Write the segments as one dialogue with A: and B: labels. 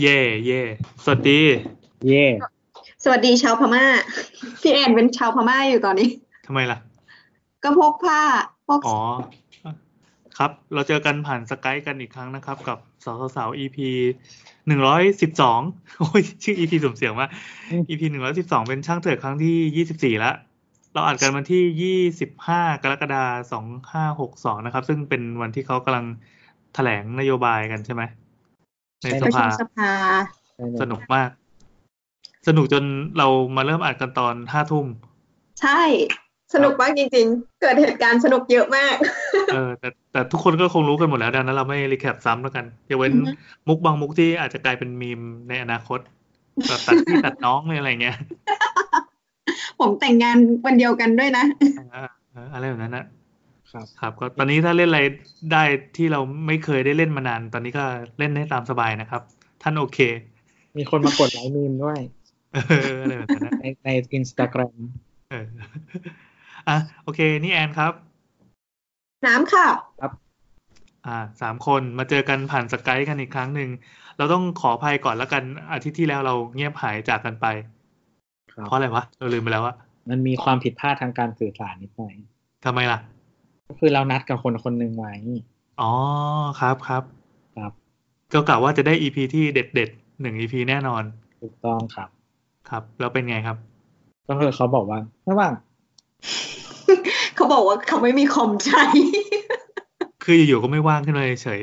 A: เย่เย่สวัสดี
B: เย่
C: สวัสดีชาวพม่า พี่แอนเป็นชาวพม่าอยู่ตอนนี้
A: ทำไมล่ะ
C: ก็พกผ้าพก
A: อ๋อ ครับ เราเจอกันผ่านสกายกันอีกครั้งนะครับ กับสาวสาว EP หนึ่งร้อยสิบสอง โอ้ยชื่อ EP สมเสียงมาก EP หนึ่งร้อยสิบสองเป็นช่างเถิดครั้งที่ยี่สิบสี่ละเราอ่านกันวันที่ยี่สิบห้ากรกฎาสองห้าหกสองนะครับ ซึ่งเป็นวันที่เขากำลังแถลงนโยบายกันใช่ไหมในส
C: ประชุ
A: ภา
C: มสภา
A: สนุกมาก สนุกจนเรามาเริ่มอ่านกันตอนห้าทุ่ม
C: ใช่ สนุกมากจริงๆ เกิดเหตุการณ์สนุกเยอะมาก
A: เออแต่แต่ทุกคนก็คงรู้กันหมดแล้วดังนั้นเราไม่รีแคปซ้ำแล้วกันยกเว้น
C: อือฮึ
A: มุกบางมุกที่อาจจะกลายเป็นมีมในอนาคตแบบตัดพี่ ตัดน้องเลยอะไรเงี้ย
C: ผมแต่งงานวันเดียวกันด้วยนะ
A: เออเอออะไรแบบนั้นนะครับ ครับ ก็ตอนนี้ถ้าเล่นอะไรได้ที่เราไม่เคยได้เล่นมานาน ตอนนี้ก็เล่นได้ตามสบายนะครับ ท่านโอเค
B: มีคนมากดไลค์มีมด้วย
A: เอออะไรแบบนั้นนะ
B: ในในอินสตาแกรม
A: เอ ออ่ะโอเค นี่แอนครับ
C: น้ำค่ะ
A: อ่าสามคนมาเจอกันผ่านสกายกันอีกครั้งหนึ่งเราต้องขออภัยก่อนแล้วกันอาทิตย์ที่แล้วเราเงียบหายจากกันไป
B: ครับ
A: เพราะอะไรวะเราลืมไปแล้วอะ
B: มันมีความผิดพลาดทางการสื่อสารนิดหน่อย
A: ทำไมล่ะ
B: ก็คือเรานัดกับคนคนหนึ่งไว้
A: อ๋อครับครับ
B: ครับ
A: ก็กล่าวว่าจะได้ EP ที่เด็ดเด็ดๆหนึ่ง EP แน่นอน
B: ถูกต้องครับ
A: ครับ แล้วเป็นไงครับ
B: ก็คือเขาบอกว่าไม่ว่าง
C: เขาบอกว่าเขาไม่มีคอมใช้
A: คืออยู่ๆก็ไม่ว่างขึ้นมาเฉย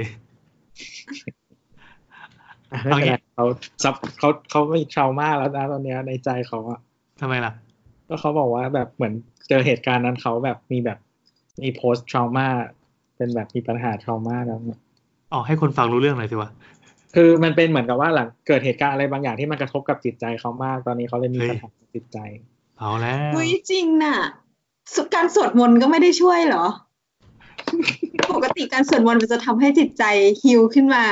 B: อ่ะไม่เป็นไรเขาซับเขาเขาไม่ชาวมากแล้วนะตอนเนี้ยในใจเขาอะ
A: ๆทำไมล่ะ
B: ก็เขาบอกว่าแบบเหมือนเจอเหตุการณ์นั้นเขาแบบมีแบบมีโพสทรมาเป็นแบบมีปัญหาทรมาแล้วเนี่ย
A: อ๋อให้คนฟังรู้เรื่องหน่อยสิวะ
B: คือมันเป็นเหมือนกับว่าหลังเกิดเหตุการณ์อะไรบางอย่างที่มันกระทบกับจิตใจเขามาก ตอนนี้เขาเลยมี
A: เฮ้ย
B: ปัญหากับจิตใจ
A: เอาแล้ว
C: อุ้ยจริงน่ะสการสวดมนต์ก็ไม่ได้ช่วยเหรอ ปกติการสวดมนต์มันจะทำให้จิตใจฮิวขึ้นมา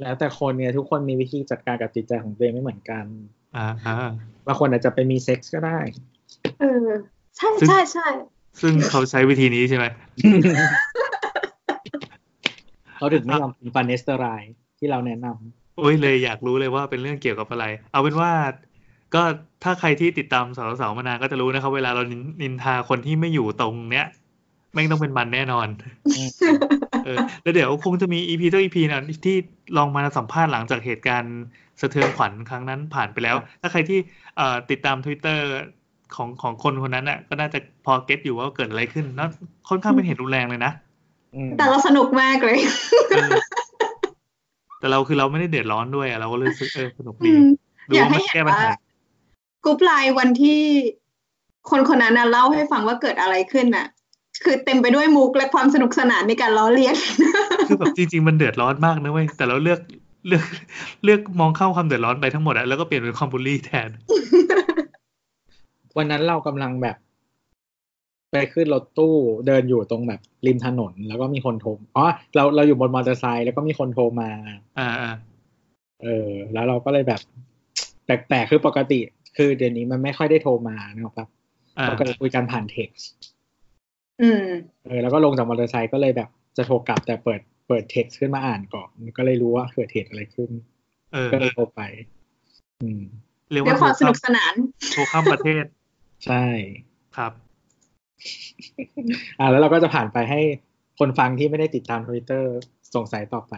B: แล้วแต่คนเนี่ยทุกคนมีวิธีจัดการกับจิตใจของตัวเองไม่เหมือนกัน
A: อ่าอ่า
B: บางคนอาจจะไปมีเซ็กส์ก็ได้
C: เออ ใช่
A: ซึ่ง
C: ใช่ใช่
A: ซึ่งเขาใช้วิธีนี้ใช่ไหม
B: เขาถึงไม่ยอมกินฟันเนสเตอร์ไรด์ที่เราแนะนำ
A: โอ้ยเลยอยากรู้เลยว่าเป็นเรื่องเกี่ยวกับอะไร เอาเป็นว่า ก็ถ้าใครที่ติดตามสาวสาวๆมานานก็จะรู้นะครับ เวลาเรานินนินทาคนที่ไม่อยู่ตรงเนี้ยแม่งต้องเป็นมันแน่นอน
B: อืม
A: เออแล้วเดี๋ยวคงจะมีอีพีต่ออีพีนะที่ลองมาสัมภาษณ์หลังจากเหตุการณ์สะเทือนขวัญครั้งนั้นผ่านไปแล้ว ถ้าใครที่เอ่อติดตาม Twitter ของของคนคนนั้นน่ะก็น่าจะพอเก็ตอยู่ว่าเกิดอะไรขึ้นแล้วค่อนข้างเป็นเหตุรุนแรงเลยนะ
B: อืม
C: แต่เราสนุกมากเลย
A: เออแต่เราคือเราไม่ได้เดือดร้อนด้วยอะเราก็เลยรู้สึกเออสนุกดี
C: อืม
A: ดู
C: อยาก
A: ว่ามัน
C: ให้เห็
A: แก้
C: น
A: ปัญ
C: ว่า
A: หาก
C: รุ๊ปไลน์วันที่คนคนนั้นน่ะเล่าให้ฟังว่าเกิดอะไรขึ้นน่ะ คือเต็มไปด้วยมุกและความสนุกสนานในการล้อเลียน
A: คือแบบจริง ๆ มันเดือดร้อนมากนะเว้ยแต่เราเลือกเลือกเลือกมองเข้ามความเดือดร้อนไปทั้งหมดอะแล้วก็เปลี่ยนเป็นความบูลลี่แทน
B: วันนั้นเรากำลังแบบ ไปขึ้นรถตู้เดินอยู่ตรงแบบริมถนน แล้วก็มีคนโทรอ๋อเราเราอยู่บนมอเตอร์ไซค์แล้วก็มีคนโทรมา
A: อ่าอ่า
B: เออแล้วเราก็เลยแบบ แปลกๆคือปกติ คือเดี๋ยวนี้มันไม่ค่อยได้โทรมาเนกอะครับ
A: อ่า
B: เราก็เลยคุยกันผ่านเท็กซ์
C: อืม
B: เออแล้วก็ลงจากมอเตอร์ไซค์ก็เลยแบบจะโทรกลับแต่เปิดเปิดเท็กซ์ขึ้นมาอ่านก่อนก็เลยรู้ว่าเกิดเหตุอะไรขึ้น
A: เออ
B: ก็
A: เอ
B: เลย
A: อ
B: โทรไป อืม
A: เรียก
C: ด้ว
A: ว่า
C: ยความสนุกสนาน
A: โทรข้ามประเทศ
B: ใช่
A: ครับ
B: อ่า แล้วเราก็จะผ่านไปให้คนฟังที่ไม่ได้ติดตามทวิตเตอร์สงสัยต่อไป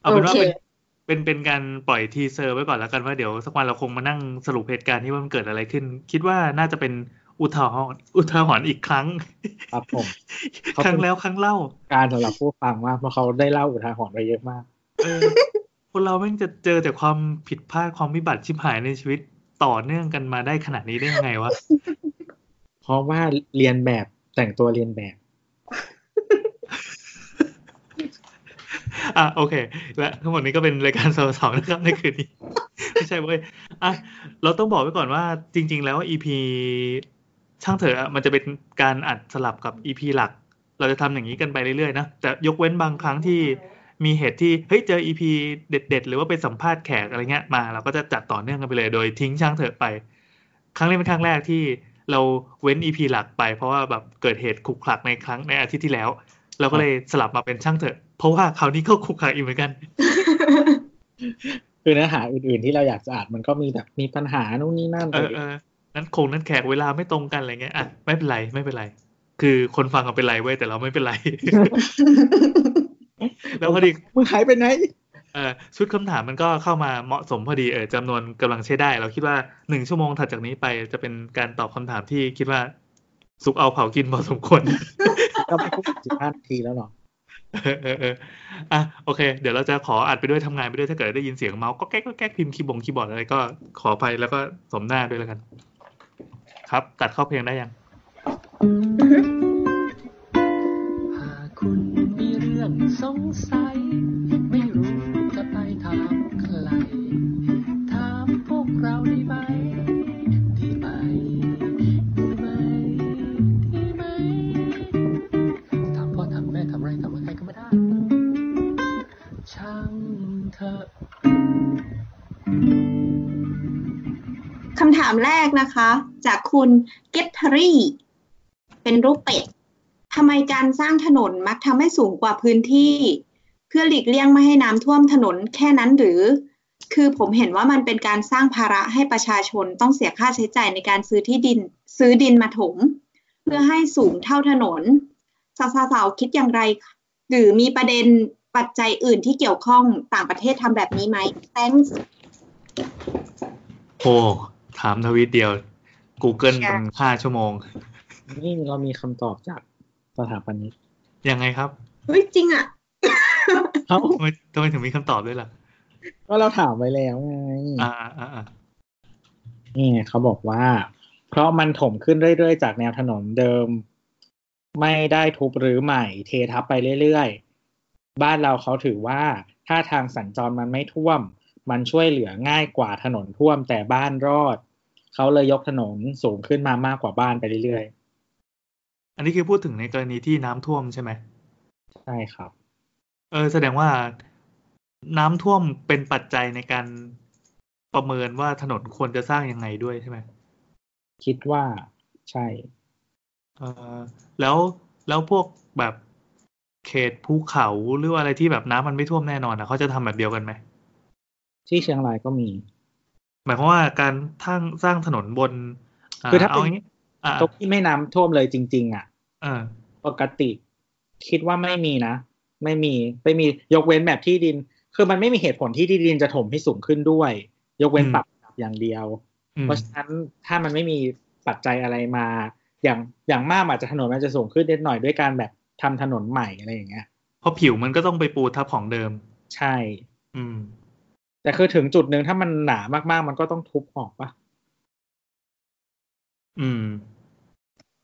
A: เอาเป็นว่า
C: โอเค
A: เป็นเป็นเป็นการปล่อยทีเซอร์ไว้ก่อนแล้วกันว่าเดี๋ยวสักวันเราคงมานั่งสรุปเหตุการณ์ที่ว่ามันเกิดอะไรขึ้น คิดว่าน่าจะเป็นอุทาหรณ์อุทาหรณ์อีกครั้ง
B: ครับผม เขา
A: ค
B: เป็น
A: รั้งแล้วครั้งเล่า
B: การสำหรับผู้ฟังมากเพราะเขาได้เล่าอุทาหรณ์ไปเยอะมาก
A: เออ คนเราแม่งจะเจอแต่ความผิดพลาดความวิบัติชิบหายในชีวิตต่อเนื่องกันมาได้ขนาดนี้ได้ยังไงวะ
B: เพราะว่าเรียนแบบแต่งตัวเรียนแบบ
A: อ่ะโอเค และทั้งหมดนี้ก็เป็นรายการสาวสองนะครับในคืนนี้ ไม่ใช่เว้ยอ่ะเราต้องบอกไว้ก่อนว่าจริง ๆ แล้ว EP ช่างเถอะอะมันจะเป็นการอัดสลับกับ EP หลัก เราจะทำอย่างนี้กันไปเรื่อยๆนะแต่ยกเว้นบางครั้งที่มีเหตุที่เฮ้ยเจอ EP เด็ด ๆ หรือว่าไปสัมภาษณ์แขกอะไรเงี้ยมา เราก็จะจัดต่อเนื่องกันไปเลย โดยทิ้งช่างเถอะไป ครั้งนี้เป็นครั้งแรกที่เราเว้น EP หลักไป เพราะว่าแบบเกิดเหตุขลุกขลักในครั้งในอาทิตย์ที่แล้ว เราก็เลยสลับมาเป็นช่างเถอะ เพราะว่าคราวนี้ก็คุกคามอีกเหมือนกัน
B: คือเนื้อหาอื่นๆที่เราอยากจะอ่านมันก็มีแบบมีปัญหานู่นนี่นั่น
A: เออเออนั้นคงนั้นแขกเวลาไม่ตรงกันอะไรเงี้ยอ่ะไม่เป็นไรไม่เป็นไร คือคนฟังก็เป็นไรเว้ยแต่เราไม่ เป็นไร แล้วพอดี
B: มึงหายไปไหน
A: เอ่อชุดคำถามมันก็เข้ามาเหมาะสมพอดีเออจำนวนกำลังใช้ได้ เราคิดว่าหนึ่งชั่วโมงถัดจากนี้ไปจะเป็นการตอบคำถามที่คิดว่าสุกเอาเผากินพอสมควร
B: ก็ไม่ครบสิบห้านาทีแล้วเนาะ
A: เออเออเอออ่ะโอเค เดี๋ยวเราจะขออัดไปด้วยทำงานไปด้วยถ้าเกิดได้ยินเสียงเมาส์ก็แก๊กก็แก๊กพิมพ์คีย์บงคีย์บอร์ดอะไรก็ขอไปแล้วก็สมหน้าด้วยแล้วกัน ครับ ตัดเข้าเพลงได้ยัง
D: หากคุณมีเรื่องสงสัย ไม่รู้จะไปถามใคร ถามพวกเราได้ไหมได้ไหมได้ไหมได้ไหมถามพ่อถามแม่ถามอะไรถามใครก็ไม่ได้ ช่างเถอะ
C: คำถามแรกนะคะ จากคุณเกตทรีเป็นรูปเป็ดทำไมการสร้างถนนมักทำให้สูงกว่าพื้นที่ เพื่อหลีกเลี่ยงไม่ให้น้ำท่วมถนนแค่นั้นหรือ คือผมเห็นว่ามันเป็นการสร้างภาระให้ประชาชนต้องเสียค่าใช้จ่ายในการซื้อที่ดิน ซื้อดินมาถม เพื่อให้สูงเท่าถนนสาวๆคิดอย่างไร หรือมีประเด็นปัจจัยอื่นที่เกี่ยวข้องต่างประเทศทำแบบนี้ไหม thanks
A: โอ้ ถามทวีตเดียว Google
C: ใช่
A: มันห้าชั่วโมง
B: นี่เรามีคำตอบจากสถาปนิก
A: ยังไงครับ
C: เฮ้ยจริงอะ
B: เอ้า
A: ทำไมทำไมถึงมีคำตอบด้วยล่ะ
B: ก็เราถามไปแล้วไง
A: อ่าอ่าอ่า
B: นี่ไงเขาบอกว่า เพราะมันถมขึ้นเรื่อยๆ จากแนวถนนเดิม ไม่ได้ทุบหรือใหม่ เททับไปเรื่อยๆ บ้านเราเขาถือว่า ถ้าทางสัญจรมันไม่ท่วม มันช่วยเหลือง่ายกว่าถนนท่วมแต่บ้านรอด เขาเลยยกถนนสูงขึ้นมามากกว่าบ้านไปเรื่อย
A: อันนี้คือพูดถึงในกรณีที่น้ำท่วมใช่ไหม
B: ๆ ใช่ครับ
A: เออแสดงว่าน้ำท่วมเป็นปัจจัยในการประเมินว่าถนนควรจะสร้างยังไงด้วยใช่ไหม
B: คิดว่าใช่
A: เออแล้วแล้วพวกแบบเขตภูเขาหรือว่าอะไรที่แบบน้ำมันไม่ท่วมแน่นอนนะเขาจะทำแบบเดียวกันไหม
B: ที่เชียงรายก็มี
A: หมายความว่าการทั้งสร้างถนนบน
B: คือถ้าเป็น
A: เอาอย่างนี้อ่า
B: ตรงที่ไม่น้ำท่วมเลยจริง ๆ อ่ะ
A: เออ
B: ปกติคิดว่าไม่มีนะ ไม่มีไม่มียกเว้นแบบที่ดิน คือมันไม่มีเหตุผลที่ที่ดินจะถมให้สูงขึ้นด้วย ยกเว้นปรับอย่างเดียว
A: อืม
B: เพราะฉะนั้นถ้ามันไม่มีปัจจัยอะไรมา อย่างอย่างมากอาจจะถนนมันจะสูงขึ้นนิดหน่อยด้วยการแบบทำถนนใหม่อะไรอย่างเงี้ย
A: เพราะผิวมันก็ต้องไปปูทับของเดิม
B: ใช่
A: อืม
B: แต่คือถึงจุดหนึ่งถ้ามันหนามากๆ มันก็ต้องทุบออกปะ
A: อืม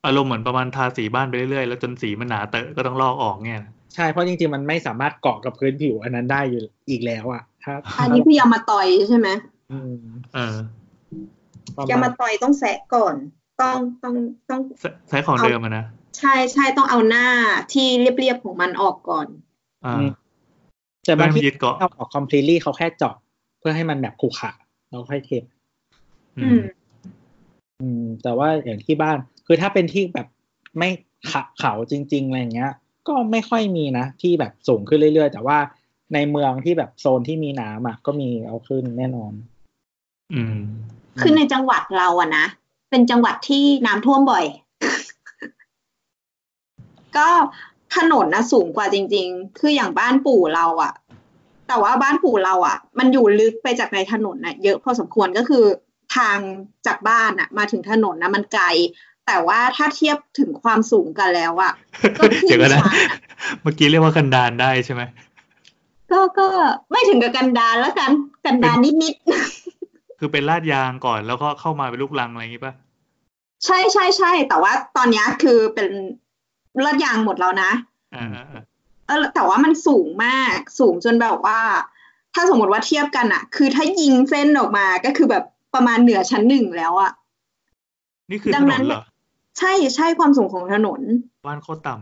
A: อารมณ์เหมือนประมาณทาสีบ้านไปเรื่อยๆแล้วจนสีมันหนาเตอะก็ต้องลอกออกเนี่ยนะ
B: ใช่เพราะจริงๆมันไม่สามารถเกาะกับพื้นผิวอันนั้นได้อยู่อีกแล้วอะถ้า
C: อันนี้คือยามาต่อยใช่ไหม
B: อืม
A: เออ
B: ประ
C: ยา
B: มา
C: มา
B: ณ
C: ต่อยต้องแสะก่อน ต้องต้องต้อง
A: ใช้ใช้ของเดิมอะนะ
C: ใช่ใช่ต้องเอาหน้าที่เรียบๆของมันออกก่อน
A: อ่า
B: แต่
A: แต่
B: บา
A: บาง ง
B: ที
A: ทียึดเกาะ
B: เอาออก completely เขาแค่เจาะเพื่อให้มันแบบขรุขระแล้วค่อยเทป
A: อื
C: อื
A: ม
C: ม
B: อืม แต่ว่าอย่างที่บ้าน คือถ้าเป็นที่แบบไม่ขะเขาจริง ๆ อะไรอย่างเงี้ย ก็ไม่ค่อยมีนะที่แบบสูงขึ้นเรื่อย ๆ แต่ว่าในเมืองที่แบบโซนที่มีน้ำอ่ะก็มีเอาขึ้นแน่นอน
A: อืม
C: คือในจังหวัดเราอะนะ เป็นจังหวัดที่น้ำท่วมบ่อย ก็ถนนนะสูงกว่าจริง ๆ คืออย่างบ้านปู่เราอะแต่ว่าบ้านปู่เราอะมันอยู่ลึกไปจากในถนนนะเยอะพอสมควรก็คือทางจากบ้านอะมาถึงถนนนะมันไกล แต่ว่าถ้าเทียบถึงความสูงกันแล้วอะ ก็ขึ้น
A: เดี๋ยวก็นะ
C: ศาลอะ
A: เมื่อกี้เรียกว่ากันดานได้ใช่ไหม
C: ก็ก็ไม่ถึงกับกันดารแล้วกันกันดารนิดๆ
A: คือเป็นลาดยางก่อนแล้วก็เข้ามาเป็นลูกลังอะไรอย่างงี้ป่ะ
C: ใช่ใช่ใช่แต่ว่าตอนเนี้ยคือเป็นลาดยางหมดแล้วนะ
A: อ่าอ่าอ่า
C: เออแต่ว่ามันสูงมากสูงจนแบบว่า ถ้าสมมติว่าเทียบกันอะคือถ้ายิงเส้นออกมาก็คือแบบประมาณเหนือชั้นหนึ่งแล้วอะ
A: นี่คือ
C: ดั
A: ถ
C: ง
A: น
C: นั้น น
A: เหรอ
C: ใช่ใช่ความสูงของถนน
A: บ้านโคตรต่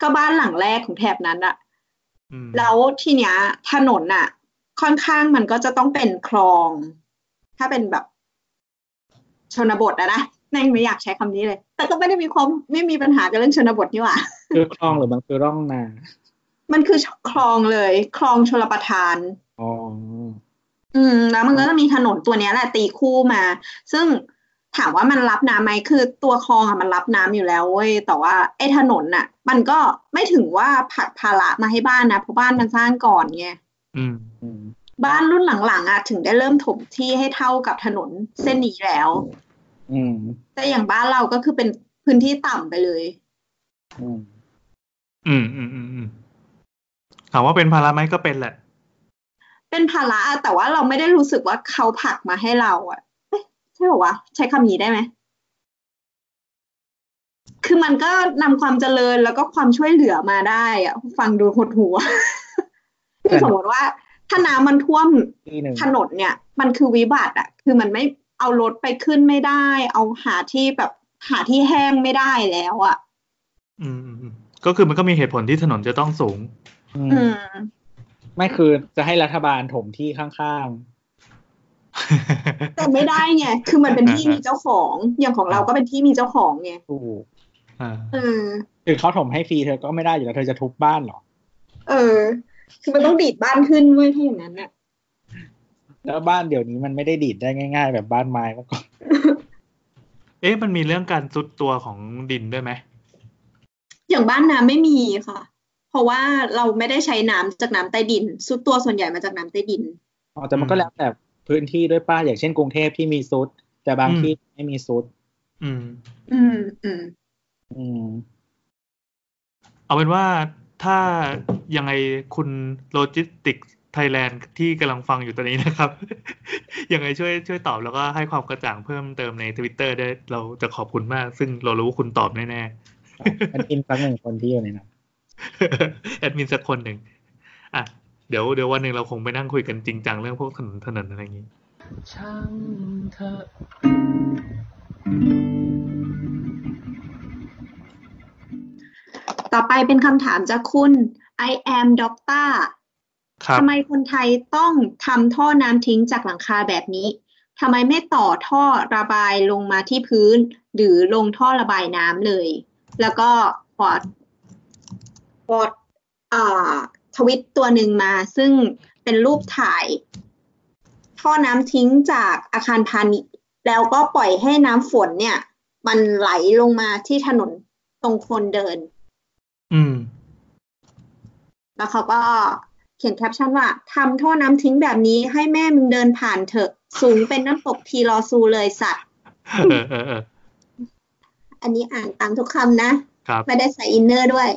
C: ก็บ้านหลังแรกของแถบนั้นอะ
A: ำอืม
C: แล้วทีเนี้ยถนนอะค่อนข้างมันก็จะต้องเป็นคลอง ถ้าเป็นแบบ ชนบทอะนะแม่งไม่อยากใช้คำนี้เลย แต่ก็ไม่ได้มีความไม่มีปัญหากับเรื่องชนบทนี่หว่า
B: คือคลองหรือมันคือร่องนา
C: มันคือคลองเลย คลองชลประทาน
B: อ๋อ
C: อืมแล้วมันก็จะมีถนนตัวเนี้ยแหละตีคู่มา ซึ่งถามว่ามันรับน้ำไหมคือตัวคลองอะมันรับน้ำอยู่แล้วเว้ยแต่ว่าไอ้ถนนน่ะ มันก็ไม่ถึงว่าผลักภาระมาให้บ้านนะเพราะบ้านมันสร้างก่อนไง
A: อืม
B: อืม
C: บ้านรุ่นหลังๆอะถึงได้เริ่มถมที่ให้เท่ากับถนนเส้นนี้แล้ว
B: อืม
C: แต่อย่างบ้านเราก็คือเป็นพื้นที่ต่ำไปเลย
B: อืม
A: อืมอืมอืมอืมถามว่าเป็นภาระไหมก็เป็นแหละ
C: เป็นภาระอะแต่ว่าเราไม่ได้รู้สึกว่าเขาผลักมาให้เราอะเอ๊ะใช่เหรอวะใช้คำนี้ได้ไหม คือมันก็นำความเจริญแล้วก็ความช่วยเหลือมาได้อะฟังดูหดหัว คือสมมติว่า ถ้าน้ำมันท่วม
B: ที่หนึ่ง
C: ถนนเนี่ย มันคือวิบัติอะคือมันไม่เอารถไปขึ้นไม่ได้ เอาหาที่แบบหาที่แห้งไม่ได้แล้วอะ
A: อืมอืมอืมก็คือมันก็มีเหตุผลที่ถนนจะต้องสูง
B: อื
C: อื
B: ม
C: ม
B: ไม่คือจะให้รัฐบาลถมที่ข้าง
C: แต่ไม่ได้ ไงคือมันเป็นที่มีเจ้าของ อย่างของเราก็เป็นที่มีเจ้าของไง
B: ๆถูก
A: อ่า
C: เออ
B: ถึงเขาถมให้ฟรีเธอก็ไม่ได้อยู่แล้วเธอจะทุบบ้านเหรอ
C: เออ คือมันต้องดีดบ้านขึ้นเว้ยถ้าอย่างนั้นน่ะ
B: แล้วบ้านเดี๋ยวนี้มันไม่ได้ดีดได้ง่าย ๆ แบบบ้านไม้เมื่อก่อน
A: เอ๊ะมันมีเรื่องการซุดตัวของดินด้วยไหม
C: อย่างบ้านน้ำไม่มีค่ะ เพราะว่าเราไม่ได้ใช้น้ำจากน้ำใต้ดิน สุดตัวส่วนใหญ่มาจากน้ำใต้ดิน
B: อ๋อแต่มันก็แล้วแต่พื้นที่ด้วยป้าอย่างเช่นกรุงเทพที่มีซุด แต่บางที่ไม่มีซุด
A: อืม
C: อืมอืม
B: อืม
A: เอาเป็นว่าถ้ายังไงคุณโลจิสติกไทยแลนด์ที่กำลังฟังอยู่ตอนนี้นะครับ ยังไงช่วยช่วยตอบแล้วก็ให้ความกระจ่างเพิ่มเติมในทวิตเตอร์ได้เราจะขอบคุณมาก ซึ่งเรารู้ว่าคุณตอบแน่
B: มันกินสักหนึ่งคนที่อยู่ในนั้น
A: ๆ แอดมินสักคนหนึ่งอ่ะเดี๋ยวเดี๋ยววันหนึ่งเราคงไปนั่งคุยกันจริงจังเรื่องพวกถนนถนนอะไรอย่างนี้
D: ช่างเถอะ
C: ต่อไปเป็นคำถามจากคุณ I am doctor
A: ครับ
C: ทำไมคนไทยต้องทำท่อน้ำทิ้งจากหลังคาแบบนี้ทำไมไม่ต่อท่อระบายลงมาที่พื้น หรือลงท่อระบายน้ำเลย แล้วก็พอดพอดอ่าทวิตตัวหนึ่งมา ซึ่งเป็นรูปถ่าย ท่อน้ำทิ้งจากอาคารพาณิชย์แล้วก็ปล่อยให้น้ำฝนเนี่ย มันไหลลงมาที่ถนนตรงคนเดิน
A: อืม
C: แล้วเขาก็เขียนแคปชั่นว่าทำท่อน้ำทิ้งแบบนี้ให้แม่มึงเดินผ่านเถอะ สูงเป็นน้ำตกทีรอซูเลยสัตว์
A: เออเออเออ
C: อันนี้อ่านตามทุกคำนะ
A: ครับ
C: ไม่ได้ใส่อินเนอร์ด้วย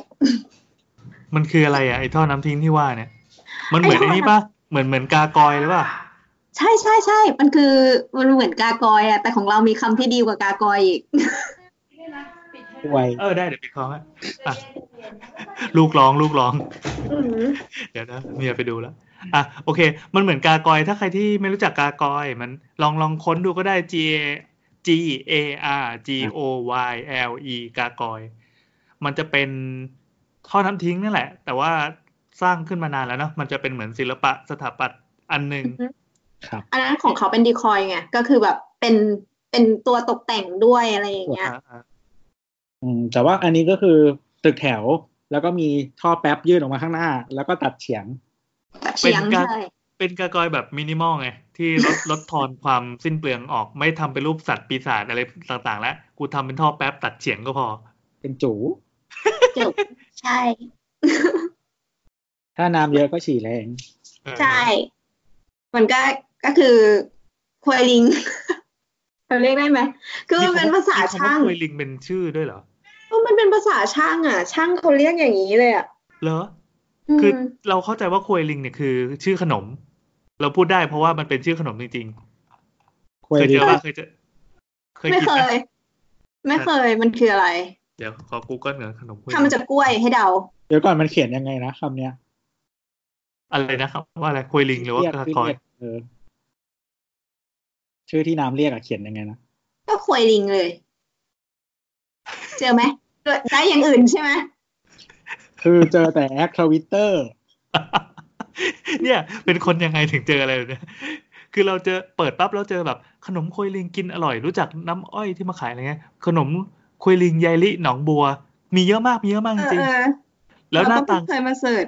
A: มันคืออะไรอ่ะไอ้ท่อน้ำทิ้งที่ว่าเนี่ย มันเหมือน
C: ไอ้
A: ไอ้
C: ท่อน้ำ
A: นี่ปะเหมือนเหมือนกากอยหรือเปล่า
C: ใช่ใช่ใช่มันคือมันเหมือนกากอยอะแต่ของเรามีคำที่ดีกว่ากากอยอีก
B: ป่วย
A: เออได้เดี๋ยวปิดคอมให้อ่ะลูกร้องลูกร้อง
C: อืม
A: เดี๋ยวนะเมียไปดูแล้วอ่ะโอเค มันเหมือนกากอย ถ้าใครที่ไม่รู้จักกากอย มันลองลองค้นดูก็ได้ G A G A R G O Y L E กากอย มันจะเป็นท่อน้ำทิ้งนั่นแหละ แต่ว่าสร้างขึ้นมานานแล้วเนาะมันจะเป็นเหมือนศิลปะสถาปัตย์อันหนึ่ง
B: ครับ
C: อันนั้นของเขาเป็นดีคอยไงก็คือแบบเป็นเป็นตัวตกแต่งด้วยอะไรอย่างเงี้ย
B: อืมแต่ว่าอันนี้ก็คือตึกแถว แล้วก็มีท่อแป๊บยื่นออกมาข้างหน้า แล้วก็ตัดเฉียง
C: เฉียง
A: เป็นการ
C: เลย
A: เป็นกากอยแบบมินิมอลไง ที่ลด ลดทอนความสิ้นเปลืองออกไม่ทำเป็นรูปสัตว์ปีศาจอะไรต่างๆ แล้ว กูทำเป็นท่อแป๊บตัดเฉียงก็พอ
B: เป็นจู
C: จบใช่
B: ถ้าน้ำเยอะก็ฉี่แรง
A: เออ
C: ใช่ มันก็ ก็คือควายลิง เราเรียกได้ไหม คือมันเป็นภาษา
A: มีคำว่
C: ช่าง
A: มีคำว่คุยลิงเป็นชื่อด้วยเหรอ
C: ก็มันเป็นภาษาช่างอ่ะ ช่างเขาเรียกอย่างนี้เลยอ่ะ
A: เหรอ
C: อืม
A: คือเราเข้าใจว่าคุยลิงเนี่ยคือชื่อขนม เราพูดได้เพราะว่ามันเป็นชื่อขนมจริงๆ
B: คุย
A: เคย
B: ดี
A: เจอป่ะเคยเจอเคย
C: ไม่
A: กิน
C: เค
A: ไหม
C: ย ไม่เคย มันคืออะไร
A: เดี๋ยวขอ Google หน่อยขนมคุยลิ
C: ทำมาง จากกล้วยให้เดา
B: เดี๋ยวก่อนมันเขียนยังไงนะคำเนี้ย
A: อะไรนะครับ ว่าอะไรคุยลิงหรือว่า
B: เรียก
A: กา
B: ที่
A: กอย
B: เรียกเออชื่อที่น้ำเรียกอะเขียนยังไงนะ
C: ก็ควายลิงเลย เจอไหมได้อย่างอื่นใช่ไหม
B: คือเจอแต่แอคทวิตเตอร์
A: เนี่ยเป็นคนยังไงถึงเจออะไรแบบเนี่ยคือเราเจอเปิดปั๊บแล้วเจอแบบ ขนมโคยลิงกินอร่อยรู้จักน้ำอ้อยที่มาขายอะไรเงี้ยขนมโคยลิงยายลิหนองบัว มีเยอะมากมีเยอะมาก
C: เอ
A: จ
C: อ
A: ริง
C: เออ
A: ๆแล้วหน้า
C: เรก็
A: ตา
C: เพิ่งเคยมาเสิร์ช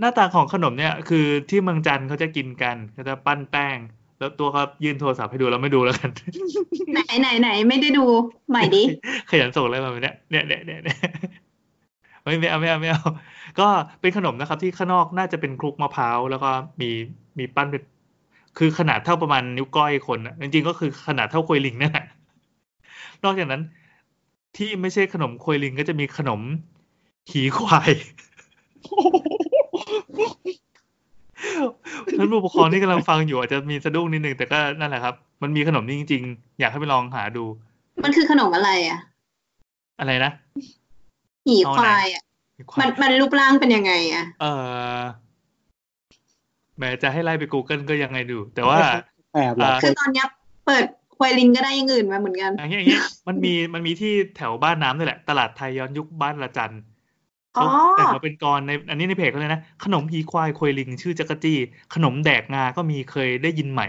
A: หน้าตาของขนมเนี่ยคือที่เมืองจันทร์เขาจะกินกันเขาจะปั้นแป้ง แล้วตัวเขายื่นโทรศัพท์ให้ดูเราไม่ดูแล้วกัน
C: ไหนไหนไหนไม่ได้ดูใหม่ดิ
A: ขยันส่งอะไรมาแบบเนี้ยเนี่ยเนี่ยเนี่ย เนี่ยไม่ไม่เอาไม่เอาไม่เอา ก็เป็นขนมนะครับ ที่ข้างนอกน่าจะเป็นคลุกมะพร้าวแล้วก็มีมีปั้นเป็นคือขนาดเท่าประมาณนิ้วก้อยคนนะจริงๆก็คือขนาดเท่าควยลิงนั่นแหละ นอกจากนั้น ที่ไม่ใช่ขนมควยลิงก็จะมีขนมหีควาย ท่านผู้ปกครองที่กำลังฟังอยู่อาจจะมีสะดุ้งนิดนึงแต่ก็นั่นแหละครับ มันมีขนมนี้จริง ๆ อยากให้ไปลองหาดู
C: มันคือขนมอะไรอ่ะ
A: อะไรนะ
C: หีควายอ่ะ
A: ควา
C: มัน
A: ย
C: มันรูปร่างเป็นยังไงอ่ะ
A: เออแหม้จะให้ไล่ไป Google ก็ยังไงดู แต่ว่า
B: แอบเหรอ
A: อ่า
C: คือตอนเนี้ยเปิดควายลิงก็ได้อยังอื่นมาเหมือนกัน
A: อย่างเงี้ยอย่างเงี้ยมันมีมันมีที่แถวบ้านน้ำนี่แหละ ตลาดไทยย้อนยุคบ้านละจัน
C: อ๋
A: เขา
C: อ
A: แต่งมาเป็นกรในอันนี้ในเพจเขาเลยนะ ขนมฮีควายควยลิง ชื่อจักรจี้ ขนมแดกงา ก็มีเคยได้ยินไหม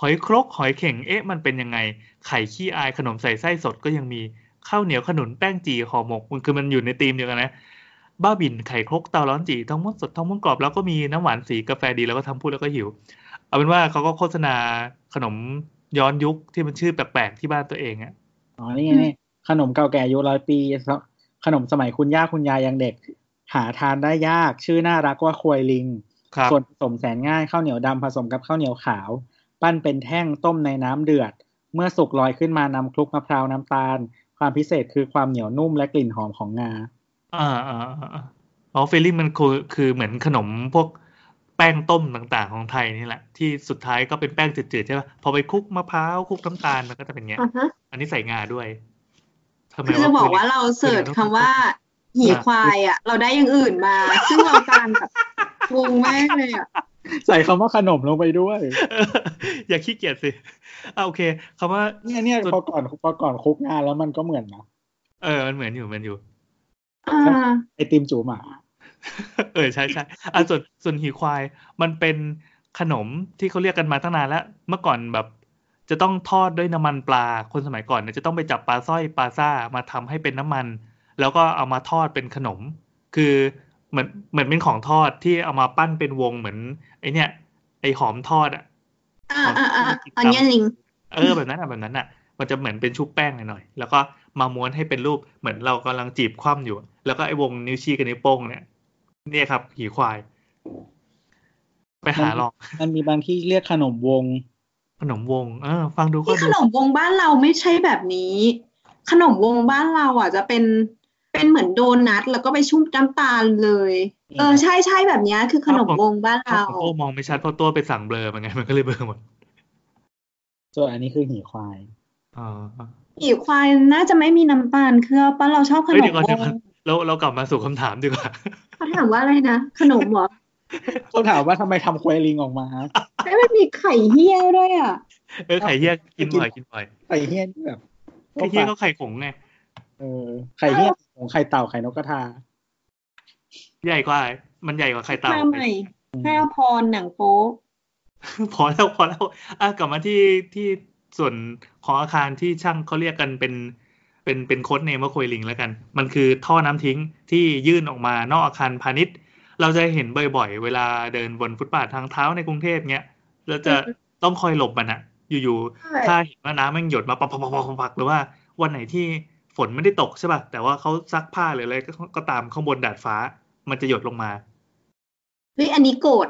A: หอยครก หอยเข่งเอ๊ะ มันเป็นยังไง ไข่ขี้อายขนมใส่ไส้สดก็ยังมีข้าวเหนียวขนุนแป้งจีห่อหมกมันคือมันอยู่ในธีมเดียวกันนะ บ้าบินไข่ครกเตาร้อนจีท้องม้วนสดท้องม้วนกรอบแล้วก็มีน้ำหวานสีกาแฟดีแล้วก็ทำพูดแล้วก็หิว เอาเป็นว่าเขาก็โฆษณาขนมย้อนยุคที่มันชื่อแปลกๆที่บ้านตัวเองอะ
B: อ๋อนี่ไงนี่ขนมเก่าแก่อายุร้อยปีขนมสมัยคุณย่าคุณยายยังเด็ก หาทานได้ยากชื่อน่ารักว่าควยลิง
A: ครับ
B: ส่วนผสมแสนง่ายข้าวเหนียวดำผสมกับข้าวเหนียวขาว ปั้นเป็นแท่งต้มในน้ำเดือด เมื่อสุกลอยขึ้นมานำคลุกมะพร้าวน้ำตาล ความพิเศษคือความเหนียวนุ่มและกลิ่นหอมของงา
A: อ่าอ่าอ่าอ่าอ๋อฟีลลิ่งมันคือคือเหมือนขนมพวกแป้งต้มต่างๆของไทยนี่แหละ ที่สุดท้ายก็เป็นแป้งจืดๆใช่ปะพอไปคลุกมะพร้าวคลุกน้ำตาลมันก็จะเป็นเงี้ย
C: อ่าฮะ
A: อันนี้ใส่งาด้วยทำไม
C: คือจะบอกว่าเราเสิร์ชคำว่า หีควายอ่ะ เราได้อยังอื่นมา ซึ่งเรากำลังแบบงงมากเลยอ่ะ
B: ใส่คำว่าขนมลงไปด้วย
A: เอออย่า ขี้เกียจสิอ่าโอเคคำว่า
B: เนี่ยเนี่ย
A: สุด
B: พอก่อนพอก่อนคลุกงาแล้วมันก็เหมือนนะ
A: เออมันเหมือนอยู่มันอยู่
C: อ่า
B: ไอติมจูหมา
A: เออใช่ใช่อ่ะส่วนส่วนหีควายมันเป็นขนมที่เขาเรียกกันมาตั้งนานแล้ว เมื่อก่อนแบบ จะต้องทอดด้วยน้ำมันปลาคนสมัยก่อนเนี่ยจะต้องไปจับปลาสร้อยปลาซ่ามาทำให้เป็นน้ำมัน แล้วก็เอามาทอดเป็นขนม คือเหมือนเหมือนเป็นของทอดที่เอามาปั้นเป็นวงเหมือนไอเนี่ย ไอหอมทอดอ่ะ
C: อ่าอ่าอ่าอันเนี้ยลิง
A: เออแบบนั้นอ่ะแบบนั้นอ่ะ มันจะเหมือนเป็นชุบแป้งหน่อยๆแล้วก็มาม้วนให้เป็นรูปเหมือนเรากำลังจีบคว่ำอยู่ แล้วก็ไอ้วงนิ้วชี้กับนิ้วโป้งเนี่ยเนี่ยครับหีควาย ไปหาลอง
B: มันมีบางที่เรียกขนมวง
A: ขนมวง เออ ฟังดูก็
C: ที่ข
A: ดู
C: นมวงบ้านเราไม่ใช่แบบนี้ ขนมวงบ้านเราอ่ะ จะเป็นเป็นเหมือนโดนัทแล้วก็ไปชุ่มน้ำตาลเลย เออใช่ใช่แบบเนี้ยคือขนมวงบ้าน
A: ถ้า
C: เรา
A: ผมโอ้มองไม่ชัดเพราะตัวไปสั่งเบลอมันไงมันก็เลยเบลอหมด
B: ส่วนอันนี้คือหีควาย
A: อ๋อ
C: อีควายน่าจะไม่มีน้ำตาลเคลือบป้าเราชอบข
A: เฮ้
C: น
A: ยเดี๋
C: ม
A: ยวก่อน
C: ว
A: เดี๋ยว
C: ง
A: ก่อน เราเรากลับมาสู่คำถามดีกว่า
C: เขาถามว่าอะไรนะขนมเหรอ
B: เขาถามว่าทำไมทำควยลิงออกมา
C: ไม่มันมีไข่เหี้ยวด้วยอ่ะ
A: เออไข่เหี้ยกินบ่อยกินบ่อย
B: ไข่เฮี้ยนแบบ
A: ไข่เหี้ยก็ไข่ขงไง
B: เออไข่เฮี้ยนของไข่เต่าไข่นกกระทา
A: ใหญ่กว่า มันใหญ่กว่าไข่เต่า
C: มาใหม่แค่พรหนังโป๊
A: พอแล้วพอแล้วอ่ะกลับมาที่ที่ส่วนของอาคารที่ช่างเขาเรียกกันเป็น เป็นเป็นโค้ดเนมว่าโคยลิงแล้วกัน มันคือท่อน้ำทิ้งที่ยื่นออกมานอกอาคารพาณิชย์ เราจะเห็นบ่อยๆ เวลาเดินบนฟุตบาททางเท้าในกรุงเทพเนี้ยเราจะต้องคอยหลบมันอะอยู่ๆ ถ้าเห็นว่าน้ำแมันหยดมาปักปักปักปักปักหรือว่าวันไหนที่ฝนไม่ได้ตกใช่ป่ะ แต่ว่าเขาซักผ้าหรืออะไรก็ก็ตามข้างบนดาดฟ้า มันจะหยดลงมา
C: เฮ้ยอันนี้โกรธ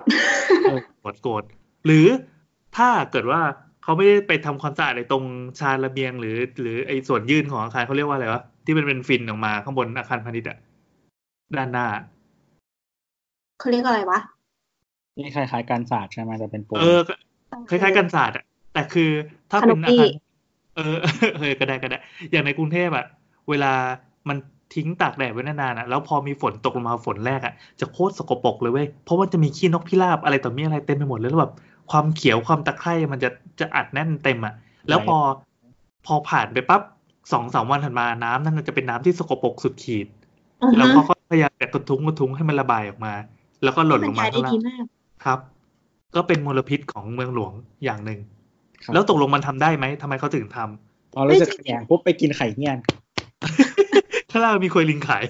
A: โกรธโกรธหรือถ้าเกิดว่าเขาไม่ได้ไปทำความสะอาดในตรงชานระเบียง หรือ หรือไอ้ส่วนยื่นของอาคารเขาเรียกว่าอะไรวะที่มันเป็นฟินออกมาข้างบนอาคารพาณิชย์อะด้านหน้า
C: เขาเรียกอะไรวะ
B: นี่คล้ายๆการศาสตร์ใช่ไหมจะเป็นปูน
A: เออ คล้ายๆกันศาสตร์อะแต่คือถ้า
C: ขน
A: เป็น
C: ม
A: อา
C: ปี
A: คารเออ เออก็ได้ก็ได้ อย่างในกรุงเทพอะเวลามันทิ้งตากแดดไว้นานๆอะแล้วพอมีฝนตกลงมาฝนแรกอะจะโคตรสกปรกเลยเว้ยเพราะว่าจะมีขี้นกพิราบอะไรต่อมีอะไรเต็มไปหมดเลยแล้วแบบความเขียวความตะไคร่มันจะจะอัดแน่นเต็มอะแล้วพอพอผ่านไปปั๊บสองสามวันถัดมาน้ำนั่นนะจะเป็นน้ำที่สกปรกสุดขีด
C: อือ
A: แล้ว
C: ฮะ
A: เขาก็พยายามจะกระทุ้งกระทุ้งให้มันระบายออกมา แล้วก็หล่น
C: บร
A: ล
C: ร
A: มาย
C: งายได้
A: ข้างล่าง
C: ดีมาก
A: ครับ ก็เป็นมลพิษของเมืองหลวงอย่างหนึ่ง
B: ครับ
A: แล้วตกลงมันทำได้ไหมทำไมเขาถึงทำ
B: พอรู้สึกแข็งปุ๊บไปกินไข่เฮี้ยน
A: ข้างล่างมีควยลิงขาย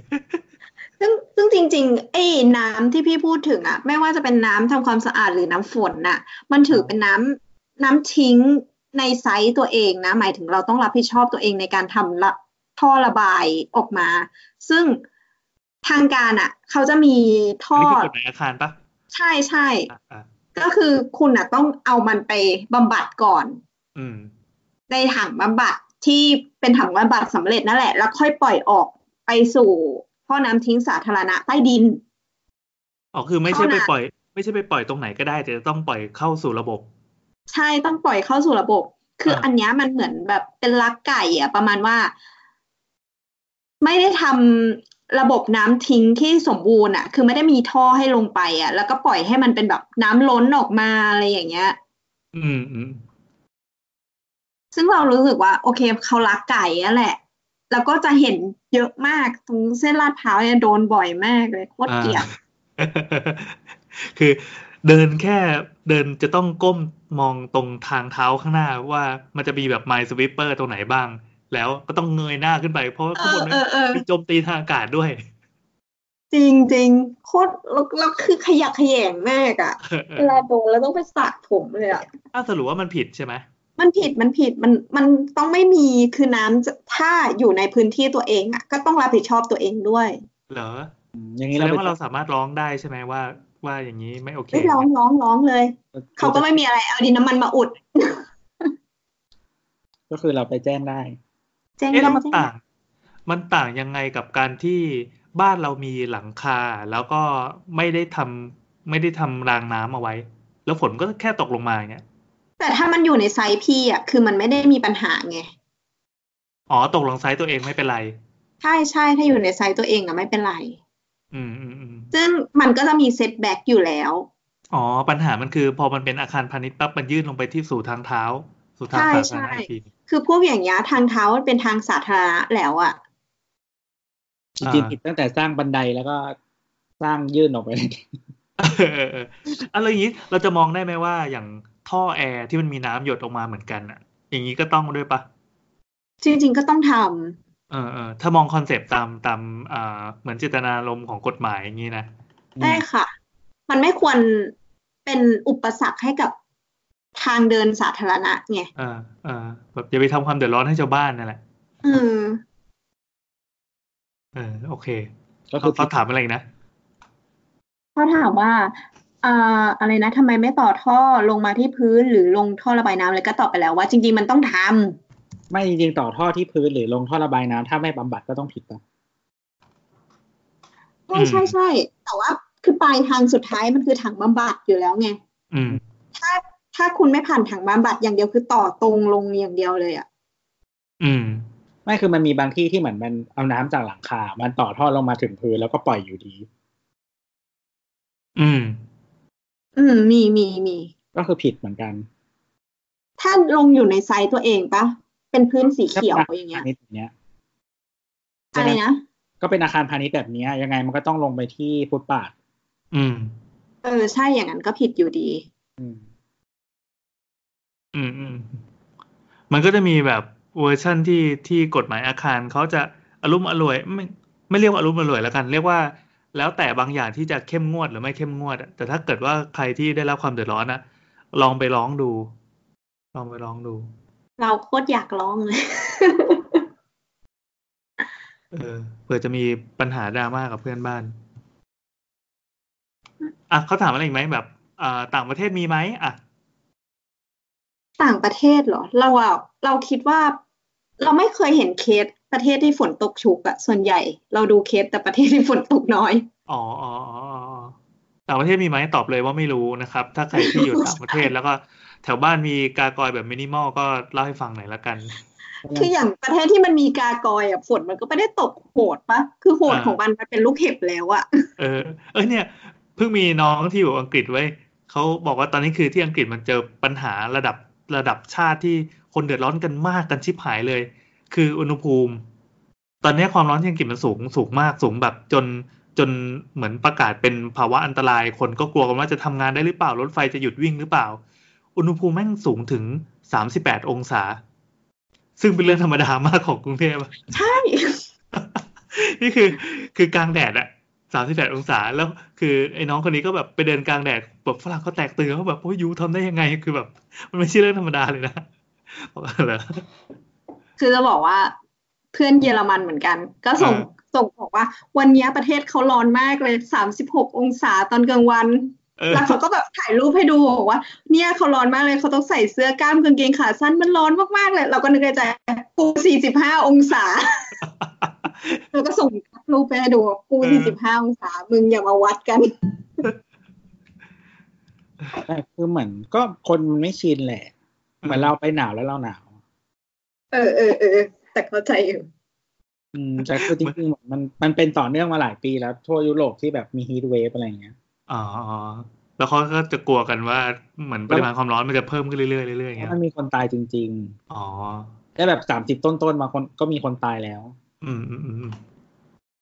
C: ซึ่งซึ่งจริงๆไอ้น้ำที่พี่พูดถึงอะไม่ว่าจะเป็นน้ำทำความสะอาดหรือน้ำฝนน่ะ มันถือเป็นน้ำน้ำทิ้งในไซต์ตัวเองนะ หมายถึงเราต้องรับผิดชอบตัวเองในการทำละท่อระบายออกมา ซึ่งทางการอะเขาจะมีท่อ
A: นี่คือกฎหมายอาคารปะ
C: ใช่ใช่
A: อ่ะอ่ะ
C: ก็คือคุณอะต้องเอามันไปบำบัดก่อน
A: อืม
C: ในถังบำบัดที่เป็นถังบำบัดสำเร็จนั่นแหละ แล้วค่อยปล่อยออกไปสู่ท่อน้ำทิ้งสาธารณะใต้ดิน
A: อ๋อคือไม่ใช่
C: เท่านั้
A: ไป
C: น
A: ปล่อย ไม่ใช่ไปปล่อยตรงไหนก็ได้ แต่จะต้องปล่อยเข้าสู่ระบบ
C: ใช่ต้องปล่อยเข้าสู่ระบบ คือ
A: ครับ
C: อันเนี้ยมันเหมือนแบบเป็นลักไก่อะประมาณว่า ไม่ได้ทำระบบน้ำทิ้งที่สมบูรณ์อะคือไม่ได้มีท่อให้ลงไปอะแล้วก็ปล่อยให้มันเป็นแบบน้ำล้นออกมาอะไรอย่างเงี้ย
A: อืมอืม
C: ซึ่งเรารู้สึกว่า โอเคเขารักไก่นั่นแหละ แล้วก็จะเห็นเยอะมากตรงเส้นลาดพร้าวเนี่ยโดนบ่อยมากเลยโคตร
A: อ่า
C: เกลียด
A: คือเดินแค่เดินจะต้องก้มมองตรงทางเท้าข้างหน้าว่ามันจะมีแบบไมล์สวิปเปอร์ตรงไหนบ้าง แล้วก็ต้องเงยหน้าขึ้นไป เพราะว่า
C: เอ
A: ข้างบ
C: อน
A: มั
C: เอน อเออ
A: มีโจมตีทางอากาศด้วย
C: จริงจริงโคตรแล้วแล้วคือขยักขยงมากอะเวลาโดนแล้วต้องไปสระผมเลยอะ
A: ถ้าสรุปว่ามันผิดใช่ไหม
C: มันผิดมันผิดมันมันต้องไม่มีคือน้ำจะถ้าอยู่ในพื้นที่ตัวเองอ่ะก็ต้องรับผิดชอบตัวเองด้วย
A: เหรอ
B: อืมอย่าง
A: แส
B: นี้
A: ด
B: เรา
A: ง
B: ไป
A: ว่าเราสามารถร้องได้ใช่ไหมว่า ว่าอย่างนี้ไม่โอเค
C: เฮ้ยร้องร้องร้องเลย เขาก็ไม่มีอะไรเอาดินน้ำมันมาอุด
B: ก็คือเราไปแจ้งได้
C: แจ้ง
A: เอ๊ะ
C: ได้
A: แล้วมัน
C: แจ้ง
A: ต่าง มันต่างยังไงกับการที่บ้านเรามีหลังคา แล้วก็ไม่ได้ทำไม่ได้ทำรางน้ำเอาไว้ แล้วฝนก็แค่ตกลงมาอย่างเงี้ย
C: แต่ถ้ามันอยู่ในไซส์พี่อ่ะคือมันไม่ได้มีปัญหาไง
A: อ๋อตกลงไซต์ตัวเองไม่เป็นไร
C: ใช่ใช่ถ้าอยู่ในไซส์ตัวเองอ่ะไม่เป็นไร
A: อืมอืมอืม
C: ซึ่งมันก็จะมีเซตแบ็กอยู่แล้ว
A: อ๋อ ปัญหามันคือพอมันเป็นอาคารพาณิชย์ปั๊บมันยื่นลงไปที่สู่ทางเท้า สู่ทางสาธารณะ
C: ใช่ใช่
A: อีกที
C: คือพวกอย่างเงี้ยทางเท้ามันเป็นทางสาธารณะแล้วอ่ะ
B: จริงๆผิดตั้งแต่สร้างบันไดแล้วก็สร้างยื่นออกไปเลย
A: เออเออเออ อะไรอย่างนี้เราจะมองได้ไหมว่าอย่างท่อแอร์ที่มันมีน้ำหยดออกมาเหมือนกันอ่ะ อย่างนี้ก็ต้องด้วยปะ
C: จริง ๆ ก็ต้องทำ
A: เออเออถ้ามองคอนเซปต์ตามตามอ่าเหมือนเจตนารมณ์ของกฎหมายอย่างนี้นะ
C: ได้ค่ะ มันไม่ควรเป็นอุปสรรคให้กับทางเดินสาธารณะไง
A: เออเออแบบอย่าไปทำความเดือดร้อนให้ชาวบ้านนั่นแหละ
C: อืม
A: เออโอเค
B: ก็คื
A: เขา
B: อผิ
A: เขา
B: ด
A: ถามอะไรอีกนะ
C: เขาถามว่าอ่าอะไรนะทำไมไม่ต่อท่อลงมาที่พื้นหรือลงท่อระบายน้ำเลยก็ตอบไปแล้วว่าจริง ๆ มันต้องท
B: ไม่จริงๆต่อท่อที่พื้นหรือลงท่อระบายน้ำถ้าไม่บำบัดก็ต้องผิดปะ
C: ำใช่ใช่ใช่แต่ว่าคือปลายทางสุดท้ายมันคือถังบำบัดอยู่แล้วไง
A: อืม
C: ถ้าถ้าคุณไม่ผ่านถังบำบัดอย่างเดียวคือต่อตรงลงอย่างเดียวเลยอ่ะ
A: อืม
B: ไม่คือมันมีบางที่ที่เหมือนมันเอาน้ำจากหลังคา มันต่อท่อลงมาถึงพื้นแล้วก็ปล่อยอยู่ดี
A: อืม
C: อืม มีมีมี
B: ก็คือผิดเหมือนกัน
C: ถ้าลงอยู่ในไซต์ตัวเองปะเป็นพื้นสีเขียวอย่างเงี้ย
B: พาณิชย์อย่างเงี้ย
C: อะไรนะ
B: ก็เป็นอาคารพาณิชย์แบบเนี้ยยังไงมันก็ต้องลงไปที่ฟุตบาท
A: อืม
C: เออใช่อย่างนั้นก็ผิดอยู่ดี
B: อืม
A: อืมอืมมันก็จะมีแบบเวอร์ชั่นที่ที่กฎหมายอาคารเขาจะอารมณ์อร่วยไม่ไม่เรียกว่าอารมณ์อร่วยแล้วกัน เรียกว่า แล้วแต่บางอย่างที่จะเข้มงวดหรือไม่เข้มงวดอะแต่ถ้าเกิดว่าใครที่ได้รับความเดือดร้อนนะลองไปร้องดู ลองไปร้องดู
C: เราโคตรอยากร้องเลย
A: เออเผื่อจะมีปัญหาดราม่ากับเพื่อนบ้าน อ่ะเขาถามอะไรอีกไหมแบบอ่าต่างประเทศมีไหมอ่ะ
C: ต่างประเทศเหรอ เราอะเราคิดว่า เราไม่เคยเห็นเคสประเทศที่ฝนตกชุกอะส่วนใหญ่ เราดูเคสแต่ประเทศที่ฝนตกน้อย
A: อ๋ออ๋ออ๋ออ๋ออ๋อต่างประเทศมีไหมตอบเลยว่าไม่รู้นะครับ ถ้าใครที่อยู่ต่างประเทศแล้วก็แถวบ้านมีกากอยแบบมินิมอลก็เล่าให้ฟังหน่อยละกัน
C: คืออย่างประเทศที่มันมีกากอยอะฝนมันก็ไม่ได้ตกโหดปะคือโหด
A: อ่า
C: ของมันมันเป็นลูกเห็บแล้วอะ
A: เออ เอยเนี่ยเพิ่งมีน้องที่อยู่อังกฤษไว้ยเขาบอกว่าตอนนี้คือที่อังกฤษมันเจอปัญหาระดับระดับชาติที่คนเดือดร้อนกันมากกันชิบหายเลย คืออุณหภูมิ ตอนนี้ความร้อนที่อังกฤษมันสูงสูงมากสูงแบบจนจนเหมือนประกาศเป็นภาวะอันตราย คนก็กลัวกันว่าจะทำงานได้หรือเปล่ารถไฟจะหยุดวิ่งหรือเปล่า อุณหภูมิแม่งสูงถึงสามสิบแปดองศา ซึ่งเป็นเรื่องธรรมดามากของกรุงเทพอะ
C: ใช่
A: นี่คือคือกลางแดดอะ สามสิบแปดองศาแล้วคือไอ้น้องคนนี้ก็แบบไปเดินกลางแดดแบบฝรั่งเขาแตกตื่นเขาแบบโอ้ยยูทำได้ยังไงคือแบบ มันไม่ใช่เรื่องธรรมดาเลยนะ บอกว่าเหรอ
C: คือจะบอกว่าเพื่อนเยอรมันเหมือนกัน ก็ส่ง
A: อ่า
C: ส่งบอกว่า วันเนี้ยประเทศเขาร้อนมากเลยสามสิบหกองศาตอนกลางวัน
A: เออ
C: แล้วเขาก็แบบถ่ายรูปให้ดูบอกว่า เนี่ยเขาร้อนมากเลยเขาต้องใส่เสื้อกล้ามกางเกงขาสั้นมันร้อนมากๆเลย เราก็นึกในใจกูสี่สิบห้าองศา เราก็ส่งรูปไปให้ดูกู
A: เออ
C: สี่สิบห้าองศา มึงอย่ามาวัดกัน
B: แต่คือเหมือนก็คนมันไม่ชินแหละ เหมือนเราไปหนาวแล้วเราหนาว
C: เออเออเออแต่เข้าใจอยู่
B: อืมแต่คือจริงๆเหมือนมันมันเป็นต่อเนื่องมาหลายปีแล้วทั่วยุโรปที่แบบมีฮีทเวฟอะไรอย่างเงี้ย
A: อ๋ออ๋อแล้วเขาก็จะกลัวกันว่าเหมือนปริมาณความร้อนมันจะเพิ่มขึ้นเรื่อยๆเรื่อยๆอย่างเงี้ย
B: มันมีคนตายจริง
A: อ๋อ
B: ๆ ได้แบบสามสิบต้นๆมาคนก็มีคนตายแล้ว
A: อืมอืมอืมอืม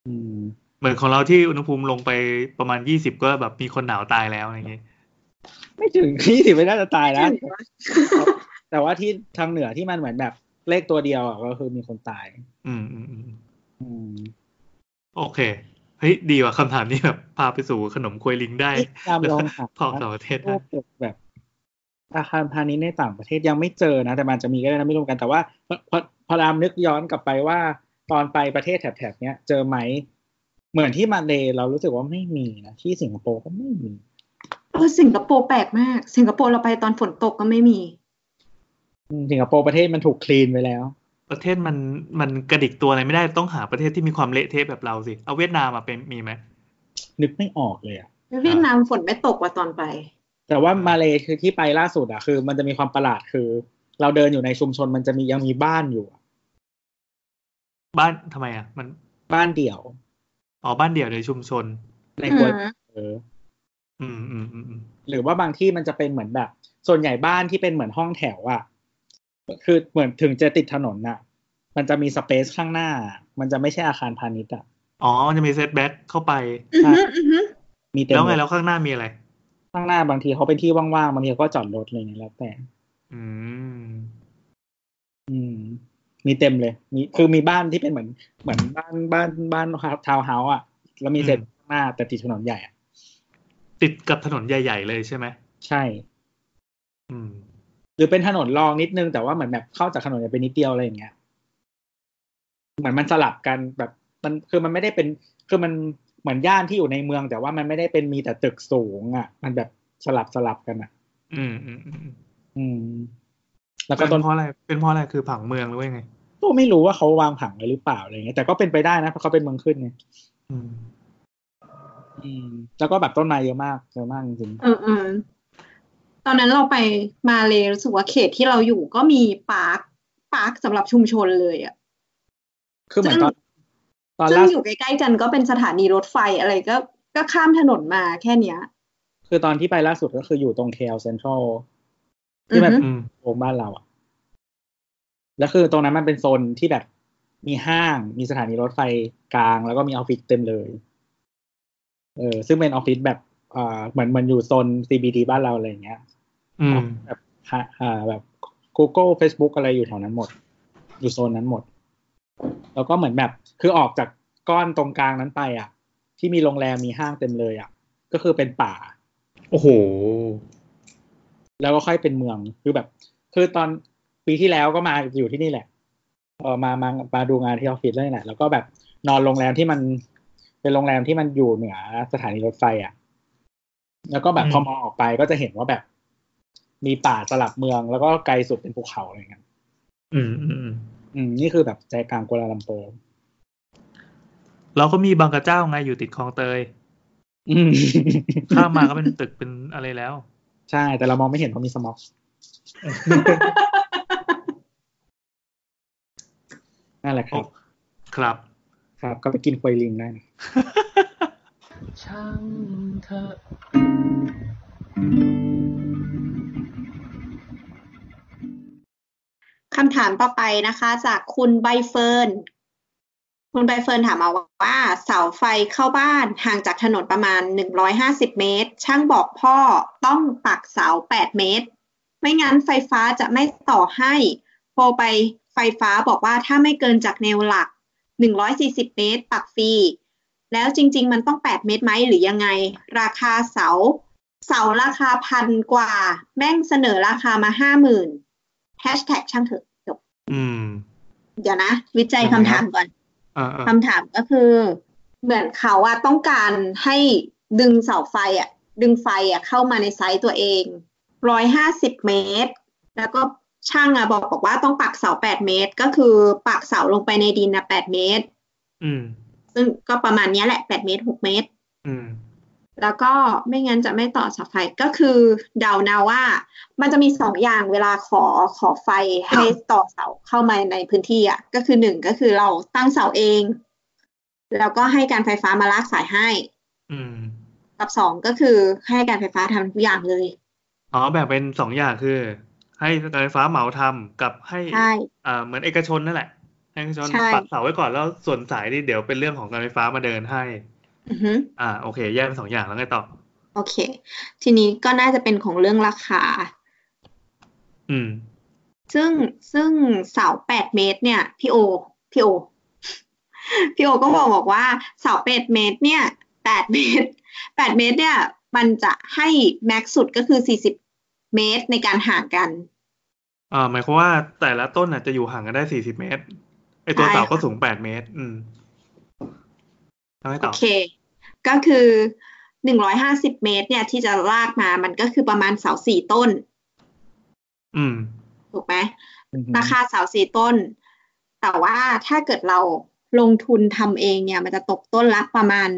B: อืม
A: เหมือนของเราที่อุณหภูมิลงไปประมาณยี่สิบก็แบบมีคนหนาวตายแล้วอะไรเงี้ย
B: ไม่ถึง ที่สิไม่น่าจะตายแล้ว
C: ไม่ถึงวะ
B: แต่ว่าที่ทางเหนือที่มันเหมือนแบบเลขตัวเดียวอ่ะก็คือมีคนตาย
A: อืมอืมอืม
B: อืม
A: โอเคเฮ้ยดีว่ะคำถามนี้แบบพาไปสู่ขนมควยลิงได้
B: นี่ตามลองหา
A: พอต่างประเทศ
B: รู
A: ได้
B: ปตึกแบบอาคารพาณิชย์ในต่างประเทศยังไม่เจอนะ แต่มันจะมีก็ได้นะไม่รู้กันแต่ว่าพอพอพอรามนึกย้อนกลับไปว่า ตอนไปประเทศแถบๆเนี้ย เจอไหม เหมือนที่มาเลเรารู้สึกว่าไม่มีนะที่สิงคโปร์ก็ไม่มี
C: เออสิงคโปร์แปลกมาก สิงคโปร์เราไปตอนฝนตกก็ไม่มี
B: อืมสิงคโปร์ประเทศมันถูกคลีนไปแล้ว
A: ประเทศมันมันกระดิกตัวอะไรไม่ได้ต้องหาประเทศที่มีความเละเทะแบบเราสิเอาเวียดนามมาเป็นมีไหม
B: นึกไม่ออกเลยอะ
C: เวียดนามฝนไม่ตกว่าตอนไป
B: แต่ว่ามาเลยคือที่ไปล่าสุดอะคือ มันจะมีความประหลาดคือ เราเดินอยู่ในชุมชนมันจะมียังมีบ้านอยู่อะ
A: บ้านทำไมอ่ะ มัน
B: บ้านเดี่ยว
A: อ๋อบ้านเดี่ยวในชุมชน
B: ในกวยเออ
A: อืมอืมอืมอืม
B: หรือว่าบางที่มันจะเป็นเหมือนแบบ ส่วนใหญ่บ้านที่เป็นเหมือนห้องแถวอะคือเหมือนถึงจะติดถนนอะมันจะมีสเปซข้างหน้า มันจะไม่ใช่อาคารพาณิชย์อะ
A: อ๋อมันจะมีเซตแบ็กเข้าไป
C: อือฮึอือฮึ
B: มีเต็ม
A: แล้วไงแล้วข้างหน้ามีอะไร
B: ข้างหน้าบางทีเขาเป็นที่ว่างๆบางทีเขาก็จอดรถอะไรอย่างเงี้ยแล้วแต่
A: อืม
B: อืมมีเต็มเลย มีคือมีบ้านที่เป็นเหมือนเหมือนบ้านบ้านบ้านทาวน์เฮาส์อ่ะ แล้วมี
A: อืม
B: เสร็จหน้าแต่ติดถนนใหญ่อ่ะ
A: ติดกับถนนใหญ่ ๆ เลยใช่ไหม
B: ใช่
A: อืม
B: หรือเป็นถนนรองนิดนึงแต่ว่าเหมือนแบบเข้าจากถนนใหญ่ไปนิดเดียวอะไรอย่างเงี้ยเหมือนมันสลับกันแบบมันคือมันไม่ได้เป็น คือมันเหมือนย่านที่อยู่ในเมือง แต่ว่ามันไม่ได้เป็นมีแต่ตึกสูงอ่ะ มันแบบสลับสลับกันอ่ะ
A: อืมอืมอืมอืม
B: อืม แล้
A: เป็
B: วก็ต้น
A: นเพราะอะไร เป็นเพราะอะไรคือผังเมืองหรือว่ายังไง
B: ก็ไม่รู้ว่าเขาวางผังไว้หรือเปล่าอะไรเงี้ยแต่ก็เป็นไปได้นะเพราะเขาเป็นเมืองขึ้นไง
A: อืม
B: อืม แล้วก็แบบต้นไม้เยอะมากเยอะมากจริงๆ
C: เออเออตอนนั้นเราไปมาเลยรู้สึกว่าเขตที่เราอยู่ก็มีปาร์คปาร์คสำหรับชุมชนเลยอ่ะ
B: คือเหมือนตอนตอน
C: ซึ่ง
B: ล่า
C: อ
B: สุด
C: ยู่ใกล้ๆกันก็เป็นสถานีรถไฟอะไรก็ก็ข้ามถนนมาแค่เนี้ย
B: คือตอนที่ไปล่าสุดก็คืออยู่ตรงเคลเซ็นทรัลที่แบบ
C: อือฮึ
A: อืม
B: โรงบ้านเราอะแล้วคือตรงนั้นมันเป็นโซนที่แบบมีห้างมีสถานีรถไฟกลาง แล้วก็มีออฟฟิศเต็มเลยเออซึ่งเป็นออฟฟิศแบบอ่าเหมือนเหมันอยู่โซน CBD บ้านเราอะไรอย่างเงี้ย
A: อืม
B: แบบฮะอ่าแบบ Google Facebook อะไรอยู่แถวนั้นหมด อยู่โซนนั้นหมด แล้วก็เหมือนแบบ คือออกจากก้อนตรงกลางนั้นไปอะที่มีโรงแรมมีห้างเต็มเลยอะก็คือเป็นป่า
A: โอ้โห
B: แล้วก็ค่อยเป็นเมืองคือแบบ คือตอนปีที่แล้วก็มาอยู่ที่นี่แหละเออมามามาดูงานที่ออฟฟิศเลยแหละแล้วก็แบบนอนโรงแรมที่มัน เป็นโรงแรมที่มันอยู่เหนือสถานีรถไฟอ่ะ แล้วก็แบบ
A: อืม
B: พอมองออกไปก็จะเห็นว่าแบบ มีป่าสลับเมือง แล้วก็ไกลสุดเป็นภูเขาอะไรเงี้ย
A: อืมอืมอืม
B: อืมนี่คือแบบใจกลางกัวลาลัมเปอร์
A: เราก็มีบางกระเจ้าไงอยู่ติดคลองเตย
B: อืม
A: ข้ามมาก็เป็นตึกเป็นอะไรแล้ว
B: ใช่ แต่เรามองไม่เห็นเพราะมีสมอก นั่นแหละค
A: โอ้
B: รับ
A: ครับ
B: ครับ ก็ไปกินควยลิงได้นะ
D: ช่างเถอะ
C: คำถามต่อไปนะคะ จากคุณใบเฟิร์น คุณใบเฟิร์นถามมาว่า เสาไฟเข้าบ้านห่างจากถนนประมาณ 150 เมตร ช่างบอกพ่อต้องปักเสา 8 เมตร ไม่งั้นไฟฟ้าจะไม่ต่อให้ โทรไปไฟฟ้าบอกว่าถ้าไม่เกินจากแนวหลัก 140 เมตร ปักฟรี แล้วจริง ๆ มันต้อง 8 เมตรไหมหรือยังไง ราคาเสา เสาราคาพันกว่า แม่งเสนอราคามาห้าหมื่นแฮชแท็กช่างเถอะจบ
A: อืม
C: เดี๋ยวนะ วิจัยคำถามก่อน
A: อ่าอ่า
C: คำถามก็คือเหมือนเขาอะต้องการให้ดึงเสาไฟอะดึงไฟอะเข้ามาในไซต์ตัวเองร้อยห้าสิบเมตร แล้วก็ช่างอะบอกบอกว่าต้องปักเสาแปดเมตร ก็คือปักเสาลงไปในดินนะแปดเมตร
A: อืม
C: ซึ่งก็ประมาณเนี้ยแหละแปดเมตรหกเมตร
A: อืม
C: แล้วก็ไม่งั้นจะไม่ต่อเสาไฟก็คือเดานะว่า มันจะมีสองอย่างเวลาขอขอไฟให้ต่อเสาเข้ามาในพื้นที่อ่ะก็คือหนึ่งก็คือเราตั้งเสาเอง แล้วก็ให้การไฟฟ้ามาลากสายให้
A: อืม
C: กับสองก็คือให้การไฟฟ้าทำทุกอย่างเลย
A: อ๋อแบ่งเป็นสองอย่างคือ ให้การไฟฟ้าเหมาทำกับให้
C: ใช่
A: อ่าเหมือนเอกชนนั่นแหละให้เอกชน
C: ใช่
A: ปักเสาไว้ก่อนแล้วส่วนสายนี่เดี๋ยวเป็นเรื่องของการไฟฟ้ามาเดินให้
C: อือฮึ
A: อ่าโอเค แยกเป็นสองอย่างแล้วไงต่อ
C: โอเค ทีนี้ก็น่าจะเป็นของเรื่องราคา
A: อืม
C: ซึ่งซึ่งเสาแปดเมตรเนี่ย พี่โอ พี่โอ พี่โอก็บอกบอกว่าเสาแปดเมตรเนี่ยแปดเมตรแปดเมตรเนี่ย มันจะให้แม็กซ์สุดก็คือสี่สิบเมตรในการห่างกัน
A: อ่าหมายความว่าแต่ละต้นน่ะจะอยู่ห่างกันได้สี่สิบเมตรไอตัว
C: ใช่
A: เสา
C: ค่ะ
A: ก็สูงแปดเมตร อืมแล้วไง
C: โอ
A: ต่อ
C: เค ก็คือหนึ่งร้อยห้าสิบเมตรเนี่ยที่จะลากมามันก็คือประมาณเสาสี่ต้น
A: อืม
C: ถูกไหม
B: อือฮึ
C: ราคาเสาสี่ต้น แต่ว่าถ้าเกิดเราลงทุนทำเองเนี่ย มันจะตกต้นละประมาณ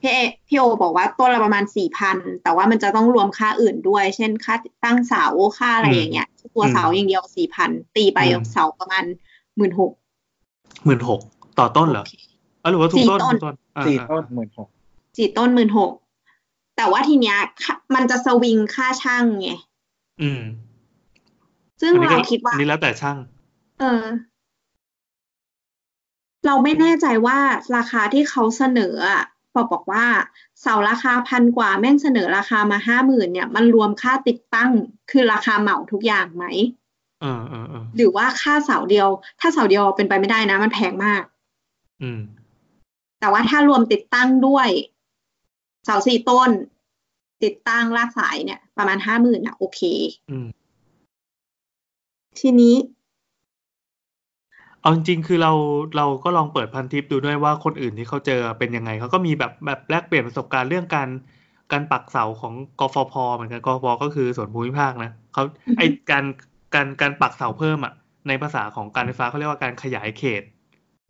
C: พี่เอพี่โอบอกว่าต้นละประมาณสี่พันแต่ว่ามันจะต้องรวมค่าอื่นด้วย เช่นค่าตั้งเสาค่าอะไร
A: อืม
C: อย่างเงี้ยตัวเสาอย่างเดียวสี่พันตีไป
A: อืม
C: เสาประมาณหมื่นหก
A: หมื่นหกต่อต้นเหรอเออหรือว่าทุก
C: สี่
A: ต้น
C: ต้น
A: ทุกต้นอ่า
B: สี่ต้
A: อ่าน
B: หมื่นหก
C: สี่ต้นหมื่นหกแต่ว่าทีเนี้ยค่ามันจะสวิงค่าช่างไง
A: อืม
C: ซึ่ง
A: อันนี้
C: เรา
A: ก็
C: คิดว่า
A: อันนี้แล้วแต่ช่าง
C: เออ เราไม่แน่ใจว่าราคาที่เขาเสนออะบอกบอกว่าเสาราคาพันกว่าแม่งเสนอราคามาห้าหมื่นเนี่ย มันรวมค่าติดตั้งคือราคาเหมาทุกอย่างไหม
A: เออเออเออ
C: หรือว่าค่าเสาเดียว ถ้าเสาเดียวเป็นไปไม่ได้นะ มันแพงมาก
A: อืม
C: แต่ว่าถ้ารวมติดตั้งด้วย เสาสี่ต้น ติดตั้งลากสายเนี่ย ประมาณห้าหมื่นอะโอเค
A: อืม
C: ทีนี้
A: เอาจริงๆ คือเราเราก็ลองเปิดพันทิปดูด้วยว่าคนอื่นที่เขาเจอเป็นยังไง เขาก็มีแบบแบบแลกเปลี่ยนประสบการณ์เรื่องการการปักเสาของกฟพเหมือนกันกฟพก็คือส่วนภูมิภาคนะเขา
C: อือฮึ
A: ไอการการการปักเสาเพิ่มอ่ะในภาษาของการไฟฟ้าเขาเรียกว่าการขยายเขต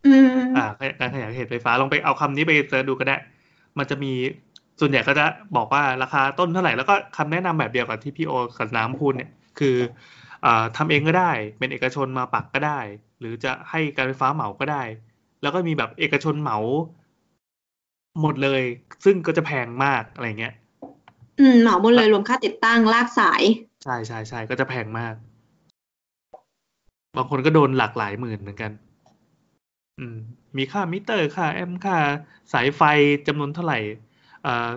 C: อืม
A: อ่าการขยายเขตไฟฟ้าลองไปเอาคำนี้ไปเสิร์ชดูก็ได้ มันจะมีส่วนใหญ่ก็จะบอกว่าราคาต้นเท่าไหร่แล้วก็คำแนะนำแบบเดียวกับที่พี่โอกับน้ำพูดเนี่ยคืออ่าทำเองก็ได้ เป็นเอกชนมาปักก็ได้ หรือจะให้การไฟฟ้าเหมาก็ได้ แล้วก็มีแบบเอกชนเหมา หมดเลย ซึ่งก็จะแพงมากอะไรเงี้ย
C: อืมเหมาหมดเลยรวมค่าติดตั้งลากสาย
A: ใช่ใช่ใช่ก็จะแพงมาก บางคนก็โดนหลากหลายหมื่นเหมือนกัน อืม มีค่ามิเตอร์ค่าแอมป์ค่าสายไฟจำนวนเท่าไหร่เอ่อ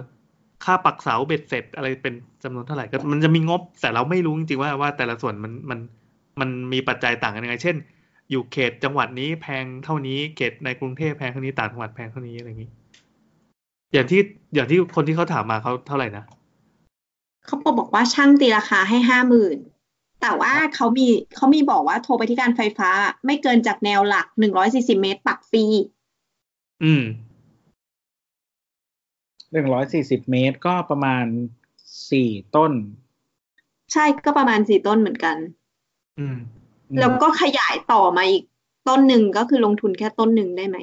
A: ค่าปักเสาเบ็ดเสร็จอะไรเป็นจำนวนเท่าไหร่ก็มันจะมีงบ แต่เราไม่รู้จริงๆว่าว่าแต่ละส่วนมันมันมันมีปัจจัยต่างกันยังไง เช่น อยู่เขตจังหวัดนี้แพงเท่านี้เขตในกรุงเทพแพงเท่านี้ต่างจังหวัดแพงเท่านี้อะไรอย่างนี้ อย่างที่อย่างที่คนที่เขาถามมาเขาเท่าไหร่นะ
C: เขาบอกว่าช่างตีราคาให้ห้าหมื่นแต่ว่าเขามีเขามีบอกว่าโทรไปที่การไฟฟ้า ไม่เกินจากแนวหลักหนึ่งร้อยสี่สิบเมตร ปักฟรี
A: อืม
B: หนึ่งร้อยสี่สิบเมตรก็ประมาณสี่ต้น
C: ใช่ก็ประมาณสี่ต้นเหมือนกัน
A: อืม
B: อืม
C: แล้วก็ขยายต่อมาอีกต้นหนึ่งก็คือลงทุนแค่ต้นหนึ่งได้ไหม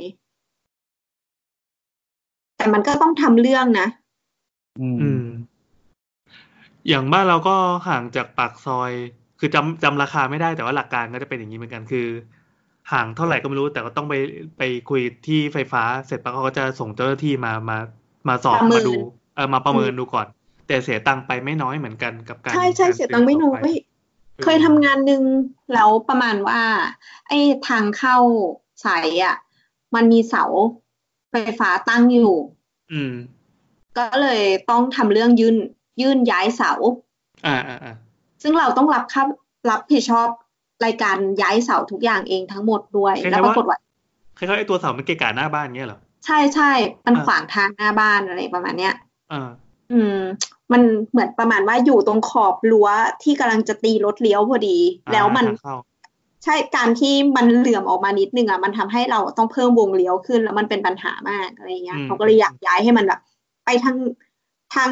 C: แต่มันก็ต้องทำเรื่องนะ
B: อืม
A: อืม อย่างบ้านเราก็ห่างจากปากซอย คือจำจำราคาไม่ได้แต่ว่าหลักการก็จะเป็นอย่างนี้เหมือนกันคือ ห่างเท่าไหร่ก็ไม่รู้ แต่ก็ต้องไปไปคุยที่ไฟฟ้า เสร็จปั๊บเขาก็จะส่งเจ้าหน้าที่มามามาสอบ
C: ประเมิน
A: มาดูเออมาประเมินดูก่อน แต่เสียตังค์ไปไม่น้อยเหมือนกันกับการ
C: ใช่ใช่
A: การ
C: เสียตังค์ไม่น้อ
A: ซื้
C: ย
A: อ
C: เคยทำงานหนึ่งแล้วประมาณว่า ไอ้ทางเข้าสายอ่ะ มันมีเสาไฟฟ้าตั้งอยู่
A: อืม
C: ก็เลยต้องทำเรื่องยื่นยื่นย้ายเสา
A: อ่าอ่าอ่า
C: ซึ่งเราต้องรับค่ารับผิดชอบรายการย้ายเสาทุกอย่างเองทั้งหมดด้วย แล้วปรากฏว่า
A: คล้ายๆไอ้ตัวเสามันเกะกะหน้าบ้านเงี้ยเหรอ
C: ใช่ใช่มัน
A: อ่า
C: ขวางทางหน้าบ้านอะไรประมาณเนี้ย
A: อ่า
C: อืม มันเหมือนประมาณว่าอยู่ตรงขอบรั้วที่กำลังจะตีรถเลี้ยวพอดี แล้วมัน
A: อ่าเข้า
C: ใช่การที่มันเหลื่อมออกมานิดนึงอ่ะมันทำให้เราต้องเพิ่มวงเลี้ยวขึ้น แล้วมันเป็นปัญหามากอะไรเงี้ยเขาก็เลยอยากย้ายให้มันแบบไปทางทาง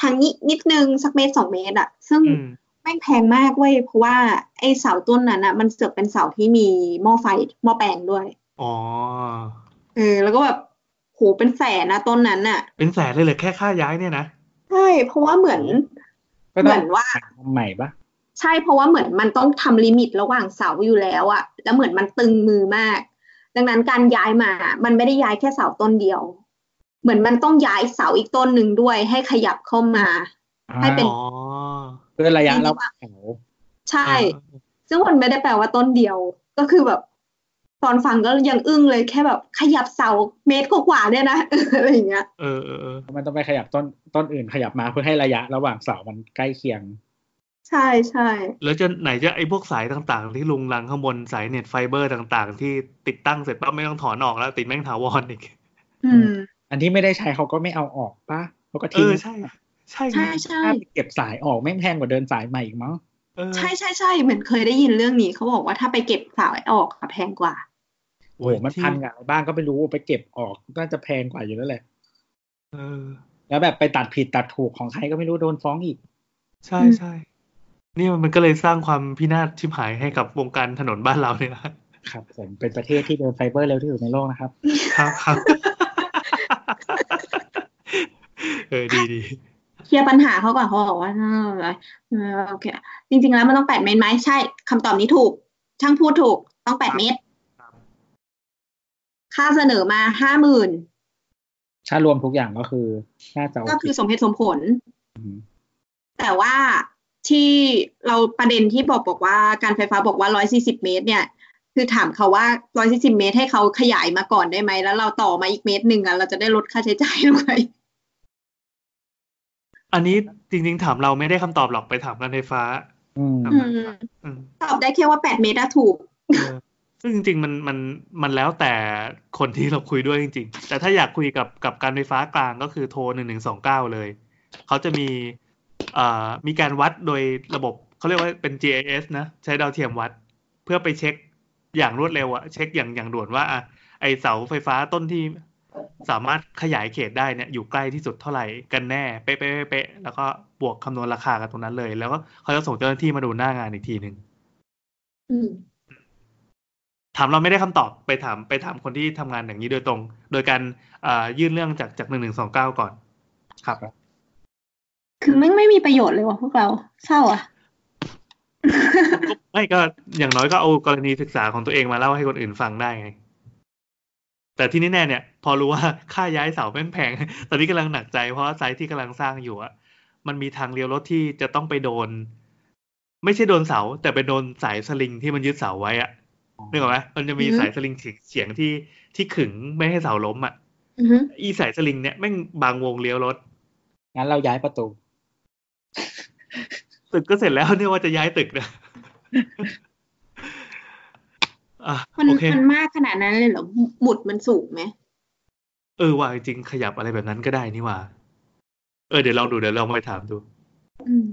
C: ทางนี้นิดนึงสักเมตรสองเมตรอ่ะ ซึ่ง
A: อืม
C: แม่งแพงมากเว้ยเพราะว่าไอ้เสาต้นนั้นอ่ะ มันเสือกเป็นเสาที่มีหม้อไฟหม้อแปลงด้วย
A: อ๋อ
C: เออแล้วก็แบบโหเป็นแสนนะต้นนั้นอ่ะ
A: เป็นแสนเลยเหรอแค่ค่าย้ายเนี่ยนะ
C: ใช่เพราะว่าเหมือน
B: ก็
C: เห
B: ต้อ
C: มื
B: ง
C: อนว่า
B: ใหม่ปะ
C: ใช่เพราะว่าเหมือนมันต้องทำลิมิตระหว่างเสาอยู่แล้วอะแล้วเหมือนมันตึงมือมาก ดังนั้นการย้ายมา มันไม่ได้ย้ายแค่เสาต้นเดียว เหมือนมันต้องย้ายเสาอีกต้นหนึ่งด้วย ให้ขยับเข้ามา ให้เป็น
A: อ๋อ
B: เพื่อระยะระหว่างแถว
C: ใช่ ซึ่งมันไม่ได้แปลว่าต้นเดียว ก็คือแบบ ตอนฟังก็ยังอึ้งเลยแค่แบบขยับเสาเมตรกว่าๆเนี่ยนะ อะไรอย่างเงี้ย
A: เออเออเออ
B: มันต้องไปขยับต้นต้นอื่นขยับมาเพื่อให้ระยะระหว่างเสามันใกล้เคียง
C: ใช่ใช่
A: แล้วจะไหนจะไอ้พวกสายต่างๆ ที่ลุงลังข้างบนสายเน็ตไฟเบอร์ต่างๆ ที่ติดตั้งเสร็จปั๊บไม่ต้องถอนออกแล้ว ติดแม่งถาวรอีก
C: อืม
B: อันที่ไม่ได้ใช้เขาก็ไม่เอาออกปะเขาก็
A: เอ
B: ทิ้ง
A: อใช่ ใช่
C: ใช่ใช่
B: ถ้าไปเก็บสายออกไม่งแพงกว่าเดินสายใหม่อีกมั้ง
A: เออ
C: ใช่ใช่ใช่เหมือนเคยได้ยินเรื่องนี้เขาบอกว่าถ้าไปเก็บเสาออกอะแพงกว่า
B: โอ้โหมันพันกับอะไรบ้างก็ไม่รู้ไปเก็บออกน่าจะแพงกว่าอยู่แล้วแหละ
A: เออ
B: แล้วแบบไปตัดผิดตัดถูกของใครก็ไม่รู้โดนฟ้องอีก
A: ใช่
C: อืม
A: ใช่นี่มันก็เลยสร้างความพินาศชิบหายให้กับวงการถนนบ้านเราเนี่ยนะครับ
B: ครับผมเป็นประเทศที่เดินไฟเบอร์เร็วที่สุดในโลกนะครับ
A: ครับ เออดีดี
C: เคลียร์ปัญหาเขาก่อนเขาบอกว่าเออเออโอเค จริง ๆ แล้วมันต้องแปดเมตรไหมใช่คำตอบนี้ถูก ช่างพูดถูกต้องแปดเมตร
A: ครับ
C: ค่าเสนอมาห้าหมื่น
B: ถ้ารวมทุกอย่างก็คือน่าจะโอ
C: ก็
B: เค
C: คือสมเหตุสมผล
B: อืม
C: แต่ว่าที่เราประเด็นที่บอกบอกว่าการไฟฟ้าบอกว่าร้อยสี่สิบเมตร เนี่ย คือถามเขาว่าร้อยสี่สิบเมตร ให้เขาขยายมาก่อนได้ไหมแล้วเราต่อมาอีกเมตรหนึ่งอ่ะเราจะได้ลดค่าใช้จ่ายลงไป
A: อันนี้จริงๆถามเราไม่ได้คำตอบหรอกไปถามการไฟฟ้า
B: อืม
A: ครับ
C: อืม
A: อืม
C: ตอบได้แค่ว่าแปดเมตรอะถูก
A: เออซึ่งจริงๆมันมันมันแล้วแต่คนที่เราคุยด้วยจริงๆ แต่ถ้าอยากคุยกับกับการไฟฟ้ากลางก็คือโทรหนึ่งหนึ่งสองเก้าเลย เขาจะมีเอ่อมีการวัดโดยระบบเขาเรียกว่าเป็น GIS นะ ใช้ดาวเทียมวัด เพื่อไปเช็คอย่างรวดเร็วอะเช็คอย่างอย่างด่วนว่าอะไอเสาไฟฟ้าต้นที่สามารถขยายเขตได้เนี่ยอยู่ใกล้ที่สุดเท่าไหร่กันแน่ เป๊ะเป๊ะเป๊ะเป๊ะแล้วก็บวกคำนวณราคากันตรงนั้นเลย แล้วก็เขาจะส่งเจ้าหน้าที่มาดูหน้างานอีกทีหนึ่ง
C: อืม
A: ถามเราไม่ได้คำตอบไปถามไปถามคนที่ทำงานอย่างนี้โดยตรง โดยการเอ่อยื่นเรื่องจากจากหนึ่งหนึ่งสองเก้าก่อน ครับ
C: คือไม่งไม่มีประโยชน์เลยว่ะพวกเราเศร้าอ่ะ
A: ไม่ก็อย่างน้อยก็เอากรณีศึกษาของตัวเองมาเล่าให้คนอื่นฟังได้ไง แต่ที่นี่แน่เนี่ย พอรู้ว่า ค่าย้ายเสาแม่งแพง ตอนนี้กำลังหนักใจเพราะไซต์ที่กำลังสร้างอยู่อะมันมีทางเลี้ยวรถที่จะต้องไปโดน ไม่ใช่โดนเสา แต่ไปโดนสายสลิงที่มันยึดเสาไว้อะนึกออกไหมมันจะมี
C: อืม
A: สายสลิงเฉียงที่ที่ขึงไม่ให้เสาล้มอะ
C: อือฮึ
A: อีสายสลิงเนี่ยแม่งบางวงเลี้ยวรถ
B: งั้นเราย้ายประตู
A: ตึกก็เสร็จแล้วเนี่ยว่าจะย้ายตึก นะอ่ะ
C: มัน
A: โอเค
C: มันมากขนาดนั้นเลยเหรอหมุดมันสูงไหม
A: เออว่าจริงๆขยับอะไรแบบนั้นก็ได้นี่หว่า เออเดี๋ยวลองดูเดี๋ยวลองไปถามดู
C: อืม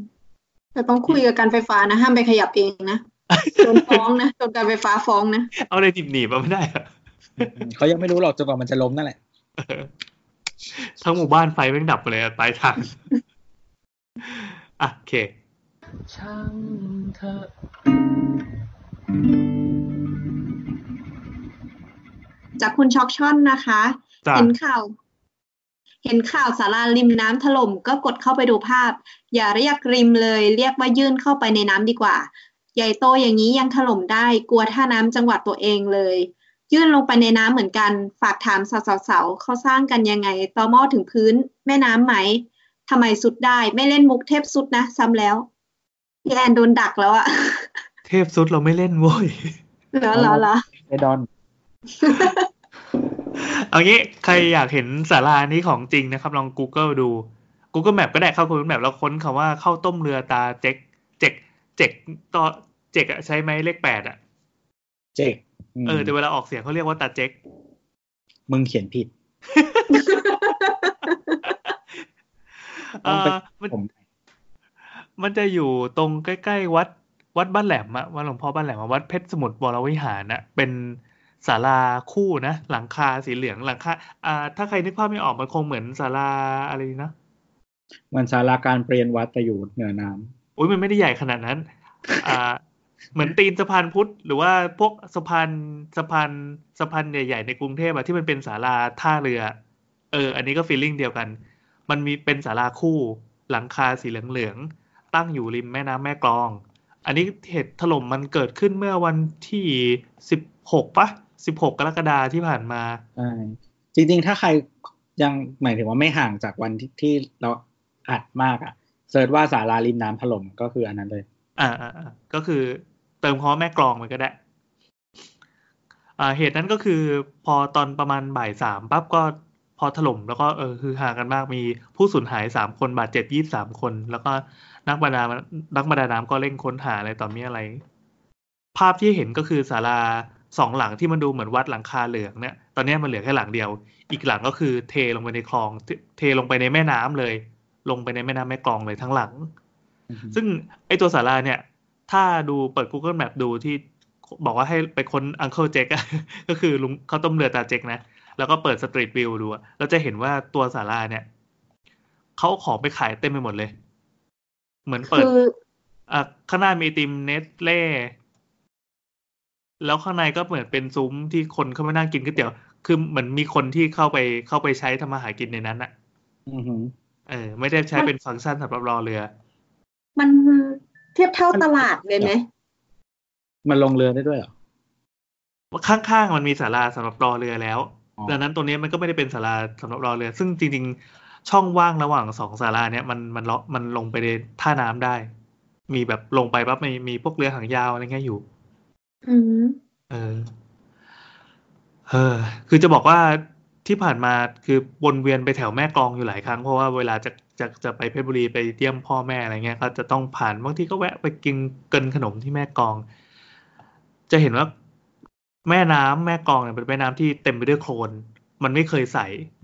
C: แต่ต้องคุยกับการไฟฟ้านะห้ามไปขยับเองนะโดนฟ้องนะโดนการไฟฟ้าฟ้องนะ
A: เอาเลยจิบหนีบมาไม่ได้เหรอ
B: เขายังไม่รู้หรอกจนกว่ามันจะล้มนั่นแหละ
A: เออทั้งหมู่บ้านไฟแม่งดับไปเลยอะปลายทาง อ่ะโอเค
D: ช่างเถอะ
C: จากคุณช็อกช่อนนะคะ
A: จ้า
C: เห็นข่าว เห็นข่าวสาราริมน้ำถล่มก็กดเข้าไปดูภาพ อย่าเรียกริมเลย เรียกว่ายื่นเข้าไปในน้ำดีกว่า ใหญ่โตอย่างนี้ยังถล่มได้ กลัวท่าน้ำจังหวัดตัวเองเลย ยื่นลงไปในน้ำเหมือนกัน ฝากถามสาวๆๆเขาสร้างกันยังไงตอหม้อถึงพื้น แม่น้ำไหมทำไมสุดได้ ไม่เล่นมุกเทพสุดนะซ้ำแล้วพี่แอนโดนดักแล้วอะ
A: เทพสุดเราไม่เล่นโว้ย
C: เหรอเหรอเหรอ
B: ไอดอน
A: เอางี้ใครอยากเห็นสารานี้ของจริงนะครับ ลอง Google ดู Google Map ก็ได้เข้า Google Map แล้วค้นคำว่าข้าวต้มเรือตาเจ๊กเจ๊กเจ๊กต่อเจ๊กอะใช้ไหมเลขแปดอะ
B: เจ๊ก
A: เออแต่เวลาออกเสียงเขาเรียกว่าตาเจ๊ก
B: มึงเขียนผิด
A: เอ่อมัน
B: ผม
A: มันจะอยู่ตรงใกล้ๆวัด วัดบ้านแหลมอะวัดหลวงพ่อบ้านแหลมอะวัดเพชรสมุทรวรวิหารนะเป็นศาลาคู่นะหลังคาสีเหลืองหลังคาอ่า ถ้าใครนึกภาพไม่ออกมันคงเหมือนศาลาอะไรนะ
B: เหมือนศาลาการเปลี่ยนวัดแต่อยู่เหนือน้ำ
A: อุ้ยมันไม่ได้ใหญ่ขนาดนั้น อ่า เหมือนตีนสะพานพุทธ หรือว่าพวกสะพานสะพานสะพานใหญ่ ๆ ในกรุงเทพอะที่มันเป็นศาลาท่าเรือ เออ อันนี้ก็ฟีลลิ่งเดียวกัน มันมีเป็นศาลาคู่ หลังคาสีเหลืองๆตั้งอยู่ริมแม่น้ำแม่กลอง อันนี้เหตุถล่มมันเกิดขึ้นเมื่อวันที่สิบหกปะสิบหกกรกฎาที่ผ่านมา
B: ใช่จริง ๆ ถ้าใครยังหมายถึงว่าไม่ห่างจากวันที่ที่เราอัดมากอะเซิร์ชว่าศาลาริมน้ำถล่มก็คืออันนั้นเลย
A: อ่าอ่าอ่าก็คือเติมคำว่าแม่กลองมันก็ได้อ่าเหตุนั้นก็คือพอตอนประมาณบ่ายสามปั๊บก็พอถล่มแล้วก็เออคือหากันมากมีผู้สูญหายสามคนบาดเจ็บยี่สามคน แล้วก็นักประดานักประดาน้ำก็เร่งค้นหาอะไรต่อมีอะไร ภาพที่เห็นก็คือศาลาสองหลังที่มันดูเหมือนวัดหลังคาเหลืองเนี่ย ตอนเนี้ยมันเหลือแค่หลังเดียว อีกหลังก็คือเทลงไปในคลองเทเทลงไปในแม่น้ำเลย ลงไปในแม่น้ำแม่กลองเลยทั้งหลัง ซึ่งไอตัวสาราเนี่ย ถ้าดูเปิด Google Map ดูที่บอกว่าให้ไปค้น Uncle Jack อะ ก็คือลุงเขาวต้มเรือตาเจ๊กนะ แล้วก็เปิดสตรีทวิวดูอะเราจะเห็นว่าตัวสาราเนี่ย เขาเอาของไปขายเต็มไปหมดเลย เหมือนเปิด
C: คือ
A: อ่ะข้างหน้ามีไอติมเนสเล่ แล้วข้างในก็เหมือนเป็นซุ้มที่คนเข้ามานั่งกินก๋วยเตี๋ยว คือเหมือนมีคนที่เข้าไปเข้าไปใช้ทำมาหากินในนั้นอะ
B: อือหือ
A: เออไม่ได้ใช้เป็นฟังก์ชันสำหรับรอเรือ
C: มันเทียบเท่าตลาดเลยไหม
B: มันลงเรือได้ด้วยเหรอ
A: ข้างๆมันมีศาลาสำหรับรอเรือแล้ว
B: อ๋อ
A: ดังนั้นตรงนี้มันก็ไม่ได้เป็นศาลาสำหรับรอเรือ ซึ่งจริงๆ ช่องว่างระหว่างสองศาลาเนี่ยมันมันเลาะมันลงไปในท่าน้ำได้ มีแบบลงไปปั๊บมีมีพวกเรือหางยาวอะไรเงี้ยอยู่
C: อืม
A: เออ เออ คือจะบอกว่าที่ผ่านมาคือวนเวียนไปแถวแม่กลองอยู่หลายครั้ง เพราะว่าเวลาจะจะจะไปเพชรบุรีไปเยี่ยมพ่อแม่อะไรเงี้ยก็จะต้องผ่านบางทีก็แวะไปกินเกินขนมที่แม่กลอง จะเห็นว่าแม่น้ำแม่กลองเนี่ยเป็นแม่น้ำที่เต็มไปด้วยโคลน มันไม่เคยใส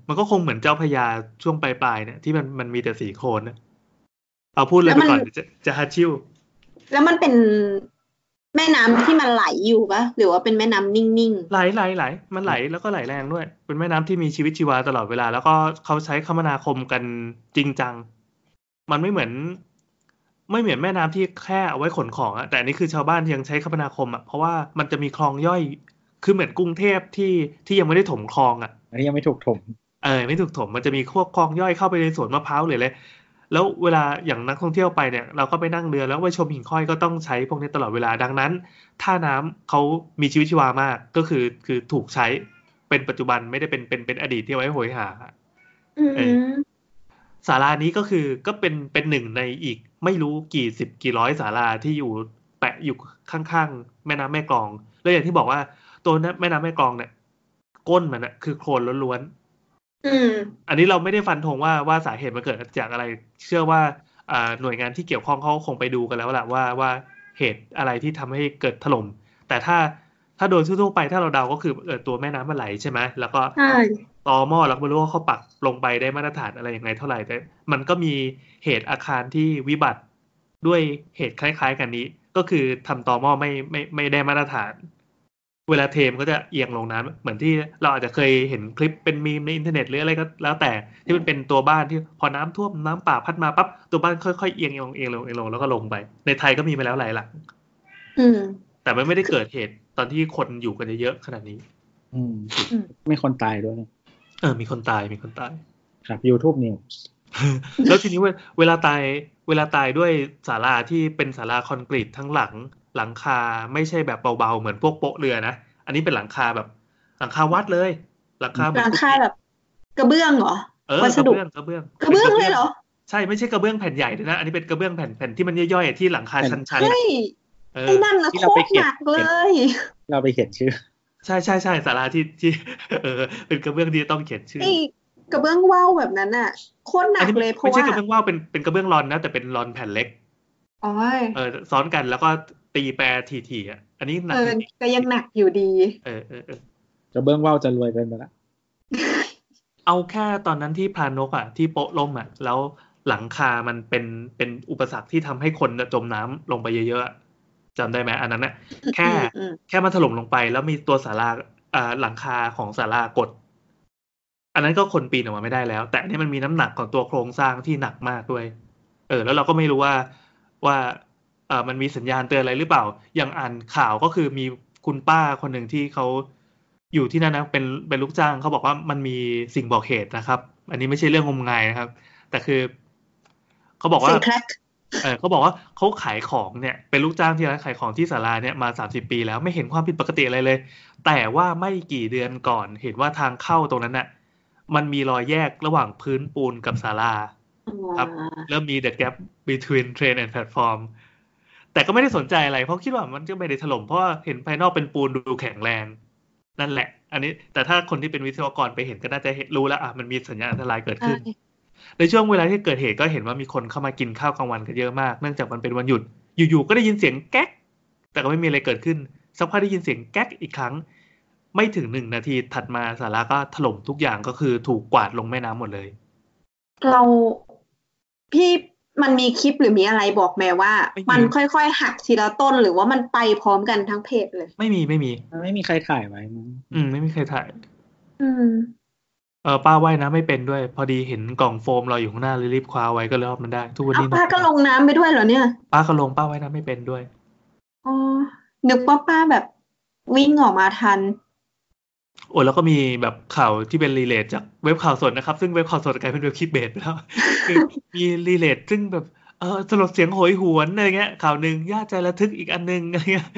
A: มันก็คงเหมือนเจ้าพระยาช่วงปลายๆเนี่ยที่มันมันมีแต่สีโคลนน่ะเอาพูดเลย
C: แล้ว
A: ไป
C: มัน
A: ก่อนเดี๋ยวจะจะฮัดชิว
C: แล้วมันเป็นแม่น้ำที่มันไหลอยู่ปะหรือว่าเป็นแม่น้ำนิ่ง
A: ไหลไหลไหลมันไหลแล้วก็ไหลแรงด้วย เป็นแม่น้ำที่มีชีวิตชีวาตลอดเวลา แล้วก็เขาใช้คมนาคมกันจริงจัง มันไม่เหมือน ไม่เหมือนแม่น้ำที่แค่เอาไว้ขนของอะแต่อันนี้คือชาวบ้านยังใช้คมนาคมอะเพราะว่ามันจะมีคลองย่อย คือเหมือนกรุงเทพที่ที่ยังไม่ได้ถมคลองอะ
B: อันนี้ยังไม่ถูกถม
A: เออไม่ถูกถมมันจะมีพวกคลองย่อยเข้าไปในสวนมะพร้าวหรืออะไรแล้วเวลาอย่างนักท่องเที่ยวไปเนี่ยเราก็ไปนั่งเรือแล้วไปชมหิ่งห้อยก็ต้องใช้พวกนี้ตลอดเวลาดังนั้นท่าน้ำเขามีชีวิตชีวามากก็คือคือถูกใช้เป็นปัจจุบันไม่ได้เป็นเป็นเป็นอดีตที่เอาไว้โหยหา
C: ๆ อื
A: เอ
C: ม
A: ศาลานี้ก็คือก็เป็นเป็นหนึ่งในอีกไม่รู้กี่สิบกี่ร้อยศาลาที่อยู่แปะอยู่ข้างๆ แม่น้ำแม่กลอง แล้วอย่างที่บอกว่าตัวแม่น้ำแม่กลองเนี่ยก้นมันน่ะคือโคลนล้วนๆ
C: อืม
A: อันนี้เราไม่ได้ฟันธงว่าว่าสาเหตุมันเกิดจากอะไร เชื่อว่าอ่าหน่วยงานที่เกี่ยวข้องเขาคงไปดูกันแล้วล่ะว่าว่าเหตุอะไรที่ทำให้เกิดถล่มแต่ถ้าถ้าโดยทั่วๆไปถ้าเราเดาก็คือเออตัวแม่น้ำมันไหลใช่ไหมแล้วก็
C: ใช่
A: ตอหม้อเราก็ไม่รู้ว่าเขาปักลงไปได้มาตรฐานอะไรยังไงเท่าไหร่แต่มันก็มีเหตุอาคารที่วิบัติด้วยเหตุคล้าย ๆ กันนี้ ก็คือทำตอหม้อไม่ไม่ไม่ได้มาตรฐาน เวลาเทมนก็จะเอียงลงน้ำเหมือนที่เราอาจจะเคยเห็นคลิปเป็นมีมในอินเทอร์เน็ตหรืออะไรก็แล้วแต่ที่มันเป็นตัวบ้านที่พอน้ำท่วมน้ำป่าพัดมาปั๊บตัวบ้านค่อยๆเอียงลงเอียงลงเอียงลงแล้วก็ลงไป ในไทยก็มีมาแล้วหลายหลัง
C: อืม
A: แต่มันไม่ได้เกิดเหตุตอนที่คนอยู่กันเยอะๆขนาดนี้
B: อืม
C: อืม
B: ไม่คนตายด้วย
A: เออมีคนตายมีคนตาย
B: ครับ YouTube News
A: แล้วทีนี้เวเวลาตายเวลาตายด้วยศาลาที่เป็นศาลาคอนกรีตทั้งหลังหลังคาไม่ใช่แบบเบาๆเหมือนพวกโป๊ะเรือนะอันนี้เป็นหลังคาแบบหลังคาวัดเลย หลังคาเหมื
C: ห
A: อน
C: ลังคาแบบ กระเบื้องเหรอ
A: เออ
C: วั
A: ก
C: ส
A: ระ
C: ดุ
A: เบื้องกระเบื้อง
C: กระเบื้องเลยเหรอ
A: ใช่ไม่ใช่กระเบื้องแผ่นใหญ่ด้วยนะ อันนี้เป็นกระเบื้องแผ่นแผ่นที่มันย่อยๆอะที่หลังคา
B: แผ่น
A: ชั้นๆอะ
C: เฮ้ย
A: เออ
C: ไอ้นั่นนะ
B: ที่
C: โค
B: เราไป
C: ตร
B: เขีย
C: ห
B: น
C: นักเลย
B: เราไปเขียนชื่อ
A: ใช่ใช่ใช่สาราที่ที่ เออเป็นกระเบื้องที่ต้องเขียนชื่อ
C: ไอ้กระเบื้องว่าวแบบนั้นอ่ะโคตรหนั
A: อั
C: ก
A: นี้
C: เลยเพราะ
A: ไม่ใช่
C: ว่าก
A: ระเบื้องว่าวเป็นเป็นกระเบื้องรอนนะแต่เป็นรอนแผ่นเล็ก
C: อ๋อ
A: เออซ้อนกันแล้วก็ตีแปรถี่ๆอ่ะอันนี้หนัก
C: เออ
A: จริง
C: ก็ยังหนักอยู่ดี
A: ๆเออเออเออก
B: ระเบื้องว่าวจะรวยกันไปละ
A: เอาแค่ตอนนั้นที่พรานกอ่ะ ที่โปะล่มอ่ะ แล้วหลังคามันเป็นเป็นอุปสรรคที่ทำให้คนจมน้ำลงไปเยอะๆอะจำได้ไหมอันนั้นน่ะ แค่
C: อืม
A: แค่มันถล่มลงไป แล้วมีตัวศาลาอ่าหลังคาของศาลากด อันนั้นก็คนปีนออกมาไม่ได้แล้ว แต่อันนี้มันมีน้ำหนักของตัวโครงสร้างที่หนักมากด้วย เออ แล้วเราก็ไม่รู้ว่าว่าเอ่อมันมีสัญญาณเตือนอะไรหรือเปล่า อย่างอ่านข่าวก็คือมีคุณป้าคนหนึ่งที่เขาอยู่ที่นั่นนะเป็นเป็นลูกจ้างเขาบอกว่ามันมีสิ่งบอกเหตุนะครับ อันนี้ไม่ใช่เรื่องงมงายนะครับ แต่คือเขาบอกว่า
C: สิ่งแคลก
A: เออเขาบอกว่าเขาขายของเนี่ยเป็นลูกจ้างที่ร้านขายของที่สาราเนี่ยมาสามสิบปีแล้วไม่เห็นความผิดปกติอะไรเลย แต่ว่าไม่กี่เดือนก่อนเห็นว่าทางเข้าตรงนั้นน่ะมันมีรอยแยกระหว่างพื้นปูนกับศาลา ครับ
C: อ่า
A: เริ่มมี the gap between train and platform แต่ก็ไม่ได้สนใจอะไร เพราะคิดว่ามันก็ไม่ได้ถล่มเพราะว่าเห็นภายนอกเป็นปูนดูแข็งแรง นั่นแหละ อันนี้แต่ถ้าคนที่เป็นวิศวกรไปเห็นก็น่าจะเห็นรู้แล้วอ่ะมันมีสัญญาณอันตรายเกิดขึ้น ในช่วงเวลาที่เกิดเหตุก็เห็นว่ามีคนเข้ามากินข้าวกลางวันกันเยอะมากเนื่องจากมันเป็นวันหยุด อยู่ๆก็ได้ยินเสียงแก๊ก แต่ก็ไม่มีอะไรเกิดขึ้นสักพักได้ยินเสียงแก๊กอีกครั้ง ไม่ถึงหนึ่งนาทีถัดมาสาราก็ถล่มทุกอย่างก็คือถูกกวาดลงแม่น้ำหมดเลย
C: เราพี่มันมีคลิปหรือมีอะไรบอกแม่ว่า
A: ไม่มี
C: มันค่อยๆ หักทีละต้นหรือว่ามันไปพร้อมกันทั้งเพจเลย
A: ไม่มีไม่มี
B: ไม่มีใครถ่ายไว้มั้ง
A: อืมไม่มีใครถ่าย
C: อืม
A: เออป้าว่ายน้ำไม่เป็นด้วย พอดีเห็นกล่องโฟมลอยอยู่ข้างหน้าเลยรีบคว้าไว้ก็เลยรอดมันได้ ทุกวัน
C: เอา
A: นี้
C: ป้าก็ลงน้ำไปด้วยเหรอเนี่ย
A: ป้าก็ลงป้าว่ายน้ำไม่เป็นด้วย
C: อ๋อ นึกว่าป้าแบบวิ่งออกมาทัน
A: โอ้แล้วก็มีแบบข่าวที่เป็นรีเลทจากเว็บข่าวสดนะครับ ซึ่งเว็บข่าวสดกลายเป็นเว็บคลิปเบสไปแล้ว คือมีรีเลทซึ่งแบบเออสลดเสียงโหยหวนอะไรเงี้ย ข่าวหนึ่งญาติใจระทึกอีกอันหนึงอะไรเงี้ย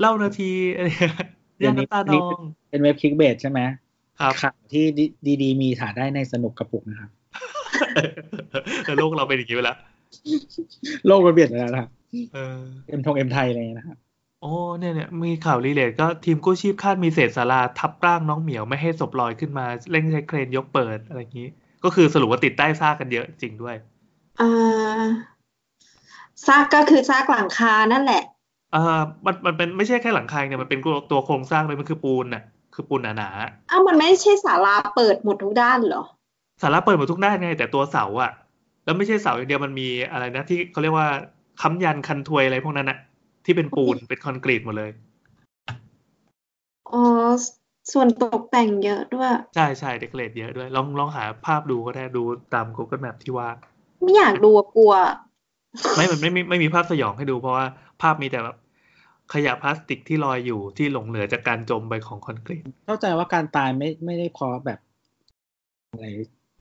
A: เล่านาทีอะไรเงี้ยญาติน้ำตาดอง
B: เป็นเว็บคลิกเบสใช่ไหม
A: ครับ
B: ข่าวที่ดีๆ มีถ่ายได้ในสนุกกระปุกนะครับ
A: แต่โลกเราเป็นอย่างนี้ไปแล้ว
B: โลกมันเปลี่ยนไปแล้วนะครับ
A: เออ
B: เอ็มทงเอ็มไทยอะไรอย่างเงี้ยนะครับ
A: โอ้เนี่ยเนี่ยมีข่าวรีเลทก็ทีมกู้ชีพคาดมีเศษสาราทับร่างน้องเหมียวไม่ให้ศพลอยขึ้นมาเร่งใช้เครนยกเปิดอะไรอย่างนี้ ก็คือสรุปว่าติดใต้ซากกันเยอะจริงด้วย
C: อ่าซากก็คือซากหลังคานั่นแหละ
A: เอ่อมันมันเป็นไม่ใช่แค่หลังคาอย่างเนี่ยมันเป็นตัวตัวโครงสร้างเลยมันคือปูนน่ะคือปูนหนา
C: อ้าวมันไม่ใช่ศาลาเปิดหมดทุกด้านเหรอ
A: ๆสาระเปิดหมดทุกด้านไงแต่ตัวเสาอะแล้วไม่ใช่เสาอย่างเดียวมันมีอะไรนะที่เขาเรียกว่าค้ำยันคันทวยอะไรพวกนั้นน่ะที่เป็นปูนเป็นคอนกรีตหมดเลย
C: อ๋อ ส่วนตกแต่งเยอะด้วย
A: ใช่ใช่เดคอเรทเยอะด้วย ลองลองหาภาพดูก็ได้ดูตาม Google Map ที่ว่า
C: ไม่อยากดูอะกลัว
A: ไม่มันไม่มีไม่มีภาพสยองให้ดูเพราะว่าภาพมีแต่แบบขยะพลาสติกที่ลอยอยู่ที่หลงเหลือจากการจมไปของคอนกรีต
B: เข้าใจว่าการตายไม่ไม่ได้เพราะแบบ อะไร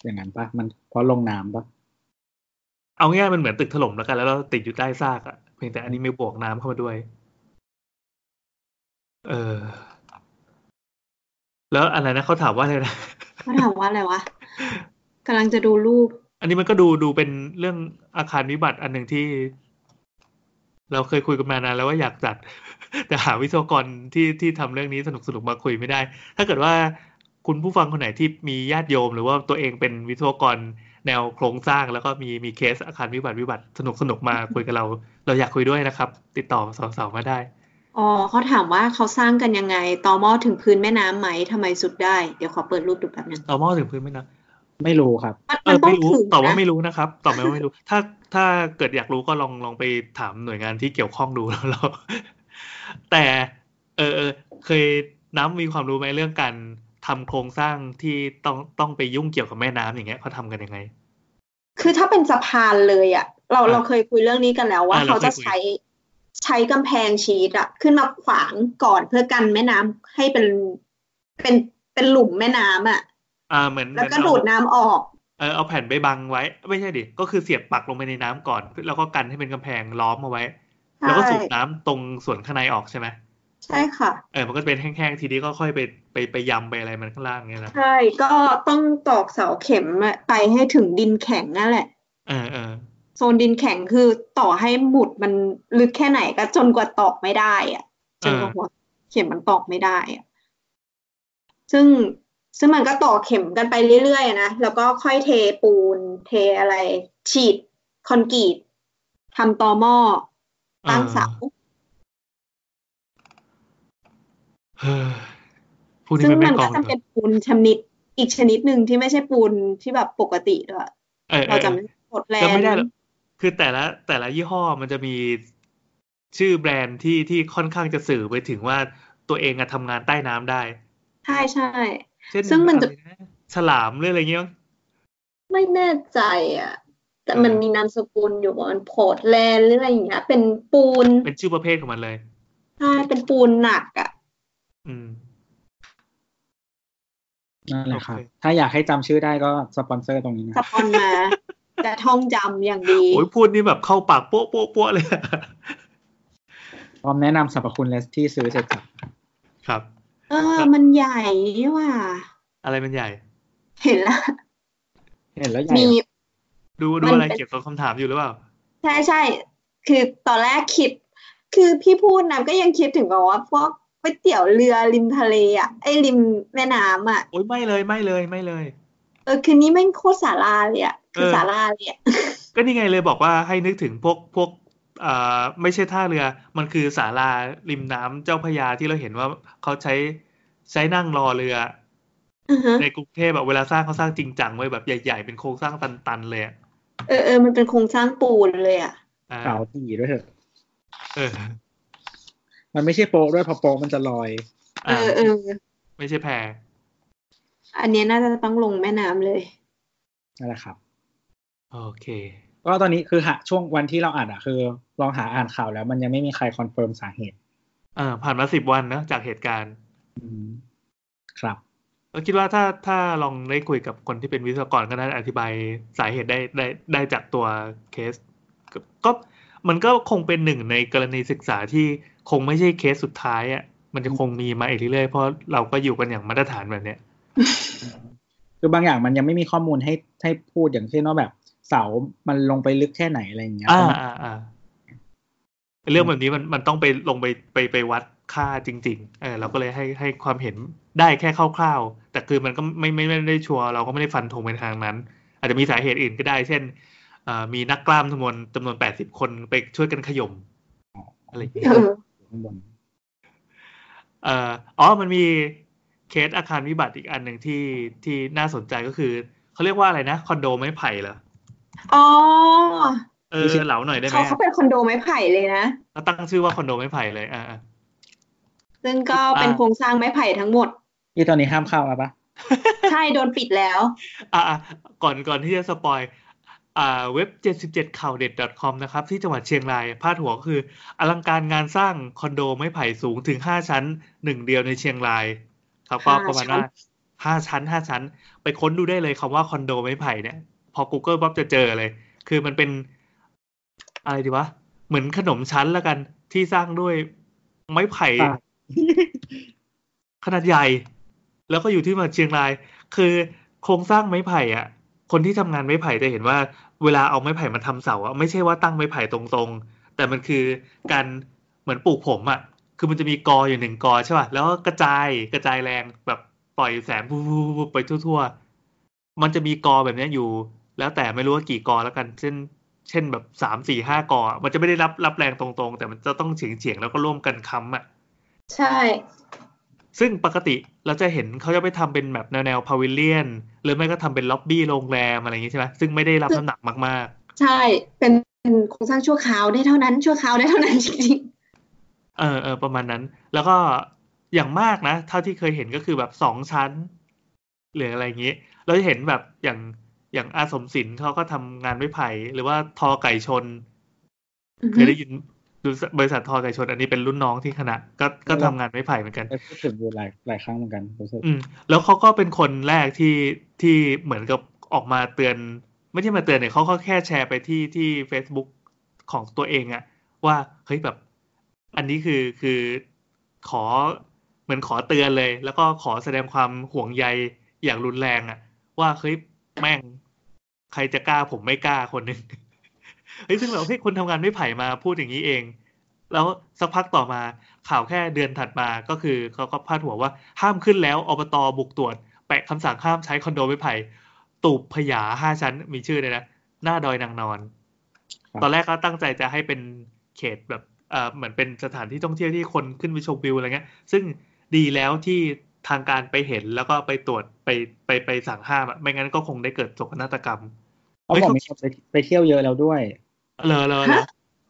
B: อย่างนั้นปะมันเพราะลงน้ำปะ
A: เอาง่ายๆมันเหมือนตึกถล่มแล้วกันแล้วเราติดอยู่ใต้ซากอะเพียงแต่อันนี้มีบวกน้ำเข้ามาด้วย เออ แล้วอะไรนะเขาถามว่าอะไรนะ
C: มาถามว่าอะไรวะกำลังจะดูรูป
A: อันนี้มันก็ดูดูเป็นเรื่องอาคารวิบัติอันหนึ่งที่ เราเคยคุยกันมานานแล้วว่าอยากจัด แต่หาวิศวกรที่ที่ทำเรื่องนี้สนุกสนุกมาคุยไม่ได้ ถ้าเกิดว่าคุณผู้ฟังคนไหนที่มีญาติโยม หรือว่าตัวเองเป็นวิศวกรแนวโครงสร้าง แล้วก็มีมีเคสอาคารวิบัติวิบัติสนุกสนุกมาคุยกับเรา เราอยากคุยด้วยนะครับ ติดต่อสาวๆมาได้
C: อ๋อเขาถามว่าเขาสร้างกันยังไงตอหม้อถึงพื้นแม่น้ำไหมทำไมสุดได้ เดี๋ยวขอเปิดรูปดูแป๊บนึง
A: ต่อหมอถึงพื้นไหมนะ
B: ไม่รู้ครับ
C: มัน
A: เอ
C: มั
A: อ
C: นต้อ
A: ไม่
C: ง
A: รู้
C: ถึง
A: ตอบว่าไม่
C: นะ
A: รู้นะครับตอบไหมว่าไม่รู้ ถ้าถ้าเกิดอยากรู้ก็ลองลองไปถามหน่วยงานที่เกี่ยวข้องดู แล้วเราแต่เออเออเคยน้ำมีความรู้ไหมเรื่องการทำโครงสร้างที่ต้องต้องไปยุ่งเกี่ยวกับแม่น้ำอย่างเงี้ยเขาทำกันยังไง
C: คือถ้าเป็นสะพานเลยอะเรา
A: อ่ะ
C: เราเคยคุยเรื่องนี้กันแล้วว่า
A: อ่ะเรา
C: เขาจะ
A: เคยคุย
C: ใช้ใช้กำแพงชีตอะขึ้นมาขวางก่อนเพื่อกันแม่น้ำให้เป็นเป็นเป็นหลุมแม่น้ำอะ
A: อ่าเหมือน
C: แล้ว
A: เหมื
C: ก็
A: อนเอา
C: ดูดน้ำออก
A: เออเอาแผ่นไปบังไว้ ไม่ใช่ดิก็คือเสียบปักลงไปในน้ำก่อน แล้วก็กันให้เป็นกำแพงล้อมเอาไว้ แล้วก็สูบน้ำตรงส่วนข้างในออกใช่ไหม
C: ใช่ค่ะ
A: เออมันก็เป็นแห้งๆทีนี้ก็ค่อยไปไปไปยำไปอะไรมันข้างล่างเงี้ยนะ
C: ใช่ก็ต้องตอกเสาเข็มอะไปให้ถึงดินแข็งนั่นแหละ
A: เออเออ
C: โซนดินแข็งคือต่อให้หมุดมันลึกแค่ไหนก็จนกว่าตอกไม่ได้อะจนกว่าหัวเข็มมันตอกไม่ได้อะซึ่งซึ่งมันก็ต่อเข็มกันไปเรื่อยๆนะแล้วก็ค่อยเทปูน เทอะไร ฉีดคอนกรีตทำตอหม้อตั้งเสา
A: เฮ้ยพูดนี้
C: ซึ่ง
A: ไม่
C: มั
A: แม่
C: น
A: กล
C: ก็
A: องเล
C: จะเป็
A: ย
C: นปูนชนิด อีกชนิดหนึ่งที่ไม่ใช่ปูนที่แบบปกติด้วย
A: เออเอ
C: เรา
A: อ
C: จำไม่ได้หมดแลน
A: จำ
C: ด์
A: ไม่ได้หรอกคือแต่ละแต่ละยี่ห้อมันจะมีชื่อแบรนด์ที่ที่ค่อนข้างจะสื่อไปถึงว่าตัวเองอะทำงานใต้น้ำได้
C: ใช่ใช่
A: เช่น
C: ซึ่งมันจะ
A: อไรฉลามหรืออะไรเงี้ยมั้ง
C: ไม่แน่ใจอ่ะ แต่มัน
A: เออ
C: มีนามสกุลอยู่ว่ามันโพดแลนด์หรืออะไรอย่างเงี้ย เป็นปูน
A: เป็นชื่อประเภทของมันเลย
C: ใช่เป็นปูนหนักอ่ะ
A: อืม
B: นั่นแหละครับ
A: โอเค
B: ถ้าอยากให้จำชื่อได้ก็สปอนเซอร์ตรงนี้นะ
C: สปอน มาจะท่องจำอย่างดี
A: โอ้ยพูดนี่แบบเข้าปากโป๊ะโป๊ะโป๊ะเลยอะ
B: พร้อมแนะนำสรรพคุณและที่ซื้อเสร็จสับ
A: ครับ
C: เออ มันใหญ่นี่ว่า
A: อะไรมันใหญ่
C: เห็นละ
B: เห็นแล้วใหญ่
C: มี
A: ดูดู
C: มัน
A: อะไร
C: เป็น
A: เกี่ยวกับคำถามอยู่หรือเปล่า
C: ใช่ใช่คือตอนแรกคิด คือพี่พูดนะก็ยังคิดถึงแบบว่าพวกก๋วยเตี๋ยวเรือริมทะเลอ่ะไอ้ริมแม่น้ำอ่ะ
A: โอ้ยไม่เลยไม่เลยไม่เลย
C: เออ คืนนี้แม่งโคตรสาราเลยอ่ะ คือ
A: เออ
C: สาราเลยอ่ะ
A: ก็นี่ไงเลยบอกว่าให้นึกถึงพวกพวกอ่าไม่ใช่ท่าเรือ มันคือศาลาริมน้ำเจ้าพระยาที่เราเห็นว่าเขาใช้ใช้นั่งรอเรือ
C: อือฮะ
A: ในกรุงเทพแบบเวลาสร้างเขาสร้างจริงจังไว้ยแบบใหญ่ ๆ เป็นโครงสร้างตันๆเลยอะ
C: เออเออมันเป็นโครงสร้างปูนเลยอ่ะ
A: อ่า
B: เก่าตีด้วยเถอะ
A: เออ
B: มันไม่ใช่โป๊ะด้วยเพอโป๊ะมันจะลอย
C: เออเออ
A: ไม่ใช่แพร
C: อันเนี้ยน่าจะต้องลงแม่น้ำเลย
B: นั่นแหละครับ
A: โอเค
B: ก็ตอนนี้คือหาช่วงวันที่เราอ่านอ่ะคือ ลองหาอ่านข่าวแล้วมันยังไม่มีใครคอนเฟิร์มสาเหตุ
A: เออผ่านมาสิบวันเนอะจากเหตุการณ์
B: อืมครับ
A: เราคิดว่าถ้าถ้าลองได้คุยกับคนที่เป็นวิศวกรก็น่าจะอธิบายสาเหตุได้ได้ได้จากตัวเคสก็ก็มันก็คงเป็นหนึ่งในกรณีศึกษาที่คงไม่ใช่เคสสุดท้ายอ่ะมันจะคงมีมาอีกเรื่อยๆเพราะเราก็อยู่กันอย่างมาตรฐานแบบเนี้ย
B: คือบางอย่างมันยังไม่มีข้อมูลให้ให้พูดอย่างเช่นว่าแบบ เสามันลงไปลึกแค่ไหนอะไรอย่างเงี้ย
A: อ่า
B: เพราะมัน
A: อ่าอ่าเรื่องแบบนี้มันมันต้องไปลงไปไปไปวัดค่าจริง ๆ เออเราก็เลยให้ให้ความเห็นได้แค่คร่าวๆ แต่คือมันก็ไม่ไม่ไม่ได้ชัวร์เราก็ไม่ได้ฟันธงไปทางนั้น อาจจะมีสาเหตุอื่นก็ได้ เช่นเอ่อมีนักกล้ามจำนวนจำนวนแปดสิบคนไปช่วยกันขย่มอะไรอย่างเงี้ย
C: เออ
B: ข้างบน
A: เอ่ออ๋อมันมีเคสอาคารวิบัติอีกอันหนึ่งที่ที่น่าสนใจก็คือเขาเรียกว่าอะไรนะคอนโดไม้ไผ่เหรอ
C: อ๋อ
A: เออเหลาหน่อยได้ไหม
C: เขาเขาเป็นคอนโดไม้ไผ่เลยนะ
A: เราตั้งชื่อว่าคอนโดไม้ไผ่เลยอ่า
C: ซึ่งก็เป็น
A: อ่า
C: โครงสร้างไม้ไผ่ทั้งหมด
B: ที่ตอนนี้ห้ามเข้าแล้วปะ
C: ใช่โดนปิดแล้ว
A: อ่ะอ่ะก่อนก่อนที่จะสปอยอ่าเว็บ 77ข่าวเด็ด .com นะครับ ที่จังหวัดเชียงรายพาดหัวก็คือ อลังการงานสร้างคอนโดไม้ไผ่สูงถึง 5 ชั้นหนึ่งเดียวในเชียงรายครับก็
C: ห้า
A: ประมาณ
C: ชั้น
A: ว่าห้าชั้นห้าชั้น ไปค้นดูได้เลยคำว่าคอนโดไม้ไผ่เนี่ยพอ Google ปั๊บจะเจอเลย คือมันเป็น อะไรดีวะ เหมือนขนมชั้นละกันที่สร้างด้วยไม้ไผ่
B: อ่ะ
A: ขนาดใหญ่ แล้วก็อยู่ที่มาเชียงราย คือโครงสร้างไม้ไผ่อะคนที่ทำงานไม้ไผ่จะเห็นว่า เวลาเอาไม้ไผ่มาทำเสาอะไม่ใช่ว่าตั้งไม้ไผ่ตรงๆ แต่มันคือการเหมือนปลูกผมอะคือมันจะมีกออยู่หนึ่งกอใช่ป่ะแล้วก็กระจายกระจายแรงแบบปล่อยแสงปุ๊บๆๆไปทั่ว ๆ มันจะมีกอแบบเนี้ยอยู่ แล้วแต่ไม่รู้ว่ากี่กอแล้วกัน เช่น เช่นแบบสามสี่ห้ากออะมันจะไม่ได้รับรับแรงตรงๆ แต่มันจะต้องเฉียงๆแล้วก็ร่วมกันค้ำอะ
C: ใช่
A: ซึ่งปกติเราจะเห็นเขาจะไปทำเป็นแบบแนวแนวพาวิเลียน หรือไม่ก็ทำเป็นล็อบบี้โรงแรมอะไรอย่างงี้ใช่ไหมซึ่งไม่ได้รับน้ำหนักมาก
C: ใช่เป็นโครงสร้างชั่วคราวได้เท่านั้นชั่วคราวได้เท่านั้นจริง
A: ๆ เออเออประมาณนั้น แล้วก็อย่างมากนะเท่าที่เคยเห็นก็คือแบบสองชั้น หรืออะไรอย่างงี้ เราจะเห็นแบบอย่างอย่างอาสมศิลป์เขาก็ทำงานไม้ไผ่หรือว่าทอไก่ชน
C: ๆอือ
A: เค
C: ฮึ
A: ยได้ยินดูบริษัททอไก่ชน อันนี้เป็นรุ่นน้องที่คณะก็ก็ทำงานไม้ไผ่เหมือนกัน
B: ได้พูดถึงอยู่หลายหลายครั้งเหมือนกันรู้สึก
A: อืมแล้วเขาก็เป็นคนแรกที่ที่เหมือนกับออกมาเตือน ไม่ใช่มาเตือนเนี่ยเขาก็แค่แชร์ไปที่ที่ Facebook ของตัวเองอะว่าเฮ้ยแบบ อันนี้คือคือขอเหมือนขอเตือนเลย แล้วก็ขอแสดงความห่วงใยอย่างรุนแรงอะว่าเฮ้ยแม่ง ใครจะกล้าผมไม่กล้าคนหนึ่ง เฮ้ยซึ่งแบบเฮ้ยคนทำงานไม่ไผ่มาพูดอย่างนี้เอง แล้วสักพักต่อมาข่าวแค่เดือนถัดมาก็คือเขาก็พาดหัวว่าห้ามขึ้นแล้วอบตบุกตรวจ แปะคำสั่งห้ามใช้คอนโดไม้ไผ่ตูบพยาห้าชั้นมีชื่อเลยนะ หน้าดอยนางนอน ตอนแรกก็ตั้งใจจะให้เป็นเขตแบบเออเหมือนเป็นสถานที่ท่องเที่ยวที่คนขึ้นไปชมวิวอะไรเงี้ย ซึ่งดีแล้วที่ ทางการไปเห็นแล้วก็ไปตรวจไปไปไปสั่งห้ามอะไม่งั้นก็คงได้เกิดโศกนาฏกรรม
B: เขาบอกมีคนไปไปเที่ยวเยอะแล้วด้วย
A: เลอเลอเลอ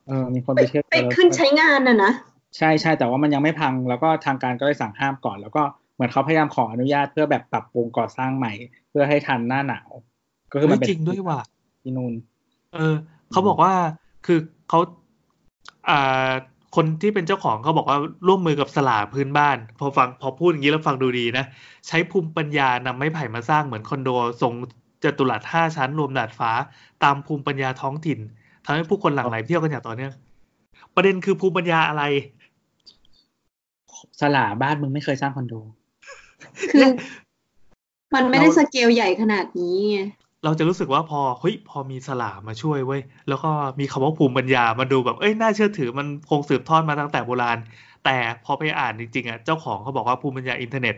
B: เออ มีคน
C: ไป
B: ไปเที่ยวเยอะ
C: ไป
B: แล้วด้วย
C: ขึ้นใช้งานน่ะนะ
B: ใช่ใช่แต่ว่ามันยังไม่พัง แล้วก็ทางการก็เลยสั่งห้ามก่อน แล้วก็เหมือนเขาพยายามขออนุญาตเพื่อแบบปรับปรุงก่อสร้างใหม่ เพื่อให้ทันหน้าหนาว ก็คือมั
A: เฮ้
B: น
A: ย
B: เป็น
A: จริงด้วยว่ะ
B: ที่นู่น
A: เออเขาบอกว่าคือเขาอ่าคนที่เป็นเจ้าของเขาบอกว่าร่วมมือกับสลาพื้นบ้าน พอฟังพอพูดอย่างนี้แล้วฟังดูดีนะ ใช้ภูมิปัญญานำไม้ไผ่มาสร้างเหมือนคอนโดทรงจัตุรัสห้าชั้นรวมดาดฟ้า ตามภูมิปัญญาท้องถิ่นทำให้ผู้คนหลั่งไหลเที่ยวกันอย่างต่อเนื่องประเด็นคือภูมิปัญญาอะไร
B: สลาบ้านมึงไม่เคยสร้างคอนโด
C: คือมันไม่ได้
A: เรา
C: สเกลใหญ่ขนาดนี้ไง
A: เราจะรู้สึกว่าพอเฮ้ยพอมีสลามาช่วยเว้ยแล้วก็มีคำว่าภูมิปัญญามาดูแบบเอ้ยน่าเชื่อถือมันคงสืบทอดมาตั้งแต่โบราณ แต่พอไปอ่านจริงๆอ่ะเจ้าของเขาบอกว่าภูมิปัญญาอินเทอร์เน็ต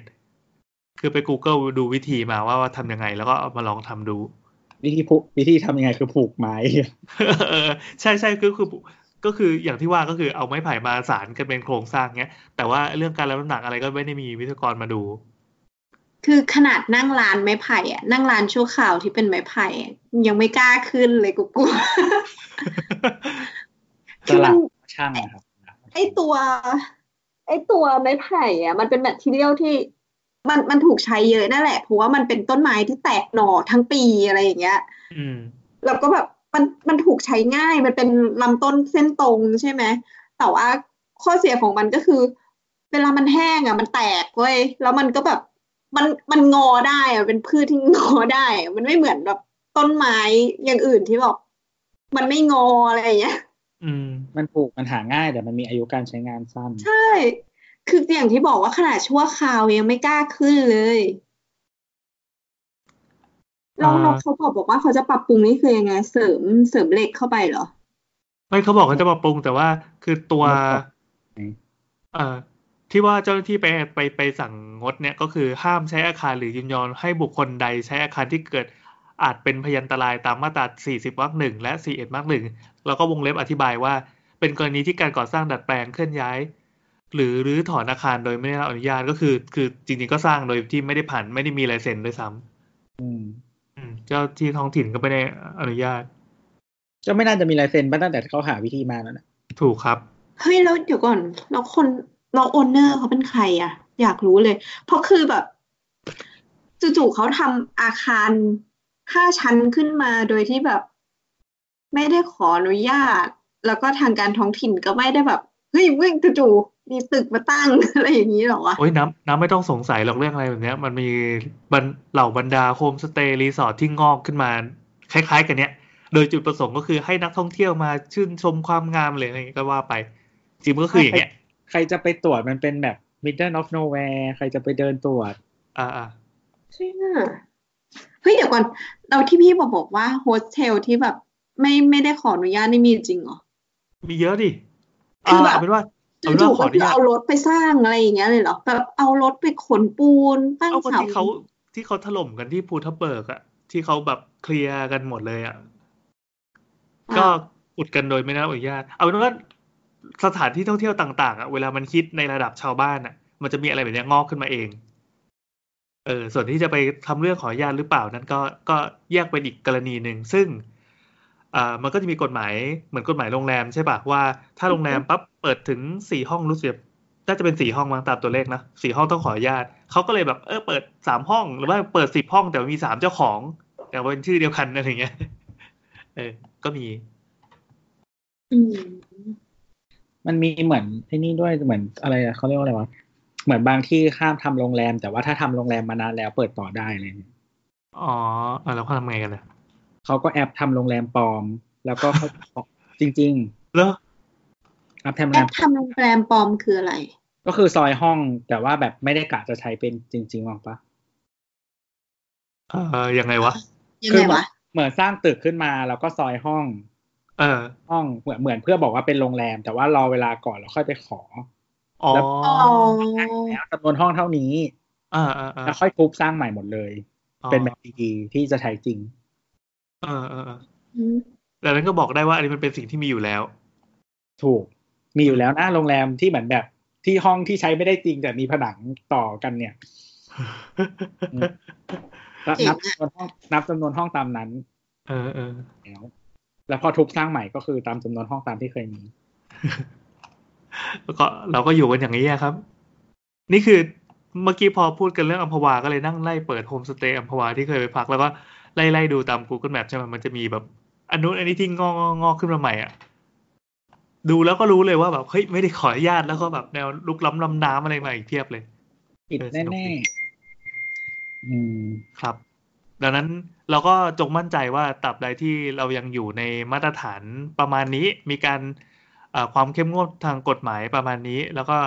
A: คือไป Google ดูวิธีมาว่าว่าทำยังไง แล้วก็เอามาลองทำดู
B: วิธีผูวิธีทำยังไงคือผูกไม้
A: เออใช่ใช่คือคือก็คืออย่างที่ว่าก็คือเอาไม้ไผ่มาสารกันเป็นโครงสร้างเงี้ย แต่ว่าเรื่องการรับน้ำหนักอะไรก็ไม่ได้มีวิศวกรมาดู
C: คือขนาดนั่งร้านไม้ไผ่อะนั่งร้านชั่วคราวที่เป็นไม้ไผ่อะยังไม่กล้าขึ้นเลยกูกลัว
B: สลาช่างนะครับ
C: ไอตัว ไอตัวไม้ไผ่อะมันเป็นแมทเทียลที่มันมันถูกใช้เยอะนั่นแหละเพราะว่ามันเป็นต้นไม้ที่แตกหน่อทั้งปีอะไรอย่างเงี้ย
A: อืม
C: แล้วก็แบบมันมันถูกใช้ง่ายมันเป็นลำต้นเส้นตรงใช่ไหมแต่ว่าข้อเสียของมันก็คือ เวลามันแห้งอะมันแตกเว้ยแล้วมันก็แบบมันมันงอได้อะเป็นพืชที่งอได้อะมันไม่เหมือนแบบต้นไม้อย่างอื่นที่บอกมันไม่งออะไรอย่างเงี้ย
A: อืม
B: มันปลูกมันหาง่ายแต่มันมีอายุการใช้งานสั้น
C: ใช่ คืออย่างที่บอกว่าขนาดชั่วคราวยังไม่กล้าขึ้นเลยเรา
A: อ่า
C: เราเขาบอกบอกว่าเขาจะปรับปรุงนี่คือยังไง เสริมเสริมเหล็กเข้าไปเหรอ
A: ไม่เขาบอกเขาจะมาปรุงแต่ว่าคือตัว
B: อืม
A: เอ่อที่ว่าเจ้าหน้าที่ไปไปไปสั่งงดเนี่ยก็คือห้ามใช้อาคารหรือยินยอมให้บุคคลใดใช้อาคารที่เกิดอาจเป็นพยันตรายตามมาตรา 40 วรรคหนึ่งและ 41 วรรคหนึ่งแล้วก็วงเล็บอธิบายว่า เป็นกรณีที่การก่อสร้างดัดแปลงเคลื่อนย้าย หรือรื้อถอนอาคารโดยไม่ได้รับอนุญาตก็คือ คือจริงๆก็สร้างโดยที่ไม่ได้ผ่านไม่ได้มีลายเซ็นด้วยซ้
B: อืม
A: ำอืมเจ้าที่ท้องถิ่นก็ไม่ได้อนุญาต
B: ก็ไม่น่าจะมีลายเซ็นบ้างตั้งแต่เขาหาวิธีมาแล้วนะ
A: ถูกครับ
C: เฮ้ยแล้วเดี๋ยวก่อนแล้วคนเราโอนเนอร์เขาเป็นใครอะอยากรู้เลย เพราะคือแบบจู่ๆเขาทำอาคารห้าชั้นขึ้นมาโดยที่แบบ ไม่ได้ขออนุญาต แล้วก็ทางการท้องถิ่นก็ไม่ได้แบบเฮ้ยเวิ่งจู่ๆมีตึกมาตั้ง อะไรอย่างนี้เหรอวะ
A: โอ้ยน้ำน้ำไม่ต้องสงสัยหรอกเรื่องอะไรแบบเนี้ย มันมีบรรเหล่าบรรดาโฮมสเตย์รีสอร์ทที่งอกขึ้นมา คล้ายๆ กันเนี้ย โดยจุดประสงค์ก็คือให้นักท่องเที่ยวมาชื่นชมความงามเลยอะไรอย่างเงี้ยก็ว่าไป จริงมันก็คืออย่างเงี้ย
B: ใครจะไปตรวจมันเป็นแบบ middle of nowhere ใครจะไปเดินตรวจ
A: อ่าอ่า
C: ใช่น่ะเฮ้ยเดี๋ยวก่อนเราที่พี่บอกบอกว่าโฮสเทลที่แบบ ไม่ไม่ได้ขออนุญาตนี่มีจริงเหรอ
A: มีเยอะดิ
C: คื
A: อ่า
C: อแบบ
A: เอาเป็นว่าเอาเป็น
C: จู่
A: ว่า
C: ๆ
A: ขออ
C: ก็
A: นุ
C: คือ
A: ญาต
C: เอารถไปสร้างอะไรอย่างเงี้ยเลยเหรอแบบเอารถไปขนปูนตั้ง
A: เอาคน
C: เสา
A: ที่เขาที่เขาถล่มกันที่ภูทับเบิกอะที่เขาแบบเคลียร์กันหมดเลยอะ ก็
C: อ่ะ
A: อุดกันโดยไม่ได้รับอนุญาต เอาเป็นว่าสถานที่ท่องเที่ยวต่าง ๆ อ่ะ เวลามันคิดในระดับชาวบ้านอ่ะ มันจะมีอะไรแบบเนี้ยงอกขึ้นมาเอง เออ ส่วนที่จะไปทำเรื่องขออนุญาตหรือเปล่านั้นก็ก็แยกเป็นอีกกรณีหนึ่ง ซึ่งอ่ามันก็จะมีกฎหมายเหมือนกฎหมายโรงแรมใช่ปะว่าถ้าโรงแรมปั๊บเปิดถึงสี่ห้องรู้สึกน่าจะเป็นสี่ห้องมั้งตามตัวเลขนะสี่ห้องต้องขออนุญาตเขาก็เลยแบบเออเปิดสามห้อง หรือว่าเปิดสิบห้องแต่ว่ามีสามเจ้าของ แต่ว่าเป็นชื่อเดียวกันอะไรอย่างเงี้ย เออ ก็มี
C: อืม
B: มันมีเหมือนไอ้นี่ด้วยเหมือนอะไรอะเขาเรียกว่าอะไรวะเหมือนบางที่ห้ามทำโรงแรม แต่ว่าถ้าทำโรงแรมมานานแล้วเปิดต่อได้เลย
A: อ๋ออ่ะแล้วเขาทำไงกันล่ะ
B: เขาก็แอปทำโรงแรมปลอม แล้วก็เขา จริง
A: เหรอ
B: ๆ แอปทำโรงแร
C: แอป
B: ม
C: ทำโรงแรมปลอมคืออะไร
B: ก็คือซอยห้องแต่ว่าแบบไม่ได้กะจะใช้เป็นจริงๆหรอกปะ
A: เออยังไงวะ
C: ยังไง
B: เหมือ
C: วะ
B: นเหมือนสร้างตึกขึ้นมาแล้วก็ซอยห้อง
A: เออ
B: ห้องเหมือนเหมือนเพื่อบอกว่าเป็นโรงแรม แต่ว่ารอเวลาก่อนแล้วค่อยไปขอ
A: อ๋อ
C: อ๋อ
B: แล้วจำนวนห้องเท่านี้
A: อ่าอ่าอ่า
B: แล้วค่อยทุบสร้างใหม่หมดเลย เป็นแบบดีๆที่จะใช้จริง
A: เออเออเออ
C: อืม
A: แต่นั้นก็บอกได้ว่าอันนี้มันเป็นสิ่งที่มีอยู่แล้ว
B: ถูก มีอยู่แล้วนะโรงแรมที่เหมือนแบบที่ห้องที่ใช้ไม่ได้จริงแต่มีผนังต่อกันเนี่ย แล้ว
C: เจ๋ง
B: นั
C: อะ
B: บจำนวนห้องนับจำนวนห้องตามนั้น
A: เออเออ
B: แล้วแล้วพอทุบสร้างใหม่ก็คือตามจำนวนห้องตามที่เคยมี
A: แล้วก็เราก็อยู่กันอย่างนี้ยครับ นี่คือเมื่อกี้พอพูดกันเรื่องอัมพวาก็เลยนั่งไล่เปิดโฮมสเตย์อัมพวาที่เคยไปพักแล้วก็ไล่ไล่ดูตาม Google Map ใช่ไหมมันจะมีแบบ อันนู้นอันนี้ที่งอกงอกงอกขึ้นมาใหม่อ่ะ ดูแล้วก็รู้เลยว่าแบบเฮ้ยไม่ได้ขออนุญาตแล้วก็แบบแนวลุกล้ำลำน้ำอะไรมาอีกเพียบเลย
B: ปิด
A: เออส
B: แน่
A: นุก
B: แน่
A: ดี
B: อืม
A: ครับ ดังนั้นเราก็จงมั่นใจว่าตับใดที่เรายังอยู่ในมาตรฐานประมาณนี้ มีการเอ่อความเข้มงวดทางกฎหมายประมาณนี้ แล้วก็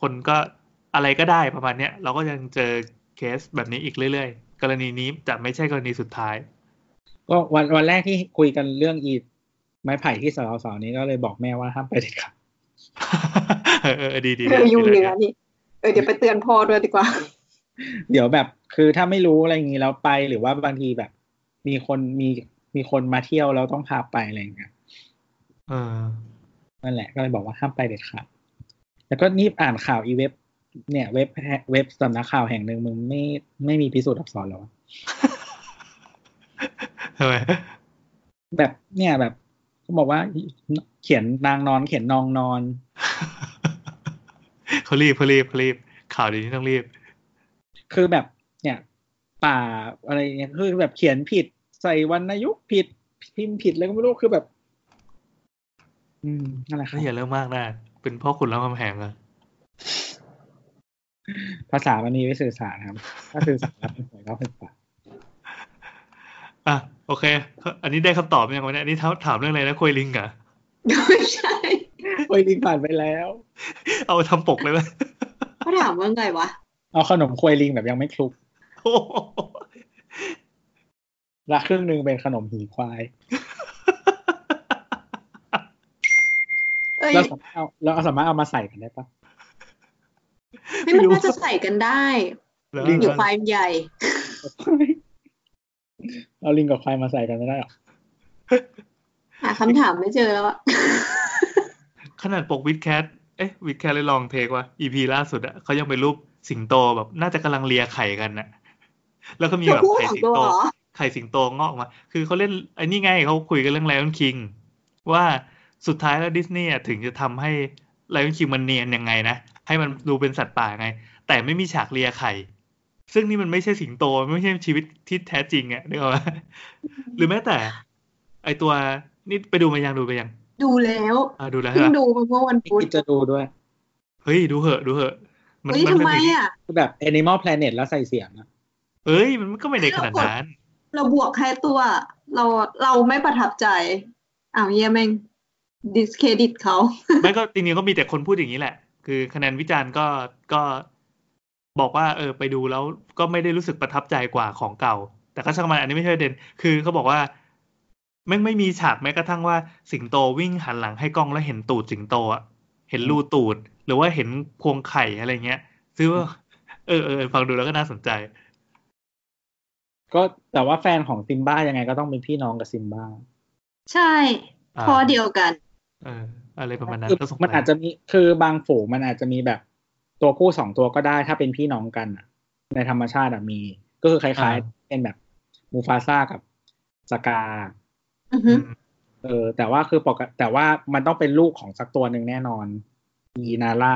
A: คนก็อะไรก็ได้ประมาณเนี้ยเราก็ยังเจอเคสแบบนี้อีกเรื่อยๆ กรณีนี้จะไม่ใช่กรณีสุดท้าย
B: ก็วันวันแรกที่คุยกันเรื่องอีไม้ไผ่ที่สาวสาวนี้ก็เลยบอกแม่ว่าห้ามไปเด็ด ขาด
A: เออเออดีดี
C: เอออยู่เห
A: ดี
C: นือนี่เออเดี๋ยวไปเตือนพ่อด้วยดีกว่า
B: เดี๋ยวแบบคือถ้าไม่รู้อะไรอย่างนี้แล้วไปหรือว่าบางทีแบบ มีคนมีมีคนมาเที่ยวแล้วต้องพาไปอะไรอย่างเงี้ย
A: เออ
B: นั่นแหละก็เลยบอกว่าห้ามไปเด็ดขาดแล้วก็นี่อ่านข่าวอีเว็บ เนี่ยเว็บแฮเว็บสำนักข่าวแห่งหนึ่งมึงไม่ไม่มีพิสูจน์อักษรเหรอวะ
A: ทำไม
B: แบบเนี่ยแบบเขาบอกว่าเขียนนางนอนเขียนนองนอน
A: เขารีบเขารีบเขารีบข่าวเดียวนี้ต้องรีบ
B: คือแบบเนี่ย ป่าอะไรเนี่ยคือแบบเขียนผิดใส่วรรณยุกต์ผิดพิมพ์ผิดอะไรก็ไม่รู้คือแบบ อืมนั่นแหละครั
A: ไม่อย่า
B: บ
A: เรื่องมากนะเป็นพ่อขุนรามคำแหงเหรอะ
B: ภาษามันมีไว้สื่อสารครับ ถ้าสื่อสารแล้วเป็นสวยก็เป็นป่า
A: อ่ะโอเค อันนี้ได้คำตอบยังวะเนี่ยอันนี่ถามเรื่องอะไรนะคุยลิงเหรอะ
C: ไม่ใช่
B: โอ้ยลิงผ่านไปแล้ว
A: เอาทำปกเลยไหม
C: เขาถามว่าไงวะ
B: เอาขนมควยลิงแบบยังไม่คลุก
A: โอ้โห
B: ละครึ่งหนึ่งเป็นขนมหีควาย
C: เอ้ย
B: แล้วสามารถเอาแล้วเอาสามารถเอามาใส่กันได้ ปะ
C: ไม่มันน่าจะใส่กันได้
A: ลิง
C: อยู่ควายใหญ่
B: เอาลิงกับควายมาใส่กันไม่ได้หรอ
C: หาคำถามไม่เจอแล้วอะ
A: ขนาดปกวิดแคทเอ๊ะวิดแคทเลยลองเทกว่า EP ล่าสุดอะเขายังเป็นรูปสิงโตแบบน่าจะกำลังเลียไข่กันน่ะ แล้วก็มีแบบ
C: ตัวผู้
A: ไข่สิง
C: สองตัว
A: โต
C: เหรอ
A: ไข่สิงโตงอกมา คือเขาเล่นไอ้นี่ไงเขาคุยกันเรื่องไลออนคิงว่าสุดท้ายแล้วดิสนีย์อะถึงจะทำให้ไลออนคิงมันเนียนยังไงนะ ให้มันดูเป็นสัตว์ป่าไง แต่ไม่มีฉากเลียไข่ ซึ่งนี่มันไม่ใช่สิงโตมันไม่ใช่ชีวิตที่แท้จริงอะนึกออกไหมหรือแม้แต่ ไอตัวนี่ไปดูมายังดูไปยัง
C: ดูแล้ว
A: อ่าดูแล้ว
C: เพิ่
A: ใช่
C: ง
A: ปะ
C: ดูมาเมื่อวันพุธ
B: คิดจะดูด้วย
A: เฮ้ยดูเหอะดูเหอะ
C: เฮ้ยทำไม
A: เป็น
C: อ่ะ
B: คือแบบ Animal Planet แล้วใส่เสียงอะ
A: เอ้ยมันก็ไม่ได้ขนาดนั้น
C: เราบวกแค่ตัว เราเราไม่ประทับใจอ้าวเยี่ยแม่งดิสเครดิตเขา
A: ไม่ก็จริงๆก็มีแต่คนพูดอย่างนี้แหละ คือคะแนนวิจารณ์ก็ก็บอกว่า เออ ไปดูแล้วก็ไม่ได้รู้สึกประทับใจกว่าของเก่า แต่ก็ช่างมันอันนี้ไม่ใช่ประเด็น คือเขาบอกว่าแม่งไม่มีฉากแม้กระทั่งว่าสิงโตวิ่งหันหลังให้กล้องแล้วเห็นตูดสิงโตอะเห็นรูตูด หรือว่าเห็นพวงไข่อะไรเงี้ยซึ่งว่าเออเออฟังดูแล้วก็น่าสนใจ
B: ก็แต่ว่าแฟนของซิมบ้ายังไงก็ต้องเป็นพี่น้องกับซิมบ้า
C: ใช่
A: อ่า
C: ข้อเดียวกัน
A: เออ อะไรประมาณนั้น
B: คือ
A: ก็สง
B: มัน
A: สั
B: อาย จจะมีคือบางฝูงมันอาจจะมีแบบตัวผู้สองตัวก็ได้ถ้าเป็นพี่น้องกันอะในธรรมชาติอะมี ก็คือคล้ายๆ เป็นแบบมูฟาซ่ากับสกา
C: อือ
A: อื
C: ฮึ
A: ม
B: เออแต่ว่าคือปกติแต่ว่ามันต้องเป็นลูกของสักตัวหนึ่งแน่นอนยีนาร่า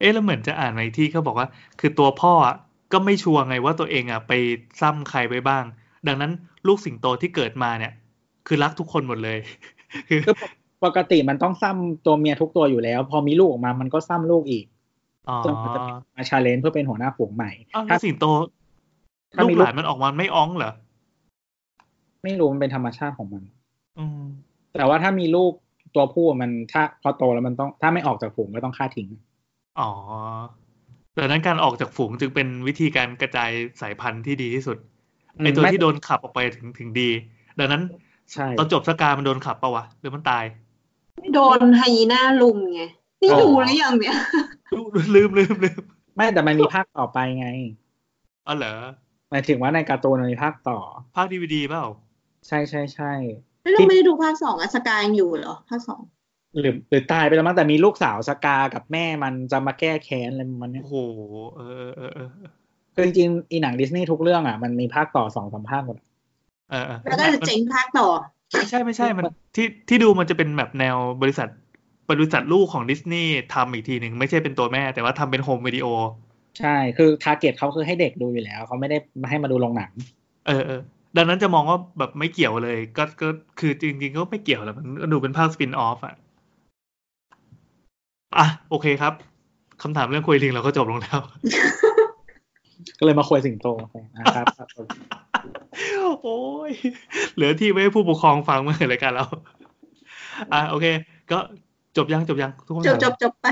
A: เอ๊ะแล้วเหมือนจะอ่านในที่เขาบอกว่า คือตัวพ่ออะก็ไม่ชัวร์ไงว่าตัวเองอ่ะไปซ้ำใครไปบ้าง ดังนั้นลูกสิงโตที่เกิดมาเนี่ย คือรักทุกคนหมดเลย คือ
B: คือปกปกติมันต้องซ้ำตัวเมียทุกตัวอยู่แล้ว พอมีลูกออกมามันก็ซ้ำลูกอีก
A: อ๋อ
B: จนมันจะมาชาเลนจ์เพื่อเป็นหัวหน้าฝูงใหม่
A: อ้าวแล้วสิงโต
B: ถ้า
A: ลู
B: มี
A: ก
B: ลู
A: ห
B: ก
A: ลานมันออกมาไม่อ้องเหรอ
B: ไม่รู้มันเป็นธรรมชาติของมัน
A: อืม
B: แต่ว่าถ้ามีลูกตัวผู้มันถ้าพอโตแล้วมันต้องถ้าไม่ออกจากฝูงก็ต้องฆ่าทิ้ง
A: อ๋อดังนั้นการออกจากฝูงจึงเป็นวิธีการกระจายสายพันธุ์ที่ดีที่สุดไอตัวที่โดนขับออกไปถึงถึงดี ดังนั้น
B: ใช่
A: ตอนจบสกามันโดนขับปะวะหรือมันตาย
C: โดนไฮยีน่าลุมไง นี่
A: อ๋อ
C: ดูหรือยังเนี่ย
A: ลืมลืมลืมลืม
B: ไม่แต่มันมีภาคต่อไปไง
A: อ๋อเหรอ
B: หมายถึงว่าในการ์ตูนมันมีภาคต่อ
A: ภาคดีวดีเปล่า
B: ใช่ใช่ใช่
C: แล้วเราไม่ได้ดูภาคสองอะสกายยังอยู่เหรอ ภาคสอง
B: หรือหรือตายไปแล้วมั้งแต่มีลูกสาวสกากับแม่มันจะมาแก้แค้นอะไรประมันเนี้ย
A: โอ้โหเออเออเออ
B: คือจริงๆอีหนังดิสนีย์ทุกเรื่องอ่ะมันมีภาคต่อสองสามภาคหมด
A: เออเออ
C: แล้วก็จะเจ๋งภาคต่อ
A: ไม่ใช่ไม่ใช่มันที่ที่ดูมันจะเป็นแบบแนวบริษัทบริษัทลูกของดิสนีย์ทำอีกทีหนึ่งไม่ใช่เป็นตัวแม่ แต่ว่าทำเป็นโฮมวิดีโอ
B: ใช่ คือทาร์เก็ตเขาคือให้เด็กดูอยู่แล้ว เขาไม่ได้ให้มาดูโรงหนัง
A: เออเออดังนั้นจะมองว่าแบบไม่เกี่ยวเลย ก็ก็คือจริง ๆ ก็ไม่เกี่ยวแหละมันก็ดูเป็นภาคสปินออฟอ่ะอ่ะโอเคครับคำถามเรื่องคุยลิงเราก็จบลงแล้ว
B: ก็เลยมาคุยสิงโตนะครับ
A: โอ้ยเหลือที่ไว้ให้ผู้ปกครองฟังเมื่อไหร่รายการเรา อ่ะโอเค ก็จบยังจบยังทุกคน
C: จบจบจบไป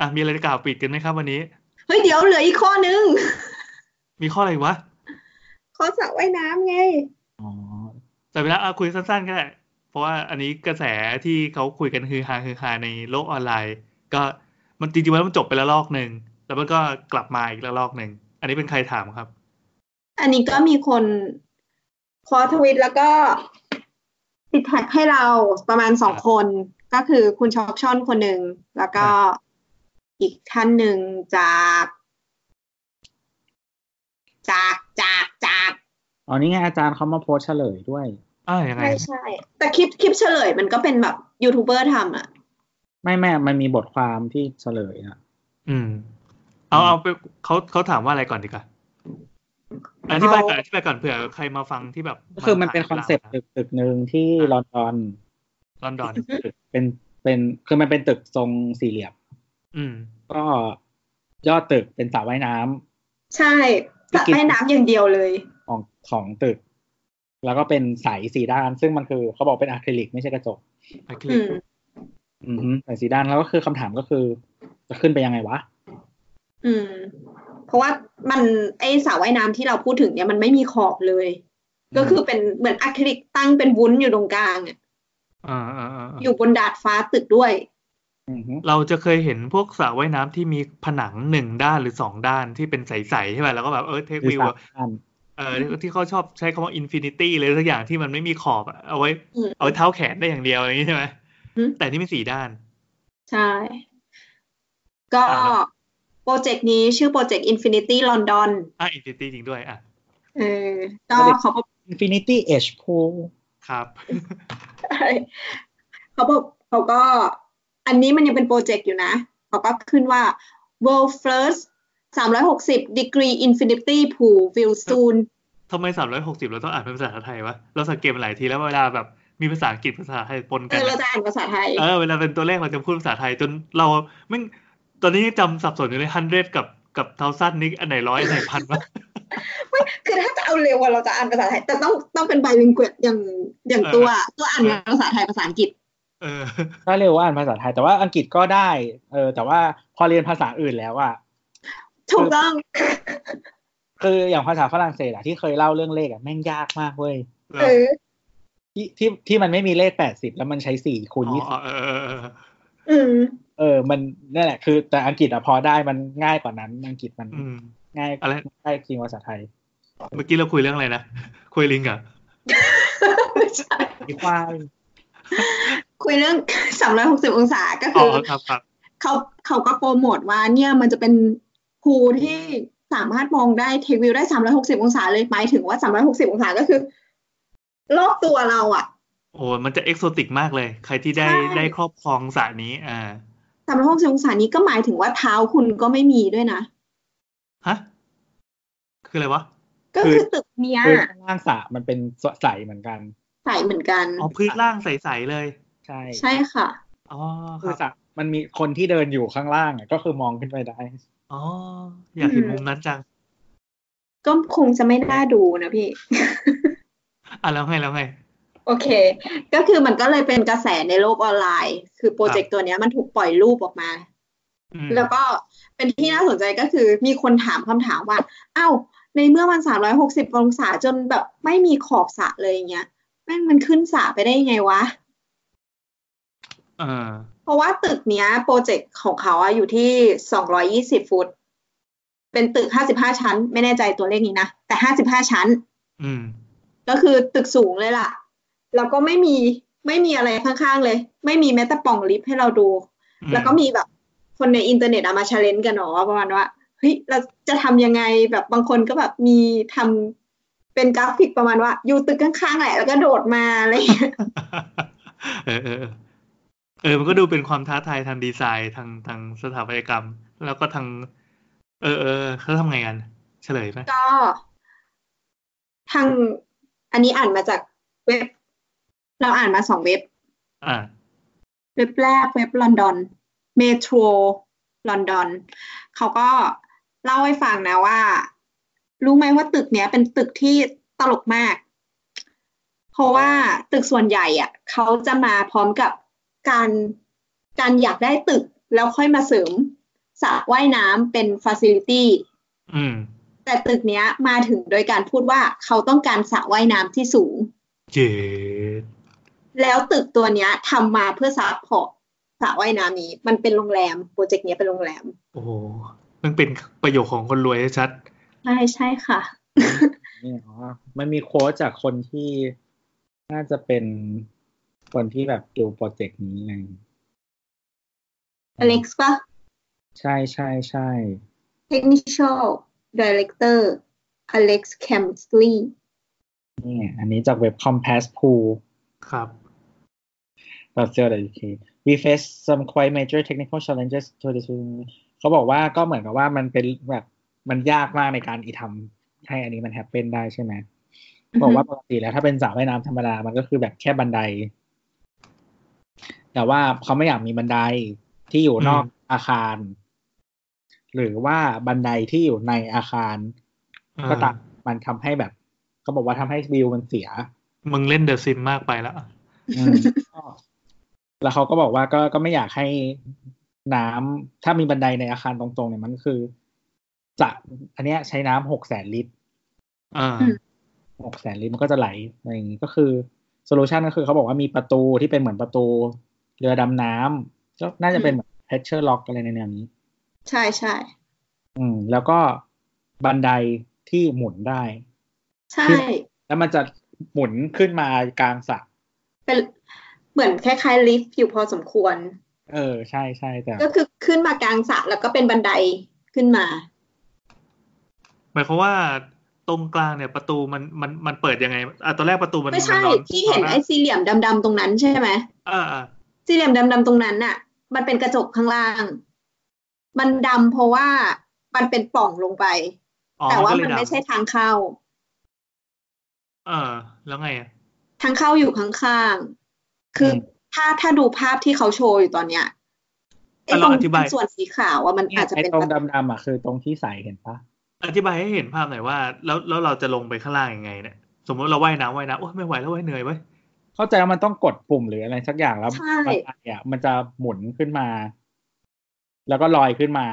A: อ่ะมีอะไรจะกล่าวปิดกันไหมครับวันนี้
C: เฮ้ย เดี๋ยวเหลืออีกข้อนึง
A: มีข้ออะไรอีกวะ
C: ข้อสระว่ายน้ำไง
B: อ๋อ
A: แต่เวลาอ่ะคุยสั้นๆก็ได้เพราะว่าอันนี้กระแสที่เขาคุยกันฮือฮาฮือฮาในโลกออนไลน์ ก็มันจริงๆแล้วมันจบไปแล้วลอกหนึ่งแล้วมันก็กลับมาอีกแล้วลอกหนึ่งอันนี้เป็นใครถามครับ
C: อันนี้ก็มีคนโพอทวิตแล้วก็ ติดแท็กให้เราประมาณสองคน ก็คือคุณชอบชอนคนหนึ่ง แล้วก็อีกท่านหนึ่งจาก จากจากจาก
B: อ๋อนี่ไงอาจารย์เขามาโพสต์เฉลยด้วย
A: อ่ายังไง
C: ไม่ใช่ แต่คลิปคลิปเฉลยมันก็เป็นแบบยูทูบเบอร์ทำอ่ะ
B: ไม่แม่มันมีบทความที่เฉลยอะ
A: อืม เอาเอาไปเขาเขาถามว่าอะไรก่อนดีกว่าอธิบายก่อนอธิบายก่อนเผื่อใครมาฟังที่แบบ
B: ก็คือมันเป็นคอนเซ็ปต์ตึกตึกหนึ่งที่ลอนดอน
A: ลอนดอน
B: เป็นเป็นคือมันเป็นตึกทรงสี่เหลี่ยม
A: อืม
B: ก็ยอดตึกเป็นสระว่ายน้ำ
C: ใช่สระว่ายน้ำอย่างเดียวเลย
B: ของของตึก แล้วก็เป็นใสสีด้าน ซึ่งมันคือเขาบอกเป็นอะคริลิกไม่ใช่กระจก
A: ไอคลิ
C: อื
A: ป
C: ม
B: อือฮึใสสีด้านแล้วก็คือคำถามก็คือ จะขึ้นไปยังไงวะ
C: อืม เพราะว่ามันไอสระว่ายน้ำที่เราพูดถึงเนี่ยมันไม่มีขอบเลย ก็คือเป็นเหมือนอะคริลิกตั้งเป็นวุ้นอยู่ตรงกลางอะ
A: อ่าอ่าอ่าอ่า
C: อยู่บนดาดฟ้าตึกด้วย
B: อือฮึ
A: เราจะเคยเห็นพวกสระว่ายน้ำที่มีผนังหนึ่งด้านหรือสองด้านที่เป็นใสๆใช่ไหมแล้วก็แบบเออเทค
B: คือ
A: วิวอะ
B: สามอัน
A: เออที่เขาชอบใช้คำว่าอินฟินิตี้เลยสักอย่างที่มันไม่มีขอบอะเอาไว้
C: อืม
A: เอาไว้เท้าแขนได้อย่างเดียวอะไรอย่างนี้ใช่ไหม
C: อืม
A: แต่นี่มีสี่ด้าน
C: ใช่ ก็
A: อ่าแล้ว
C: โปรเจกต์นี้ชื่อโปรเจกต์ Infinity London
A: อ่ะอินฟินิตี้จริงด้วยอ่ะ
C: เออ ก็เขาบอก
B: อินฟินิตี้เอชโพ
A: ครับ
C: เขาบอก เขาก็ อันนี้มันยังเป็นโปรเจกต์อยู่นะ เขาก็ขึ้นว่า World First 360 Degree Infinity Pool Will Soon
A: ทำไมสามร้อยหกสิบเราต้องอ่านเป็นภาษาไทยวะ เราสังเกตมาหลายทีแล้วเวลาแบบมีภาษาอังกฤษภาษาไทยปน
C: เอ
A: กัน
C: อเรา
A: อะ
C: จะอ่านภาษาไทย
A: เออเวลาเป็นตัวเลขเราจะพูดภาษาไทยจนเราไม่งตอนนี้จำสับสนอยู่เลยฮันเดกับกับเทาสั้นนี่อันไหนร้อยอันไหนพันวะ
C: คือถ้าจะเอาเร็วอะเราจะอ่านภาษาไทย แต่ต้องต้องเป็นไบลิงเกตอย่างอย่าง
A: เออ
C: ตัวตัวอ่านเป็นภาษาไทยภาษาอังกฤษ
A: เออ
B: ถ้าเรียกว่าอ่านภาษาไทย แต่ว่าอังกฤษก็ได้ เออ แต่ว่าพอเรียนภาษาอื่นแล้วอะ
C: ถูกต้อง
B: คืออย่างภาษาฝรั่งเศสอะที่เคยเล่าเรื่องเลขอะแม่งยากมากเว้ย
A: เอ
C: เอ
A: อ
C: อ
B: ที่ที่ที่มันไม่มีเลขแปดสิบแล้วมันใช้สี่คูณยี่สิบ
A: อ๋อเออเออเออ
C: อืม
B: เออมันนั่นแหละคือ แต่อังกฤษอะพอได้มันง่ายกว่านั้น อังกฤษมัน
A: อืม
B: ง่าย
A: อะไร
B: ง่ายจริงภาษาไทย
A: เมื่อกี้เราคุยเรื่องอะไรนะ คุยลิงเหรอ่ะ
C: ไม่ใช่
B: อีควาย
C: คุยเรื่อง 360 องศาก็
A: อ๋
C: คือ อ
A: ครับครับ
C: เขาเขาก็โปรโมทว่าเนี่ยมันจะเป็นภูที่สามารถมองได้เทควิวได้ 360 องศาเลยหมายถึงว่า 360 องศาก็คือ รอบตัวเราอะ
A: โอ้มันจะเอกโซติกมากเลย ใครที่ได้
C: ใช่
A: ได้ครอบครองสระนี้ อ่า
C: 360 องศานี้ก็หมายถึงว่าเท้าคุณก็ไม่มีด้วยนะ
A: ฮะ คืออะไรวะ
C: ก็
B: คือ
C: คือตึกเนี้ย
B: พื้นข้างล่างสระมันเป็นใสเหมือนกัน
C: ใสเหมือนกัน
A: อ๋อพื้นล่างใสๆเลย
B: ใช่
C: ใช่ค่ะ
A: อ๋อค
B: คือ
A: รับ
B: สระมันมีคนที่เดินอยู่ข้างล่างอะก็คือมองขึ้นไปได้
A: อ๋อ อยากเห็นมุมนั้นจัง
C: ก็คงจะไม่น่าดูนะพี่
A: อ่ะแล้วไงแล้วไง
C: โอเค ก็คือมันก็เลยเป็นกระแสในโลกออนไลน์ คือโปรเจกต์ตัวเนี้ยมันถูกปล่อยรูปออกมา
A: อืม
C: แล้วก็เป็นที่น่าสนใจก็คือมีคนถามคำถามว่า เอ้า ในเมื่อมัน 360 องศาจนแบบไม่มีขอบสระเลยอย่างเงี้ยแม่งมันขึ้นสระไปได้ยังไงวะ
A: เออ
C: เพราะว่าตึกเนี้ยโปรเจกต์ของเขาอะอยู่ที่ 220 ฟุต เป็นตึก 55 ชั้น ไม่แน่ใจตัวเลขนี้นะ แต่ 55 ชั้น
A: อืม
C: ก็คือตึกสูงเลยล่ะ แล้วก็ไม่มี ไม่มีอะไรข้างๆเลย ไม่มีแม้แต่ปล่องลิฟต์ให้เราดู
A: อืม
C: แล้วก็มีแบบคนในอินเทอร์เน็ตเอามาชาเลนจ์กันเนาะประมาณว่าเฮ้ยเราจะทำยังไงแบบบางคนก็แบบมีทำเป็นกราฟิกประมาณว่า อยู่ตึกข้างๆแหละแล้วก็โดดมาอะไรอย่างเงี้ย
A: เออเออเออเออ มันก็ดูเป็นความท้าทายทางดีไซน์ทางทางสถาปัตยกรรม แล้วก็ทาง เออเออเขาทำไงกัน เฉลยไหม
C: ก็ทางอันนี้อ่านมาจากเว็บ เราอ่านมาสองเว็บ
A: อ่า
C: เว็บแรกเว็บลอนดอนเมโทรลอนดอนเขาก็เล่าให้ฟังนะว่า รู้ไหมว่าตึกเนี้ยเป็นตึกที่ตลกมาก เพราะว่าตึกส่วนใหญ่อะเขาจะมาพร้อมกับการการอยากได้ตึกแล้วค่อยมาเสริมสระว่ายน้ำเป็นฟ a ซิลิตี้
A: อืม
C: แต่ตึกเนี้ยมาถึงโดยการพูดว่าเขาต้องการสระว่ายน้ำที่สูง
A: เจ็ด
C: แล้วตึกตัวเนี้ยทำมาเพื่อซัพพอร์ตสระว่ายน้ำนี้ มันเป็นโรงแรม โปรเจกต์เนี้ยเป็นโรงแรม
A: โอ้โหมันเป็นประโยคของคนรวยชัด
C: ใช่ใช่ค่ะ
B: นี่อ๋อมันมีโค้ดจากคนที่น่าจะเป็นคนที่แบบดูโปรเจกต์นี้ไง
C: อเล็กซ์ปะ
B: ใช่ใช่ใช่
C: Technical Director Alex c a m s l e y
B: นี่อันนี้จากเว็บ Compass Pool
A: ครับ
B: .co.uk we face some quite major technical challenges to this เขาบอกว่าก็เหมือนกับว่ามันเป็นแบบมันยากมากในการอีทำให้อันนี้มันแฮปเป็นได้ใช่ไหมบอกว่าปกติแล้วถ้าเป็นสระว่ายน้ำธรรมดา มันก็คือแบบแค่บันได แต่ว่าเขาไม่อยากมีบันไดที่อยู่นอก
A: อืม
B: อาคาร หรือว่าบันไดที่อยู่ในอาคาร
A: อ่า
B: ก็ตามมันทำให้แบบเขาบอกว่าทำให้วิวมันเสีย
A: มึงเล่นเดอะซิมมากไปแล้ว
B: อืมก็แล้วเขาก็บอกว่าก็ก็ไม่อยากให้น้ำถ้ามีบันไดในอาคารตรงๆเนี่ยมันก็คือจะอันเนี้ยใช้น้ำหกแสนลิตร
A: อ่า
C: อืม
B: หกแสนลิตรมันก็จะไหลอะไรอย่างนี้ก็คือโซลูชันก็คือเขาบอกว่ามีประตูที่เป็นเหมือนประตูเรือดำน้ำก็น่าจะเป็นเหมือนเพชเชอร์ล็อกอะไรในแนวนี้
C: ใช่ใช่
B: อืม แล้วก็บันไดที่หมุนได้
C: ใช่
B: ที่ แล้วมันจะหมุนขึ้นมากลางสระ
C: เป็นเหมือนคล้ายๆลิฟต์อยู่พอสมควร
B: เออใช่ใช่แต่
C: ก็คือขึ้นมากลางสระแล้วก็เป็นบันไดขึ้นมา
A: หมายความว่าตรงกลางเนี่ยประตูมันมันมันเปิดยังไงอ่ะตอนแรกประตูมัน
C: ไม่ใช่
A: นนอน
C: ที่เห็น
A: ต
C: ไอ้สี่เหลี่ยมดำๆตรงนั้นใช่ไหม
A: อ่าอ่า
C: สี่เหลี่ยมดำๆตรงนั้นน่ะ มันเป็นกระจกข้างล่าง มันดำเพราะว่ามันเป็นปล่องลงไป
A: อ๋อ
C: แต่ว่า
A: ก็เลย
C: มัน
A: ดับ
C: ไม่ใช่ทางเข้า
A: เออ แล้วไงอ่ะ
C: ทางเข้าอยู่ข้างๆ คืออ
B: ม
C: ถ้าถ้าดูภาพที่เขาโชว์อยู่ตอนเนี้ยไอ้
A: อ่ะ
C: ต
A: เรา
C: รง
A: อธิบาย
C: ส่วนสีขาวอะมันอาจจะ
B: ไอ้
C: เป็น
B: ตรงดำๆอ่ะคือตรงที่ใสเห็นปะ
A: อธิบายให้เห็นภาพหน่อยว่า แล้วแล้วเราจะลงไปข้างล่างยังไงเนี่ยสมมติเราว่ายน้ำว่ายน้ำโอ้ไม่ไหวแล้วว่ายเหนื่อยเว้ย
B: เข้าใจว่ามันต้องกดปุ่มหรืออะไรสักอย่างแล้ว
C: ใช่
B: มันจะเนี่ยมันจะหมุนขึ้นมา แล้วก็ลอยขึ้นมา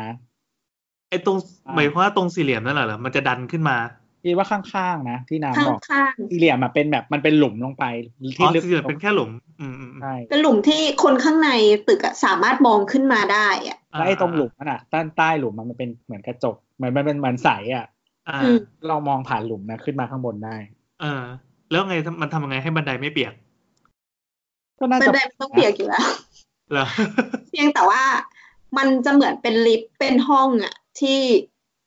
A: ไอ้ตรงหมายความว่าตรงสี่เหลี่ยมนั่นแหละเหรอมันจะดันขึ้นมา
B: คิดว่าข้างๆนะที่
C: ข้
B: น้ำบอก
C: าง
B: สี่เหลี่ยมอะเป็นแบบมันเป็นหลุมลงไป
A: อ๋
B: ที่
A: อ
B: ลึก
A: สี่เหลี่ยมเป็นแค่หลุม อืมอืมอืม
B: ใช่
C: ๆ เป็นหลุมที่คนข้างในตึกอะสามารถมองขึ้นมาได้อะ
B: แล้วไอ้ตรงหลุมนั่นอ่ะด้านใต้หลุมมันมันเป็นเหมือนกระจกเหมือนมันเป็นเหมือนใสอ่ะ
A: อ่า
C: อืม
B: ลองมองผ่านหลุมนะขึ้นมาข้างบนได้
A: เออ แล้วไงทำมันทำยังไงให้บันไดไม่เปียก
B: ก็น่า
C: บัน
B: จะ
C: ไดมันต้องเปียกอยู่แล้ว
A: เหรอ
C: เพียงแต่ว่ามันจะเหมือนเป็นลิฟต์เป็นห้องอะที่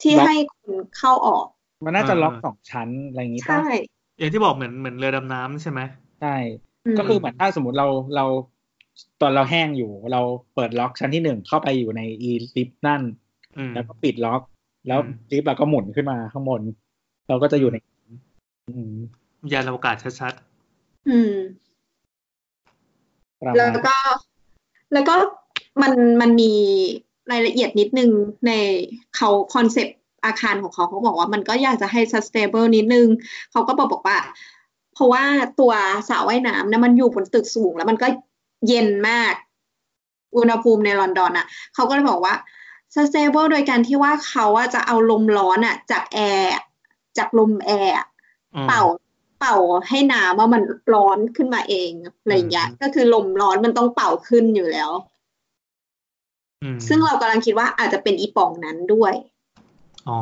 C: ที่ให้คนเข้าออก
B: มันน่าจะ
A: อ่า
B: ล็อกสองชั้นอะไรอย่างนี้ป่ะ
C: ใช่
A: อย่างที่บอกเหมือนเหมือนเรือดำน้ำใช่ไหม
B: ใช่
C: ม
B: ก็คือเหมือนถ้าสมมติเราเราตอนเราแห้งอยู่ เราเปิดล็อกชั้นที่หนึ่งเข้าไปอยู่ในอีลิฟต์นั่น
A: อืม
B: แล้วก็ปิดล็อก แล้ว
A: อืม
B: ลิฟต์เราก็หมุนขึ้นมาข้างบน เราก็จะอยู่ในอืม
A: ยานอวกาศชัด
C: อืม
B: ประ
C: แล้ว
B: มาณ
C: ก็แล้วก็มันมันมีรายละเอียดนิดนึงในเขาคอนเซปต์อาคารของเขาเขาบอกว่ามันก็อยากจะให้ sustainable นิดนึง เขาก็บอกบอกว่า เพราะว่าตัวสระว่ายน้ำนะมันอยู่บนตึกสูง แล้วมันก็เย็นมาก อุณหภูมิในลอนดอนอ่ะ เขาก็เลยบอกว่า sustainable โดยการที่ว่าเขาอะจะเอาลมร้อนอ่ะ จากแอร์จากลมแอร์อะ
A: ๆอืม
C: เป่าเป่าให้น้ำว่ามันร้อนขึ้นมาเองอะไรอย่างเงี้ย
A: อืม
C: ก็คือลมร้อนมันต้องเป่าขึ้นอยู่แล้ว
A: อืม
C: ซึ่งเรากำลังคิดว่าอาจจะเป็นอีป่องนั้นด้วย
A: อ๋อ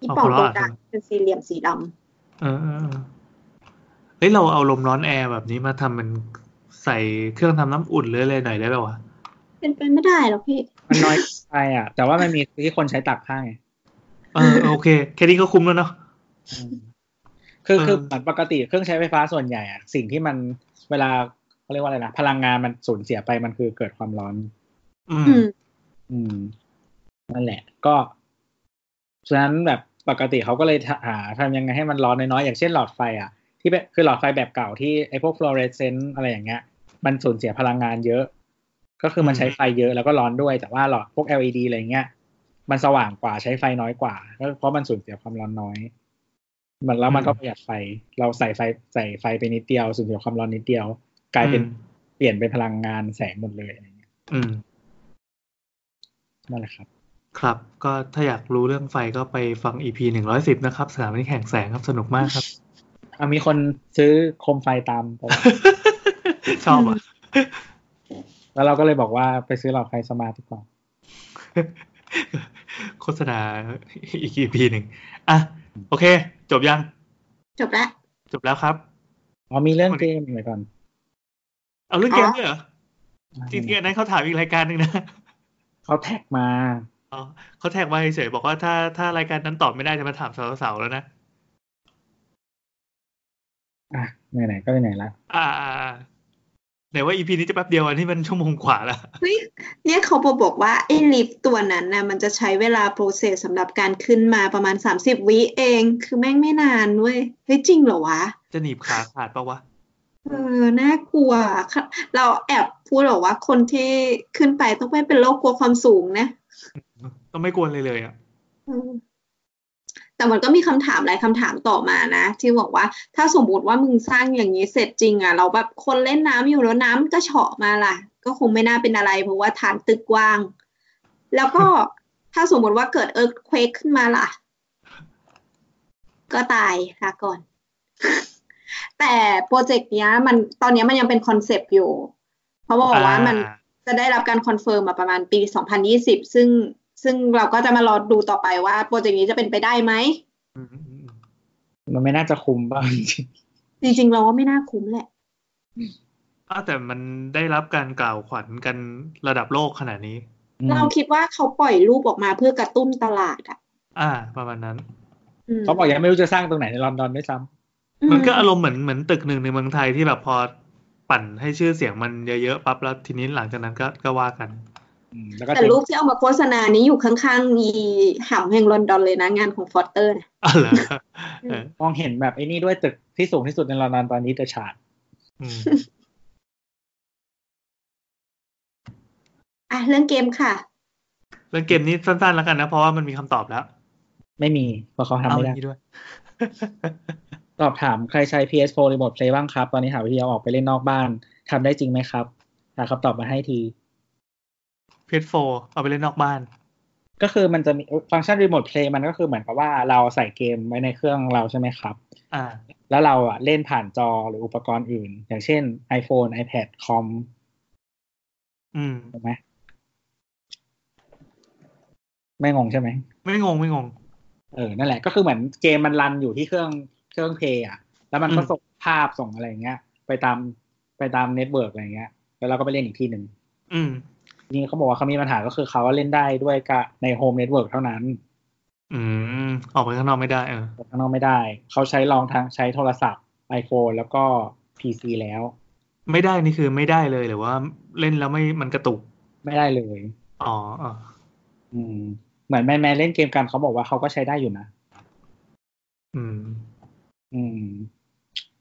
C: อีป่อง
A: อ๋อค
C: ต
A: น
C: รง
A: ละ
C: กลาง
A: อัน
C: เป็นสี่เหลี่ยมสีดำ
A: เออเออเออ เฮ้ยเราเอาลมร้อนแอร์แบบนี้มาทำเป็นใส่เครื่องทำน้ำอุ่นหรืออะไรหน่อยได้ไหมวะ
C: เป็นไปไม่ได้หรอกพี่
B: มันน้อยไปอ่ะ แต่ว่ามันมีที่คนใช้ตักผ้าไง
A: เออโอเคแค่นี้ก็คุ้มแล้วเนาะ
B: อืมคือ
A: เออ
B: คือเหมือนปกติเครื่องใช้ไฟฟ้าส่วนใหญ่อ่ะสิ่งที่มันเวลาเขาเรียกว่าอะไรนะพลังงานมันสูญเสียไปมันคือเกิดความร้อน
A: อืม
C: อืม
B: อืม นั่นแหละ ก็ฉะนั้นแบบปกติเขาก็เลยหาทำยังไงให้มันร้อนน้อยๆอย่างเช่นหลอดไฟอ่ะ ที่เป็นคือหลอดไฟแบบเก่าที่ไอ้พวกฟลูอเรสเซนต์อะไรอย่างเงี้ย มันสูญเสียพลังงานเยอะ ก็คือมันใช้ไฟเยอะแล้วก็ร้อนด้วย แต่ว่าหลอดพวก LED อะไรเงี้ย มันสว่างกว่าใช้ไฟน้อยกว่าก็เพราะมันสูญเสียความร้อนน้อยมันแล้วมันก็ประหยัดไฟ เราใส่ไฟใส่ไฟไปนิดเดียวสูญเสียความร้อนนิดเดียว กลายเป็นเปลี่ยนเป็นพลังงานแสงหมดเลยอะไรเงี้ย
A: อืม
B: นั่นแหละครับ
A: ครับ ก็ถ้าอยากรู้เรื่องไฟก็ไปฟัง EP หนึ่งร้อยสิบนะครับ สนามนี้แข่งแสงครับสนุกมากครับ
B: อ่ะมีคนซื้อโคมไฟตามไปแล้ว
A: ชอบอ่ะ
B: แล้วเราก็เลยบอกว่าไปซื้อหลอดไฟสมาร์ทดีกว่า
A: โฆษณาอีก EP หนึ่งอ่ะ โอเค จบยัง
C: จบละ
A: จบแล้วครับ
B: อ๋อมีเรื่องเกมหน่อยก่อน
A: เอาเรื่องเกมด้วยเหรอ จริงๆอันนั้นเขาถามอีกรายการหนึ่งนะ
B: เขาแท็กมา
A: อ๋อเขาแท็กมาเฉยๆบอกว่าถ้าถ้ารายการนั้นตอบไม่ได้จะมาถามสาวๆแล้วนะ
B: อ่ะไหนๆก็ไหนๆละ
A: อ่าไหนว่า EP นี้จะแป๊บเดียวอันนี้มันชั่วโมงกว่าละ
C: เฮ้ยเนี่ยเขาบอกว่าไอ้ลิฟต์ตัวนั้นนะมันจะใช้เวลาโปรเซสสำหรับการขึ้นมาประมาณ 30 วิเอง คือแม่งไม่นานเว้ยเฮ้ยจริงเหรอวะ
A: จะหนีบขาขาดปะวะ
C: เออ น่ากลัวค่ะเราแอบพูดหรอกว่าคนที่ขึ้นไปต้องไม่เป็นโรคกลัวความสูงนะ
A: ต้องไม่กวนเลยเลยอ่ะ
C: เออแต่มันก็มีคำถามหลายคำถามต่อมานะ ที่บอกว่าถ้าสมมติว่ามึงสร้างอย่างนี้เสร็จจริงอ่ะ เราแบบคนเล่นน้ำอยู่แล้วน้ำก็เฉาะมาล่ะ ก็คงไม่น่าเป็นอะไร เพราะว่าฐานตึกกว้าง แล้วก็ ถ้าสมมติว่าเกิดเอิร์ q เควกขึ้นมาล่ะ ก็ตายลาก่อน แต่โปรเจกต์เนี้ย มันตอนเนี้ยมันยังเป็นคอนเซปต์อยู่ เพราะบอกว่ามัน จะได้รับการคอนเฟิร์มมาประมาณปี 2020 ซึ่งซึ่งเราก็จะมารอดูต่อไปว่าโปรเจกต์นี้จะเป็นไปได้ไหม
A: อืมอืมอืม
B: มันไม่น่าจะคุม บ้าง
C: จริงๆ เราว่าไม่น่าคุ้มแหละ
A: อ้าวแต่มันได้รับการกล่าวขวัญกันระดับโลกขนาดนี้
C: เราคิดว่าเขาปล่อยรูปออกมาเพื่อกระตุ้นตลาดอ่ะ
A: อ่า ประมาณนั้น
C: ม
B: เขาบอกยังไม่รู้จะสร้างตรงไหนในลอนดอนด้วยซ้
A: มันก็อารมณ์เหมือนเหมือนตึกหนึ่งในเมืองไทยที่แบบพอปั่นให้ชื่อเสียงมันเยอะๆปั๊บแล้วทีนี้หลังจากนั้นก็ก็ว่ากัน
B: ำอืมแล้วก็
C: แต่
B: เจ๊ง
C: รูปที่เอามาโฆษณานี้อยู่ข้างๆ มีหำแห่งลอนดอนเลยนะ งานของฟอสเตอร์นะ
A: อ๋อเหรอเออ
B: มองเห็นแบบไอ้นี่ด้วยตึกที่สูงที่สุดในลอนดอนตอนนี้เดอะชาร์ด
A: อืม
C: อ่ะเรื่องเกมค่ะ
A: เรื่องเกมนี้สั้นๆแล้วกันนะ เพราะว่ามันมีคำตอบแล้ว
B: ไม่มีเพราะเขาทำ
A: เอา
B: ไม่
A: อ
B: ได้
A: ย่างนี้ด้วย
B: สอบถามใครใช้ PS4 รีโมทเพลย์บ้างครับ ตอนนี้หาวิธีเอาออกไปเล่นนอกบ้านทำได้จริงไหมครับหาคำตอบมาให้ที
A: เพจโฟเอาไปเล่นนอกบ้าน
B: ก็คือมันจะมีฟังก์ชันรีโมทเพลย์มันก็คือเหมือนกับว่าเราใส่เกมไว้ในเครื่องเราใช่ไหมครับ
A: อ่า
B: แล้วเราอ่ะเล่นผ่านจอหรืออุปกรณ์อื่น อย่างเช่น iPhone iPad คอม
A: อืม
B: ถูกไหมไม่งงใช่ไหม
A: ไม่งงไม่งง
B: เออนั่นแหละก็คือเหมือนเกมมันรันอยู่ที่เครื่องเครื่องเพย์อ่ะ แล้วมันก็
A: อืม
B: ส่งภาพส่งอะไรอย่างเงี้ย ไปตามไปตามเน็ตเวิร์กอะไรอย่างเงี้ย แล้วเราก็ไปเล่นอีกที่หนึ่ง
A: อืม
B: ทีนี่เขาบอกว่าเขามีปัญหาก็คือเขาเล่นได้ด้วยกับในโฮมเน็ตเวิร์กเท่านั้น
A: อืม ออกไปข้างนอกไม่ได้เออ
B: ออกข้างนอกไม่ได้ เขาใช้ลองทางใช้โทรศัพท์ iPhone แล้วก็ PC แล้ว
A: ไม่ได้นี่คือไม่ได้เลยหรือว่าเล่นแล้วไม่มันกระตุก
B: ไม่ได้เลย
A: อ๋ออ๋อ
B: อืม เหมือนแมนแมนเล่นเกมกันเขาบอกว่าเขาก็ใช้ได้อยู่นะ
A: อืม
B: อืม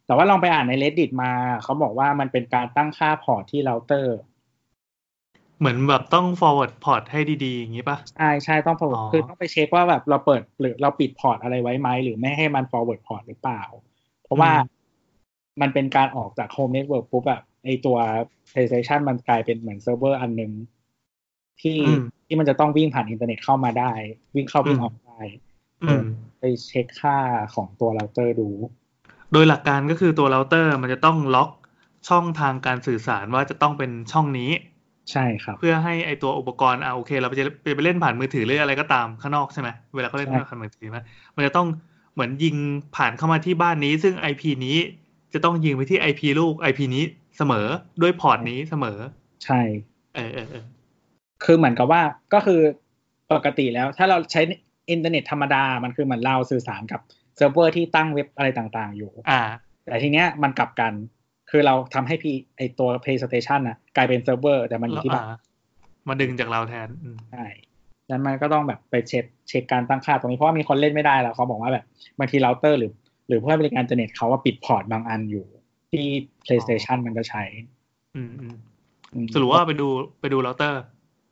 B: แต่ว่าลองไปอ่านใน reddit มา เขาบอกว่ามันเป็นการตั้งค่าพอร์ตที่เราเตอร์
A: เหมือนแบบต้อง forward port ให้ดีๆ อย่างนี้ป่ะ
B: ใช่ใช่ต้อง forward
A: อ๋อ
B: คือต้องไปเช็คว่าแบบเราเปิดหรือเราปิดพอร์ตอะไรไว้ไหม หรือไม่ให้มัน forward พอร์ตหรือเปล่า เพราะว่ามันเป็นการออกจาก home network ปุ๊บแบบไอตัว PlayStation มันกลายเป็นเหมือนเซิร์ฟเวอร์อันหนึ่งที่
A: อืม
B: ที่มันจะต้องวิ่งผ่านอินเทอร์เน็ตเข้ามาได้ วิ่งเข้าวิ่งออกได้
A: อืม
B: ไปเช็คค่าของตัวเราเตอร์ดู
A: โดยหลักการก็คือตัวเราเตอร์มันจะต้องล็อกช่องทางการสื่อสารว่าจะต้องเป็นช่องนี้
B: ใช่ครับ
A: เพื่อให้ไอตัวอุปกรณ์อ่ะโอเค เราไปจะไปเล่นผ่านมือถือหรืออะไรก็ตามข้างนอกใช่ไหมเวลาเขาเล่น
B: ใช่
A: ผ่านมือถือนะมันจะต้องเหมือนยิงผ่านเข้ามาที่บ้านนี้ ซึ่ง IP นี้ จะต้องยิงไปที่ IP ลูก IP นี้เสมอด้วยพอร์ตนี้เสมอ
B: ใช่
A: เออเออเออ
B: คือเหมือนกับว่าก็คือปกติแล้ว ถ้าเราใช้อินเทอร์เน็ตธรรมดา มันคือเหมือนเราสื่อสารกับเซิร์ฟเวอร์ที่ตั้งเว็บอะไรต่างๆ อยู่
A: อ่า
B: แต่ทีเนี้ยมันกลับกัน คือเราทำให้พีไอตัว PlayStation นะกลายเป็นเซิร์ฟเวอร์ แต่มันอยู่ที่บ้าน
A: อ่ามาดึงจากเราแทนอืม
B: ใช่แล้วมันก็ต้องแบบไปเช็คเช็คการตั้งค่าตรงนี้เพราะว่ามีคนเล่นไม่ได้แล้วเขาบอกว่าแบบบางทีเราเตอร์หรือ หรือผู้ให้บริการอินเทอร์เน็ตเขาว่าปิดพอร์ตบางอันอยู่ ที่ PlayStation มันก็ใช้
A: อืมอืม
B: อืม
A: สรุปว่าไปดูไปดูเราเตอร์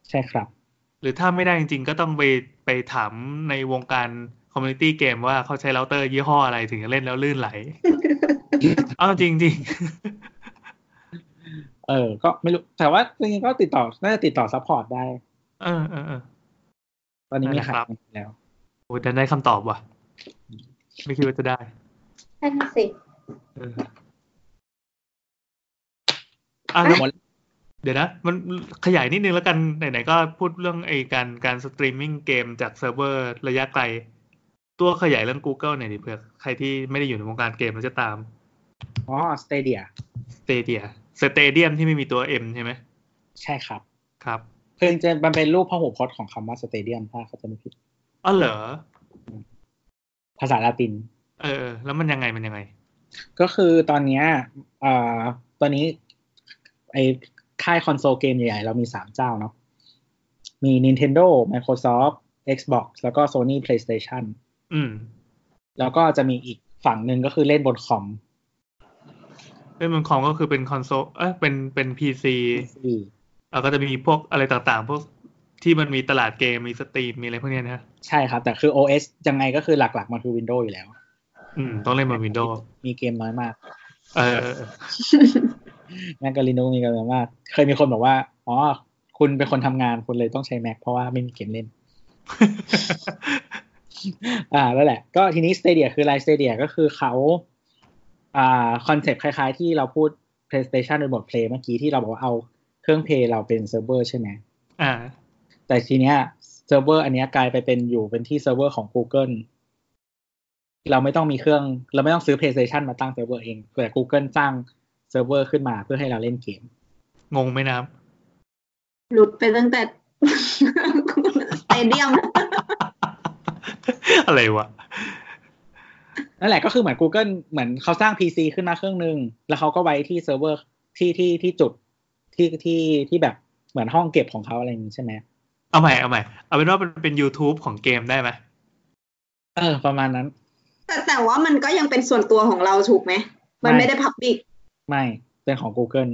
B: ใช่ครับ
A: หรือถ้าไม่ได้จริงๆ ก็ต้องไปไปถามในวงการคอมมูนิตี้เกมว่าเขาใช้เราเตอร์ยี่ห้ออะไรถึงจะเล่นแล้วลื่นไหล เอาจริงจริง
B: เออ ก็ไม่รู้ แต่ว่าจริงๆก็ติดต่อ น่าจะติดต่อซัพพอร์ตได้
A: ๆเออเออเออ
B: ตอนนี้มี
A: ได้
B: หา
A: ครับ
B: ยแล้ว
A: โอ้ยแต่ได้คำตอบว่ะ ไม่คิดว่าจะได้
C: นั่นน่ะสิ
A: เอออ่ะแล้ว
B: หมด
A: เดี๋ยวนะ มันขยายนิดนึงแล้วกันไหนๆก็พูดเรื่องไอ้การการสตรีมมิ่งเกมจากเซิร์ฟเวอร์ระยะไกล ตัวขยายเรื่อง Google หน่อยดิเผื่อใครที่ไม่ได้อยู่ในวงการเกมแล้วจะตาม
B: อ๋อสเตเดีย
A: สเตเดียสเตเดียมที่ไม่มีตัว M ใช่ไหม
B: ใช่ครับ
A: ครับ
B: คือจริงๆมันเป็นรูปพหุพจน์ของคำว่าสเตเดียมถ้าเขาจะไม่ผิด
A: อ๋อเหรอ
B: ภาษาละติน
A: เออเออ แล้วมันยังไงมันยังไง
B: ก็คือตอนเนี้ยเอ่อตอนนี้ไอค่ายคอนโซลเกมใหญ่ๆ เรามีสามเจ้าเนาะ มี Nintendo Microsoft Xbox แล้วก็ Sony PlayStation
A: อืม
B: แล้วก็จะมีอีกฝั่งหนึ่งก็คือเล่นบนคอม
A: เล่นบนคอมก็คือเป็นคอนโซลเอ้ยเป็นเป็นพีซี
B: PC
A: แล้วก็จะมีพวกอะไรต่างๆ พวกที่มันมีตลาดเกมมีสตรีมมีอะไรพวกเนี้ยนะ
B: ใช่ครับ แต่คือ OS ยังไงก็คือหลักๆ มันคือ Windows อยู่แล้ว
A: อืม ต้องเล่นบนวินโดว์
B: มีเกมน้อยมาก
A: เออเออเออ
B: แมกกาลินูมีกันแบบว่า เคยมีคนบอกว่า อ๋อ คุณเป็นคนทำงานคุณเลยต้องใช้แม็กเพราะว่าไม่มีเกมเล่น อ่า แล้วแหละ ก็ทีนี้สเตเดียคือไลฟ์สเตเดียก็คือเขาอ่าคอนเซปต์คล้ายๆ ที่เราพูด PlayStation Remote Play เมื่อกี้ที่เราบอกว่าเอาเครื่องเพลย์เราเป็นเซิร์ฟเวอร์ใช่ไหม
A: อ่า
B: แต่ทีเนี้ยเซิร์ฟเวอร์อันเนี้ยกลายไปเป็นอยู่เป็นที่เซิร์ฟเวอร์ของ Google เราไม่ต้องมีเครื่อง เราไม่ต้องซื้อ PlayStation มาตั้งเซิร์ฟเวอร์เองแต่ Google สร้างเซิร์ฟเวอร์ขึ้นมาเพื่อให้เราเล่นเกม
A: งงไหมน้
C: หลุดไปตั้งแต่ สเตเดียม
A: ำ อะไรวะ
B: นั่นแหละก็คือเหมือน Google เหมือนเขาสร้าง PC ขึ้นมาเครื่องหนึ่งแล้วเขาก็ไว้ที่เซิร์ฟเวอร์ที่ที่ที่จุดที่ที่ที่แบบเหมือนห้องเก็บของเขาอะไรอย่างนี้ใช่ไหม
A: เอาใหม่เอาใหม่ เอาเป็นว่ามันเป็น YouTube ของเกมได้ไหม
B: เออ ประมาณนั้น
C: แต่แต่ว่ามันก็ยังเป็นส่วนตัวของเราถูกไหม มัน
B: ไม่
C: ไม่ได้พับบิก
B: ไม่ เป็นของ Google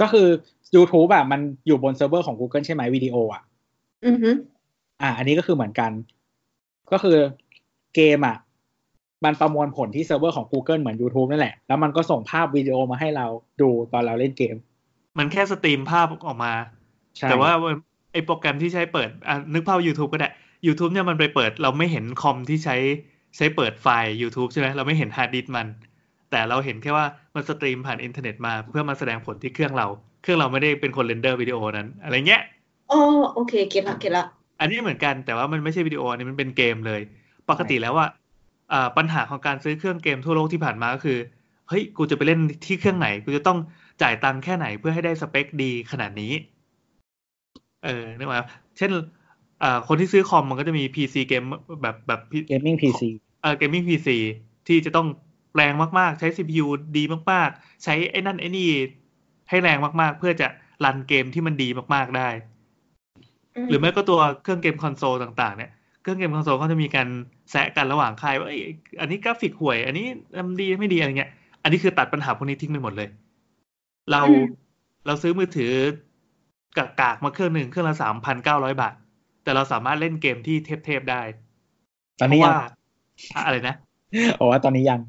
B: ก็คือ YouTube อ่ะมันอยู่บนเซิร์ฟเวอร์ของ Google ใช่ไหมวิดีโออ่ะ
C: อือฮึ
B: อ่ะอันนี้ก็คือเหมือนกัน ก็คือเกมอ่ะ มันประมวลผลที่เซิร์ฟเวอร์ของ Google เหมือน YouTube นั่นแหละ แล้วมันก็ส่งภาพวิดีโอมาให้เราดูตอนเราเล่นเกม
A: มันแค่สตรีมภาพออกมา
B: ใช่
A: แต่ว่าไอโปรแกรมที่ใช้เปิดอ่ะนึกภาพ YouTube ก็ได้ YouTube เนี่ยมันไปเปิดเราไม่เห็นคอมที่ใช้ใช้เปิดไฟล์ YouTube ใช่ไหมเราไม่เห็นฮาร์ดดิสก์มัน แต่เราเห็นแค่ว่ามันสตรีมผ่านอินเทอร์เน็ตมาเพื่อมาแสดงผลที่เครื่องเรา เครื่องเราไม่ได้เป็นคนเรนเดอร์วิดีโอนั้น อะไรเงี้ย
C: โอ้โอเค เก็ตละเก็ตละ
A: อันนี้เหมือนกันแต่ว่ามันไม่ใช่วิดีโออันนี้มันเป็นเกมเลย ปกติแล้วว่าอ่าปัญหาของการซื้อเครื่องเกมทั่วโลกที่ผ่านมาก็คือเฮ้ยกูจะไปเล่นที่เครื่องไหนกูจะต้องจ่ายตังค์แค่ไหนเพื่อให้ได้สเปคดีขนาดนี้ เออนึกว่าเช่นอ่าคนที่ซื้อคอมมันก็จะมี PC เกมแบบแบบ
B: Gaming PC
A: เอ่อเกมมิ่งพีซีที่จะต้องแรงมาก ๆ ใช้ CPU ดีมาก ๆ ใช้ไอ้นั่นไอ้นี่ให้แรงมาก ๆ เพื่อจะรันเกมที่มันดีมาก ๆ ได้ หรือไม่ก็ตัวเครื่องเกมคอนโซลต่าง ๆ เนี่ย เครื่องเกมคอนโซลเขาจะมีการแซะกันระหว่างค่ายว่าเอ้ยอันนี้กราฟิกห่วย อันนี้ทำดีไม่ดีอะไรเงี้ย อันนี้คือตัดปัญหาพวกนี้ทิ้งไปหมดเลย เรา
C: อืม
A: เราซื้อมือถือกากๆมาเครื่องหนึ่งเครื่องละสามพันเก้าร้อยบาท แต่เราสามารถเล่นเกมที่เทพๆได้
B: ตอน
A: เพ
B: นี้
A: ราะ
B: ยั
A: ว่าง อะอะไรนะ
B: โอ้ว่าตอนนี้ยัง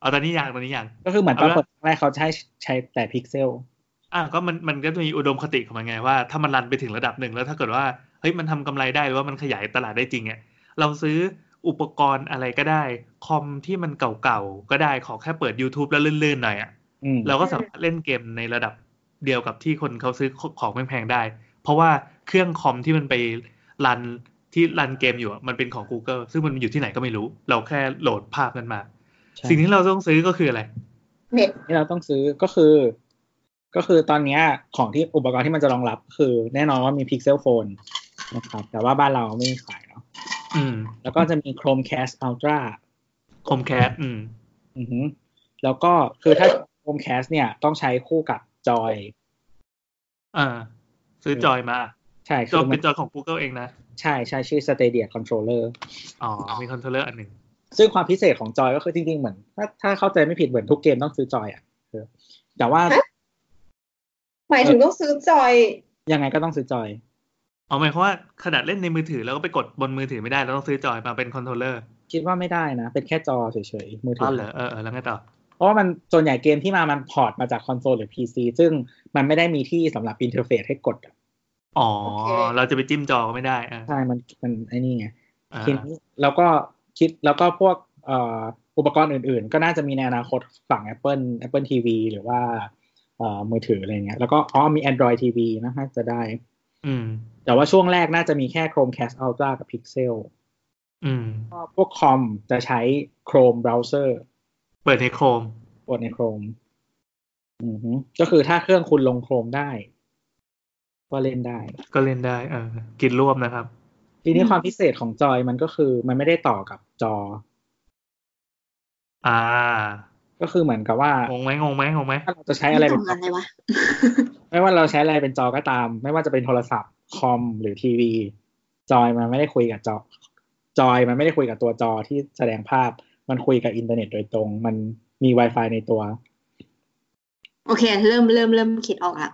A: เอาตอนนี้ยังตอนนี้ยัง
B: ก็คือเหมือนต
A: เอา
B: อน
A: ละ
B: เปิดแรกเขาใช้ใช้แต่พิกเซล
A: อ่ะก็มันมันก็จะมีอุดมคติของมันไงว่าถ้ามันรันไปถึงระดับหนึ่งแล้วถ้าเกิดว่าเฮ้ยมันทำกำไรได้หรือว่ามันขยายตลาดได้จริงเนี่ยเราซื้ออุปกรณ์อะไรก็ได้ คอมที่มันเก่าๆ ก็ได้ขอแค่เปิด YouTube แล้วลื่นๆหน่อยอ่ะ
B: อืม
A: เราก็สามารถเล่นเกมในระดับเดียวกับที่คนเขาซื้อของแพงๆได้ เพราะว่าเครื่องคอมที่มันไปรันที่รันเกมอยู่อะมันเป็นของ Google ซึ่งมันอยู่ที่ไหนก็ไม่รู้ เราแค่โหลดภาพนั้นมา
B: ใช่
A: สิ่งที่เราต้องซื้อก็คืออะไร
C: เน็ต
B: ที่เราต้องซื้อก็คือ ก็คือตอนเนี้ยของที่อุปกรณ์ที่มันจะรองรับ คือแน่นอนว่ามี Pixel Phone นะครับ แต่ว่าบ้านเราไม่มีขายเนาะ
A: อืม
B: แล้วก็จะมี Chromecast Ultra
A: คมแคสอืม
B: อือฮึแล้วก็คือถ้า Chromecast เนี่ยต้องใช้คู่กับจอย
A: อ่า ซื้อจอยมา
B: ใช่
A: จ
B: คือ อย มั
A: เป็น
B: น
A: จอยของ Google เองนะ
B: ใช่ใช่ชื่อ Stadia Controller
A: อ๋อ มีคอนโทรลเลอร์อันหนึ่ง
B: ซึ่งความพิเศษของจอยก็คือจริงๆเหมือน ถ้าถ้าเข้าใจไม่ผิดเหมือนทุกเกมต้องซื้อจอยอ่ะเออแต่ว่า
C: หมายถึงต้องซื้อจอย
B: ยังไงก็ต้องซื้อจอย
A: เอาหมายความว่าขนาดเล่นในมือถือแล้วก็ไปกดบนมือถือไม่ได้เราต้องซื้อจอยมาเป็นคอนโทรลเลอร์
B: คิดว่าไม่ได้นะ เป็นแค่จอเฉยๆมือถื
A: อ้าว
B: อ
A: เหรอเออเออแล้วไงต่อ
B: เพราะว่ามันส่วนใหญ่เกมที่มามันพอร์ตมาจากคอนโซลหรือ PC ซึ่งมันไม่ได้มีที่สำหรับอินเทอร์เฟซให้กดอะ
A: อ๋อ
C: โอเค
A: เราจะไปจิ้มจอก็ไม่ได้อ่า
B: ใช่มันมันไอ้นี่ไง
A: อ่า
B: ทีนี้แล้วก็คิดแล้วก็พวกเอ่ออุปกรณ์อื่นๆ ก็น่าจะมีในอนาคตฝั่ง Apple Apple TV หรือว่าเอ่อมือถืออะไรเงี้ยแล้วก็อ๋อมี Android TV นะฮะจะได้
A: อืม
B: แต่ว่าช่วงแรกน่าจะมีแค่ Chromecast Ultra กับ Pixel
A: อืม
B: ก็พวกคอมจะใช้ Chrome Browser
A: เปิดในโครม
B: บนใน Chrome อือฮึก็คือถ้าเครื่องคุณลง Chrome ได้ ก็เล่นได้
A: ก็เล่นได้ เออ กินรวบนะครับ
B: ทีนี้ความพิเศษของจอยมันก็คือมันไม่ได้ต่อกับจอ
A: อ่า
B: ก็คือเหมือนกับว่าง
A: งไหมงงไหมงงไหม
B: ถ้าเราจะใช้อะไร
C: ต้
B: เป็
C: อน งอะไรวะ
B: ไม่ว่าเราใช้อะไรเป็นจอก็ตาม ไม่ว่าจะเป็นโทรศัพท์คอมหรือทีวี จอยมันไม่ได้คุยกับจอ จอยมันไม่ได้คุยกับตัวจอที่แสดงภาพ มันคุยกับอินเทอร์เน็ตโดยตรง มันมี Wi-Fi ในตัว
C: โอเค เริ่มเริ่มเริ่มคิดออกละ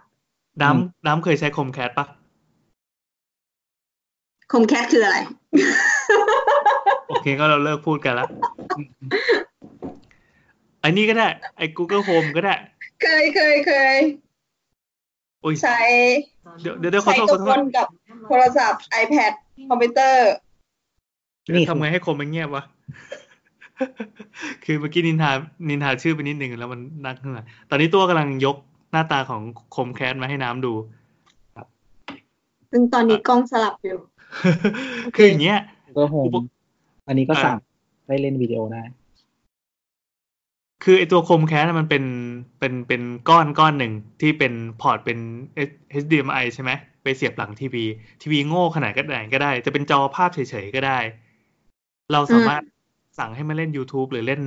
A: น้ำน้ำเคยใช้คมแคสปะ
C: คมแคทคืออะไร
A: โอเคก็เราเลิกพูดกัน ละอืมอันนี้ก็ได้ ไอ้ Google Home ก็ได้
C: เคยเคยเคย
A: อุ้ย
C: ใช้
A: เดี๋ยวเดี๋ยวเดี๋ยวขอ
C: ใช้
A: โทษขอ
C: ตัว
A: โท
C: บ
A: ษ
C: นกับโทรศัพท์ iPad คอมพิวเตอร์
A: นี่ทำไงให้คมมันเงียบวะ คือเมื่อกี้นินทา นินทาชื่อไปนิดหนึ่งแล้วมันนักขึ้นมาตอนนี้ตัวกำลังยกหน้าตาของคมแคสมาให้น้ ำดู
C: ซึ่งตอนนี้กล้องสลับอยู่
A: คืออย่างเงี้ย
B: ก็โฮ
A: อุ
B: ม
A: ป
B: อันนี้ก็
A: อ่า
B: สั่งได้เล่นวิดีโอได้
A: คือไอตัวคมแคสน่ะมันเป็นเป็นเป็นก้อนก้อนหนึ่งที่เป็นพอร์ตเป็น H- HDMI ใช่ไหมไปเสียบหลังทีวีทีวีโง่ขนาดกระไหนก็ได้ จะเป็นจอภาพเฉยๆก็ได้ เราสามารถสั่งให้มันเล่น YouTube หรือเล่น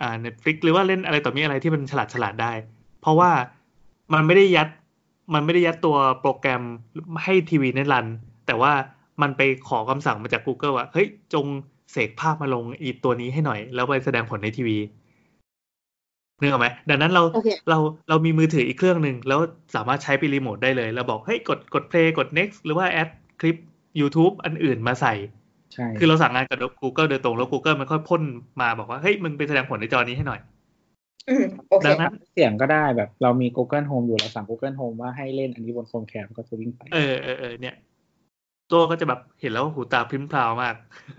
A: อ่า Netflix หรือว่าเล่นอะไรต่อมีอะไรที่มันฉลาดฉลาดๆได้ เพราะว่ามันไม่ได้ยัดมันไม่ได้ยัดตัวโปรแกรมให้ทีวีนั้นรัน แต่ว่ามันไปขอคำสั่งมาจาก Google ว่าเฮ้ยจงเสกภาพมาลงอีตัวนี้ให้หน่อย แล้วไปแสดงผลในทีวี นึกออกไหมดังนั้นเรา
C: โอเค
A: เราเรามีมือถืออีกเครื่องหนึ่งแล้วสามารถใช้เป็นรีโมทได้เลย เราบอกเฮ้ยกดกด play กด next หรือว่าแอดคลิป YouTube อันอื่นมาใส่
B: ใช่
A: คือเราสั่งงานกับ Google โดยตรงแล้ว Google มันค่อยพ่นมาบอกว่า เฮ้ย มึงไปแสดงผลในจอนี้ให้หน่อย
C: อืมโอเค
A: ดังนั้น
B: เสียงก็ได้แบบเรามี Google Home อยู่เราสั่ง Google Home ว่าให้เล่นอันนี้บนโฮมแคมก็จะวิ่งไป
A: เออเออเออเนี่ย ตัวก็จะแบบเห็นแล้วหูตาพริ้มพราวมาก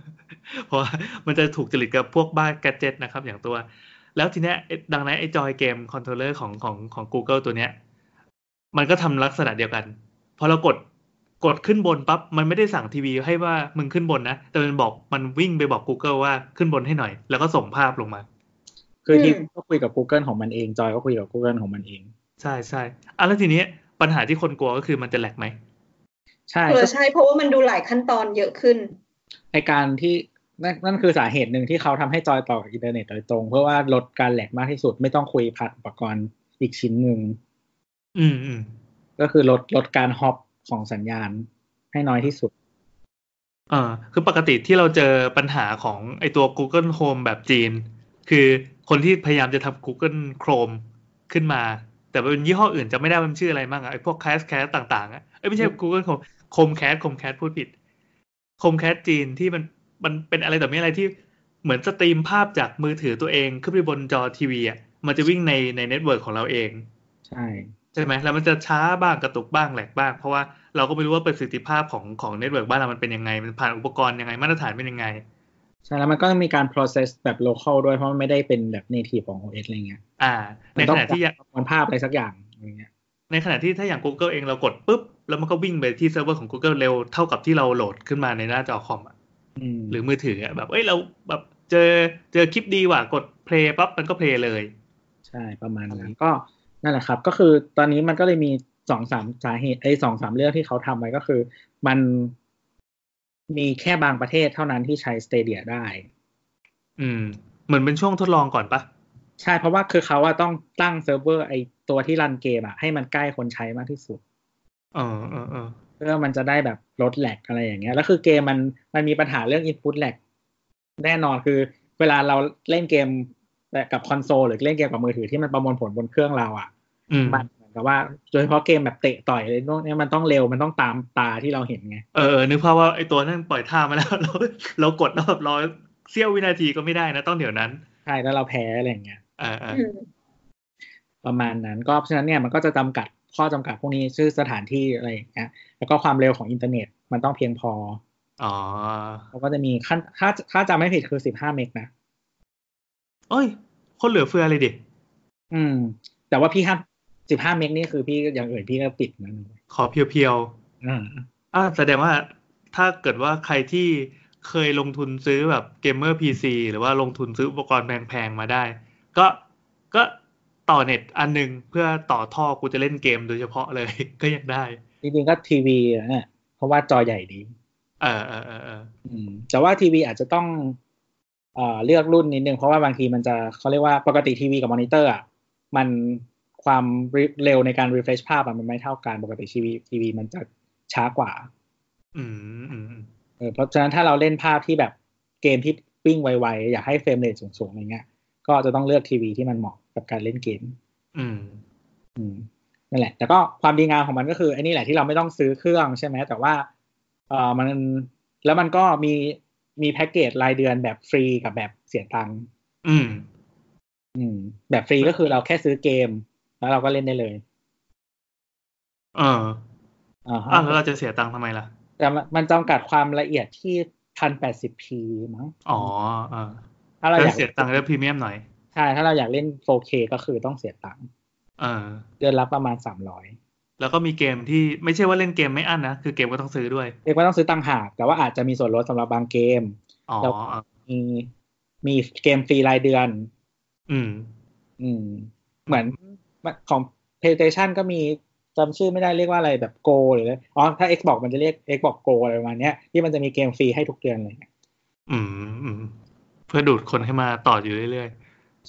A: เพราะว่ามันจะถูกจริตกับพวกบ้านแกดเจ็ตนะครับ อย่างตัว แล้วทีเนี้ยไอ้ดังนั้นไอ้จอยเกมคอนโทรลเลอร์ของของของ Google ตัวเนี้ย มันก็ทำลักษณะเดียวกัน พอเรากดกดขึ้นบนปั๊บ มันไม่ได้สั่งทีวีให้ว่ามึงขึ้นบนนะ แต่มันบอกมันวิ่งไปบอก Google ว่าขึ้นบนให้หน่อย แล้วก็ส่งภาพลงมา
B: คือทีวีก็คุยกับ Google ของมันเองจอยก็คุยกับ Google ของมันเอง
A: ใช่ใช่อ่ะแล้วทีเนี้ยปัญหาที่คนกลัวก็คือมันจะแหลกไหม
B: ใช่
C: เออ
B: ก็
C: ใช่เพราะว่ามันดูหลายขั้นตอนเยอะขึ้น
B: ในการที่นั่นนั่นคือสาเหตุหนึ่งที่เขาทำให้จอยต่อกับอินเทอร์เน็ตโดยตรง เพื่อว่าลดการแหลกมากที่สุดไม่ต้องคุยผ่านอุปกรณ์อีกชิ้นหนึ่ง
A: อืมอืม
B: ก็คือลดลดการฮอปของสัญญาณให้น้อยที่สุด
A: อ่าคือปกติที่เราเจอปัญหาของไอตัว Google Home แบบจีน คือคนที่พยายามจะทำ Google Chrome ขึ้นมา แต่เป็นยี่ห้ออื่นจะไม่ได้มันชื่ออะไรบ้างอะไอพวก Cast Cast ต่างๆอะเอ้ยไม่ใช่ Google Chrome Chromecast Chromecast พูดผิด Chromecast จีนที่มันมันเป็นอะไรต่อไม่อะไรที่เหมือนสตรีมภาพจากมือถือตัวเองขึ้นไปบนจอทีวีอะมันจะวิ่งในในเน็ตเวิร์กของเราเอง
B: ใช่
A: ใช่ไหมแล้วมันจะช้าบ้างกระตุกบ้างแหลกบ้าง เพราะว่าเราก็ไม่รู้ว่าประสิทธิภาพของของเน็ตเวิร์กบ้านเรามันเป็นยังไง มันผ่านอุปกรณ์ยังไงมาตรฐานเป็นยังไง
B: ใช่แล้วมันก็มีการ process แบบ local ด้วยเพราะมันไม่ได้เป็นแบบ native ของ OS อะไรเงี้ย
A: อ่า
B: มั
A: ในข
B: ต้
A: อง ณะที่อย่าง
B: ประมวลภาพอะไรสักอย่างอย่างเงี้ย
A: ในขณะที่ถ้าอย่าง Google เองเรากดปุ๊บ แล้วมันก็วิ่งไปที่เซิร์ฟเวอร์ของ Google เร็วเท่ากับที่เราโหลดขึ้นมาในหน้าจอคอมอะ
B: อืม
A: หรือมือถืออะแบบเอ้ยเราแบบเจอเจอคลิปดีว่ะกด play ปั๊บมันก็ play เลย
B: ใช่ประมาณนั้นก็นั่นแหละครับ ก็คือตอนนี้มันก็เลยมีสองสามสาเหตุไอ้สองสามเรื่องที่เขาทำไว้ก็คือ มันมีแค่บางประเทศเท่านั้นที่ใช้สเตเดียได้
A: อืม เหมือนเป็นช่วงทดลองก่อนปะ
B: ใช่เพราะว่าคือเขาว่าต้องตั้งเซิร์ฟเวอร์ไอตัวที่รันเกมอะให้มันใกล้คนใช้มากที่สุด
A: เออเออเออ
B: เพื่อมันจะได้แบบลดแลกอะไรอย่างเงี้ย แล้วคือเกมมันมันมีปัญหาเรื่อง input lag แน่นอนคือ เวลาเราเล่นเกมแต่กับคอนโซลหรือเล่นเกมกับมือถือที่มันประมวลผลบนเครื่องเราอะ่ะ
A: อืม
B: มันเหมือนกับว่าโดยเฉพาะเกมแบบเตะต่อยอะไรพวกเนี้ยมันต้องเร็วมันต้องตามตาที่เราเห็นไง
A: เออเออนึกภาพว่าไอ้ตัวนั่นปล่อยท่ามาแล้ว เราเรากดแล้วแบบรอเสี้ยววินาทีก็ไม่ได้นะต้องเดี๋ยวนั้น
B: ใช่แล้วเราแพ้อะไรอย่างเงี้ย
A: อ่าอ่า
C: อืม
B: ประมาณนั้นก็เพราะฉะนั้นเนี่ยมันก็จะจำกัดข้อจำกัดพวกนี้ชื่อสถานที่อะไรอย่างเงี้ยแล้วก็ความเร็วของอินเทอร์เน็ตมันต้องเพียงพอ
A: อ๋อ
B: เขาก็จะมีขั้นถ้าถ้าจำไม่ผิดคือสิบห้าเมกนะ
A: เอ้ยคนเหลือเฟือเลยดิ
B: อืม แต่ว่าพี่ห้าสิบห้าเมกนี่คือพี่อย่างอื่นพี่ก็ปิดนะ
A: ขอเพียวๆ
B: อ่า
A: อ่าแสดงว่าถ้าเกิดว่าใครที่เคยลงทุนซื้อแบบเกมเมอร์พีซีหรือว่าลงทุนซื้ออุปกรณ์แพงๆมาได้ ก็ก็ต่อเน็ตอันหนึงเพื่อต่อท่อกูจะเล่นเกมโดยเฉพาะเลย ก็ยังได้
B: จริงๆก็ทีวีอะเนี่ยเพราะว่าจอใหญ่ดี
A: เออเออเออเออ
B: อืม แต่ว่าทีวีอาจจะต้องเอ่อเลือกรุ่นนิดนึง เพราะว่าบางทีมันจะเขาเรียกว่าปกติทีวีกับมอนิเตอร์อ่ะมันความเร็วในการ refresh ภาพอะมันไม่เท่ากันปกติทีวีทีวีมันจะช้ากว่า
A: อืมอืมอืม
B: เออเพราะฉะนั้นถ้าเราเล่นภาพที่แบบเกมที่วิ่งไวๆ อยากให้เฟรมเรทสูงๆอะไรเงี้ยก็จะต้องเลือกทีวีที่มันเหมาะกับการเล่นเกม
A: อืม
B: อืมนั่นแหละ แต่ก็ความดีงามของมันก็คือไอ้นี่แหละที่เราไม่ต้องซื้อเครื่องใช่ไหมแต่ว่าเออมันแล้วมันก็มีมีแพ็กเกจรายเดือนแบบฟรีกับแบบเสียตังค์
A: อืม
B: อืม แบบฟรีก็คือเราแค่ซื้อเกม แล้วเราก็เล่นได้เลย
A: เออ
B: อ่าฮะ
A: อ่ะแล้วเราจะเสียตังค์ทำไมล่ะ
B: แต่มันมันจำกัดความละเอียดที่ 1080p มั้ง
A: อ๋อเออ
B: ถ้าเรา
A: แล้วย
B: อาก
A: เสียตังค์แล้วพรีเมียมหน่อย
B: ใช่ถ้าเราอยากเล่น 4K ก็คือต้องเสียตังค์
A: เออ
B: เดือนละประมาณ 300
A: แล้วก็มีเกมที่ไม่ใช่ว่าเล่นเกมไม่อั้นนะคือเกมก็ต้องซื้อด้วย
B: เรียกว่าต้องซื้อตังหากแต่ว่าอาจจะมีส่วนลดสำหรับบางเกม
A: อ๋อ
B: แล้ว
A: เออ
B: มีมีเกมฟรีรายเดือน
A: อืม
B: อืม เหมือนมันของ PlayStation ก็มีจำชื่อไม่ได้เรียกว่าอะไรแบบ Go หรืออะไรอ๋อถ้า Xbox มันจะเรียก Xbox Go อะไรประมาณเนี้ยที่มันจะมีเกมฟรีให้ทุกเดือนเลย
A: อืมอืมเพื่อดูดคนให้มาต่ออยู่เรื่อย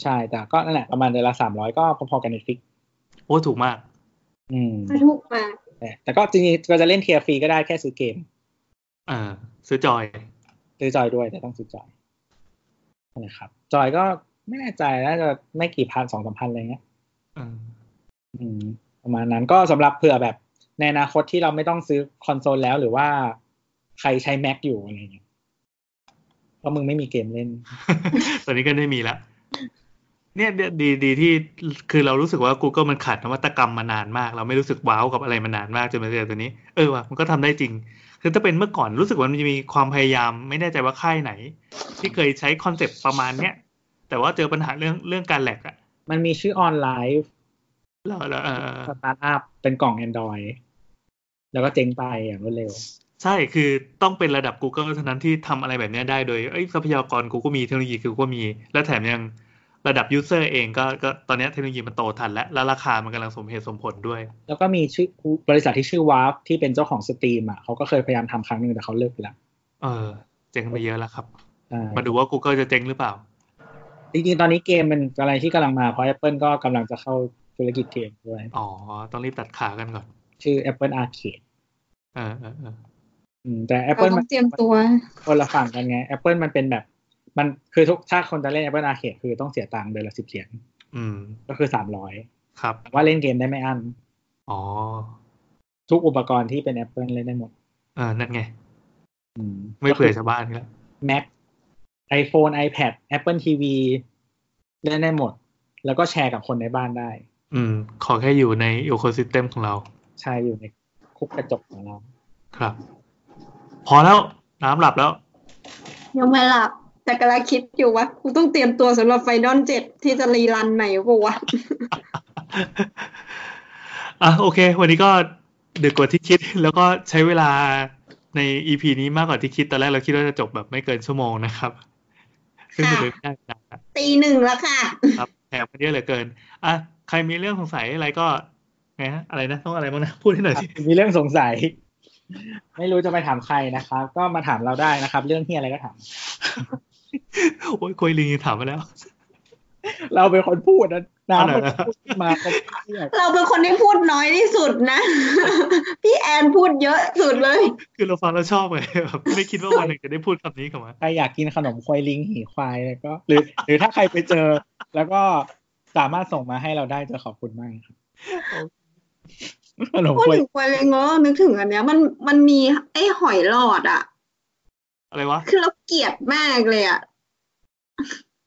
B: ใช่ แต่ก็นั่นแหละประมาณเดือนละสามร้อยก็พอๆกันในฟิก
A: ๆ โอ้ถูกมาก
B: อืม
C: สนุกมาก
B: แต่แต่ก็จริงๆก็จะเล่นเทียร์ฟรีก็ได้แค่ซื้อเกม
A: เออซื้อจอย
B: ซื้อจอยด้วยแต่ต้องซื้อจอยนั่นแหละครับ จอยก็ไม่แน่ใจน่าจะไม่กี่พันสองสามพันอะไรเงี้ย
A: เออ
B: อืมประมาณนั้นก็สำหรับเผื่อแบบในอนาคตที่เราไม่ต้องซื้อคอนโซลแล้วหรือว่าใครใช้ Mac อยู่อะไรอย่างเงี้ยเพราะมึงไม่มีเกมเล่น
A: ตอนนี้ก็ได้มีละเนี่ยดีดีดีที่คือเรารู้สึกว่า Google มันขาดนวัตกรรมมานานมาก เราไม่รู้สึกว้าวกับอะไรมานานมากจนมาเจอตัวนี้ เออว่ะมันก็ทำได้จริง คือถ้าเป็นเมื่อก่อนรู้สึกว่ามันจะมีความพยายาม ไม่แน่ใจว่าค่ายไหน ที่เคยใช้คอนเซปต์ประมาณเนี้ยแต่ว่าเจอปัญหาเรื่องเรื่องการแหลกอะ
B: มันมีชื่อออนไลน์
A: แล้วแล้วเออเออ
B: สตาร์ทอัพเป็นกล่อง Android แล้วก็เจ๊งไปอย่างรวดเร็ว
A: ใช่ คือต้องเป็นระดับ Google เท่านั้นที่ทำอะไรแบบเนี้ยได้โดยเอ้ยทรัพยากรกูก็มีเทคโนโลยีกูก็มี และแถมยังระดับ User เองก็ก็ตอนเนี้ยเทคโนโลยีมันโตทันและและราคามันกำลังสมเหตุสมผลด้วย
B: แล้วก็มีชื่อบริษัทที่ชื่อวาฟที่เป็นเจ้าของสตรีมอ่ะเขาก็เคยพยายามทำครั้งหนึ่งแต่เขาเลิกไปแล้ว
A: เออ เจ๊งไปเยอะแล้วครับ
B: ใช่
A: มาดูว่า Google จะเจ๊งหรือเปล่า
B: จริงๆตอนนี้เกมมันอะไรที่กำลังมาเพราะ Apple ก็กำลังจะเข้าธุรกิจเกมด้วย
A: อ๋อ ต้องรีบตัดขากันก่อน
B: ชื่อ Apple Arcade
A: เออเออเออ
B: อืมแต่
C: เรา
B: Apple
C: ต้
B: มั
C: อน งเตรียมตัว
B: คนละฝั่งกันไง Apple มันเป็นแบบ มันคือทุกถ้าคนจะเล่น Apple Arcade คือต้องเสียตังค์เดือนละสิบเหรียญ
A: อืม
B: ก็คือสามร้อย
A: ครับ
B: ว่าเล่นเกมได้ไม่อั้น
A: อ๋อ
B: ทุกอุปกรณ์ที่เป็น Apple เล่นได้หมด
A: เออ นั่นไง
B: อืม
A: ไม่เผื่อชาวบ้านครับ
B: Mac iPhone iPad Apple TV เล่นได้หมด แล้วก็แชร์กับคนในบ้านได้
A: อืม ขอแค่อยู่ใน ecosystem ของเรา
B: ใช่อยู่ในคุกกระจกของเรา
A: ครับ พอแล้ว น้ำหลับแล้ว
C: ยังไม่หลับ แต่กำลังคิดอยู่ว่ากูต้องเตรียมตัวสำหรับไฟนอลเจ็ดที่จะรีรันใหม่ปะวะ
A: อ่ะโอเค วันนี้ก็ดึกกว่าที่คิด แล้วก็ใช้เวลาใน EP นี้มากกว่าที่คิดตอนแรกเราคิดว่าจะจบแบบไม่เกินชั่วโมงนะครับ ซึ่งเป็นไปไม่ได้นะ
C: ตีหนึ่งแล้วค่ะ
A: ครับ ถมกันเยอะเหลือเกิน อ่ะ ใครมีเรื่องสงสัยอะไรก็ไงฮะอะไรนะ ต้องอะไรบ้างนะ พูดให้หน่อยสิ
B: มีเรื่องสงสัย ไม่รู้จะไปถามใครนะครับ ก็มาถามเราได้นะครับ เรื่องที่อะไรก็ถาม
A: โอ้ยคุยลิงยังถามมาแล้ว
B: เราเป็นคนพูดนะน้ำ
A: เอาหน่อยนะ
B: เป็นคนพูด มาก็เครียด
C: เราเป็นคนที่พูดน้อยที่สุดนะ พี่แอนพูดเยอะสุดเลย
A: คือเราฟังเราชอบไง แบบไม่คิดว่าวันหนึ่งจะได้พูดคำนี้กับมา
B: ใครอยากกินขนมควายลิงหีควายแล้วก็ หรือ หรือถ้าใครไปเจอ แล้วก็สามารถส่งมาให้เราได้จะขอบคุณมากครับขนมค
C: พูด
B: วาย
C: ถึงคว ายเลงเงอนึกถึงอันเนี้ย มันมันมีไอ้หอยหลอดอ่ะ
A: อะไรวะ
C: คือเราเกลียดมากเลยอ่ะ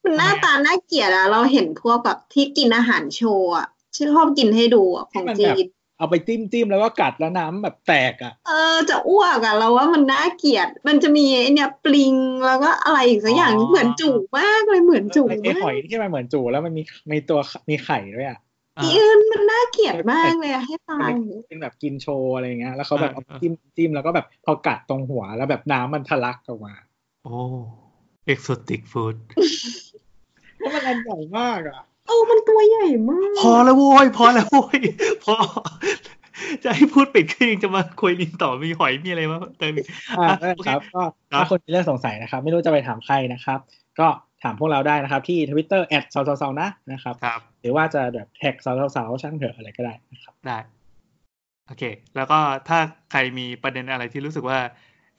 C: มันหน้าตาน่าเกลียดอ่ะ เราเห็นพวกแบบที่กินอาหารโชว์อ่ะที่ชอบกินให้ดูอ่ะของจีน
B: เอาไปจิ้มจิ้มแล้วก็กัดแล้วน้ำแบบแตกอ่ะ
C: เออจะอ้วกอ่ะเราว่ามันน่าเกลียด มันจะมีไอเนี้ยปลิงแล้วก็อะไรอีกสักอย่าง
A: อ๋อ
C: เหมือนจูมากเลยเหมือนจู
B: ไอ้
C: มา
B: ห
C: ก
B: อยที่มันเหมือนจู่แล้วมันมีมีตัวมีไข่ด้วยอ่ะ
A: อ่ะ
C: อีอื่นมันน่าเกลียดมากเลยอะให้ตาย
B: เป็นแบบกินโชว์อะไรอย่างเงี้ย แล้วเขาแบบ
A: อ่า
B: เอาจิ้มจิ้มแล้วก็แบบพอกัดตรงหัวแล้วแบบน้ำมันทะลักออกมา
A: โอ้เอกโซติกฟู้ด
B: เพราะมันอันใหญ่มากอ่ะ
C: โอ้มันตัวใหญ่มาก
A: พอแล้วโว้ย พอแล้วโว้ย พอ จะให้พูดปิดก็ยังจะมาคุยลิงต่อมีหอยมีอะไรมาเติมอีก
B: อ่า
A: อ่ะ
B: นะครับก็
A: ครั
B: ถ้า
A: บ
B: คนมีเรื่องสงสัยนะครับ ไม่รู้จะไปถามใครนะครับ ก็ถามพวกเราได้นะครับ ที่ Twitter แอดสาวๆนะนะครับ
A: ครับ
B: หรือว่าจะแบบแท็กสาวๆช่างเถอะอะไรก็ได้นะครับ
A: ได้ โอเค แล้วก็ถ้าใครมีประเด็นอะไรที่รู้สึกว่า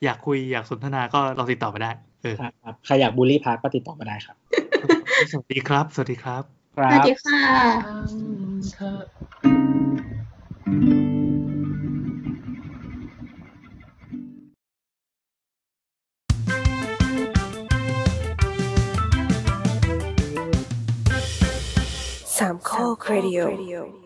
A: อยากคุยอยากสนทนาก็ลองติดต่อมาได้ เออ
B: ครับใครอยากบูลลี่พาร์ทก็ติดต่อมาได้ครับ
A: สวัสดีครับ สวัสดีครับ
B: ครั
C: สวัส
B: บ
C: ดีค่ะ
D: ฟังเถอะ
E: สามข้อครดิโอ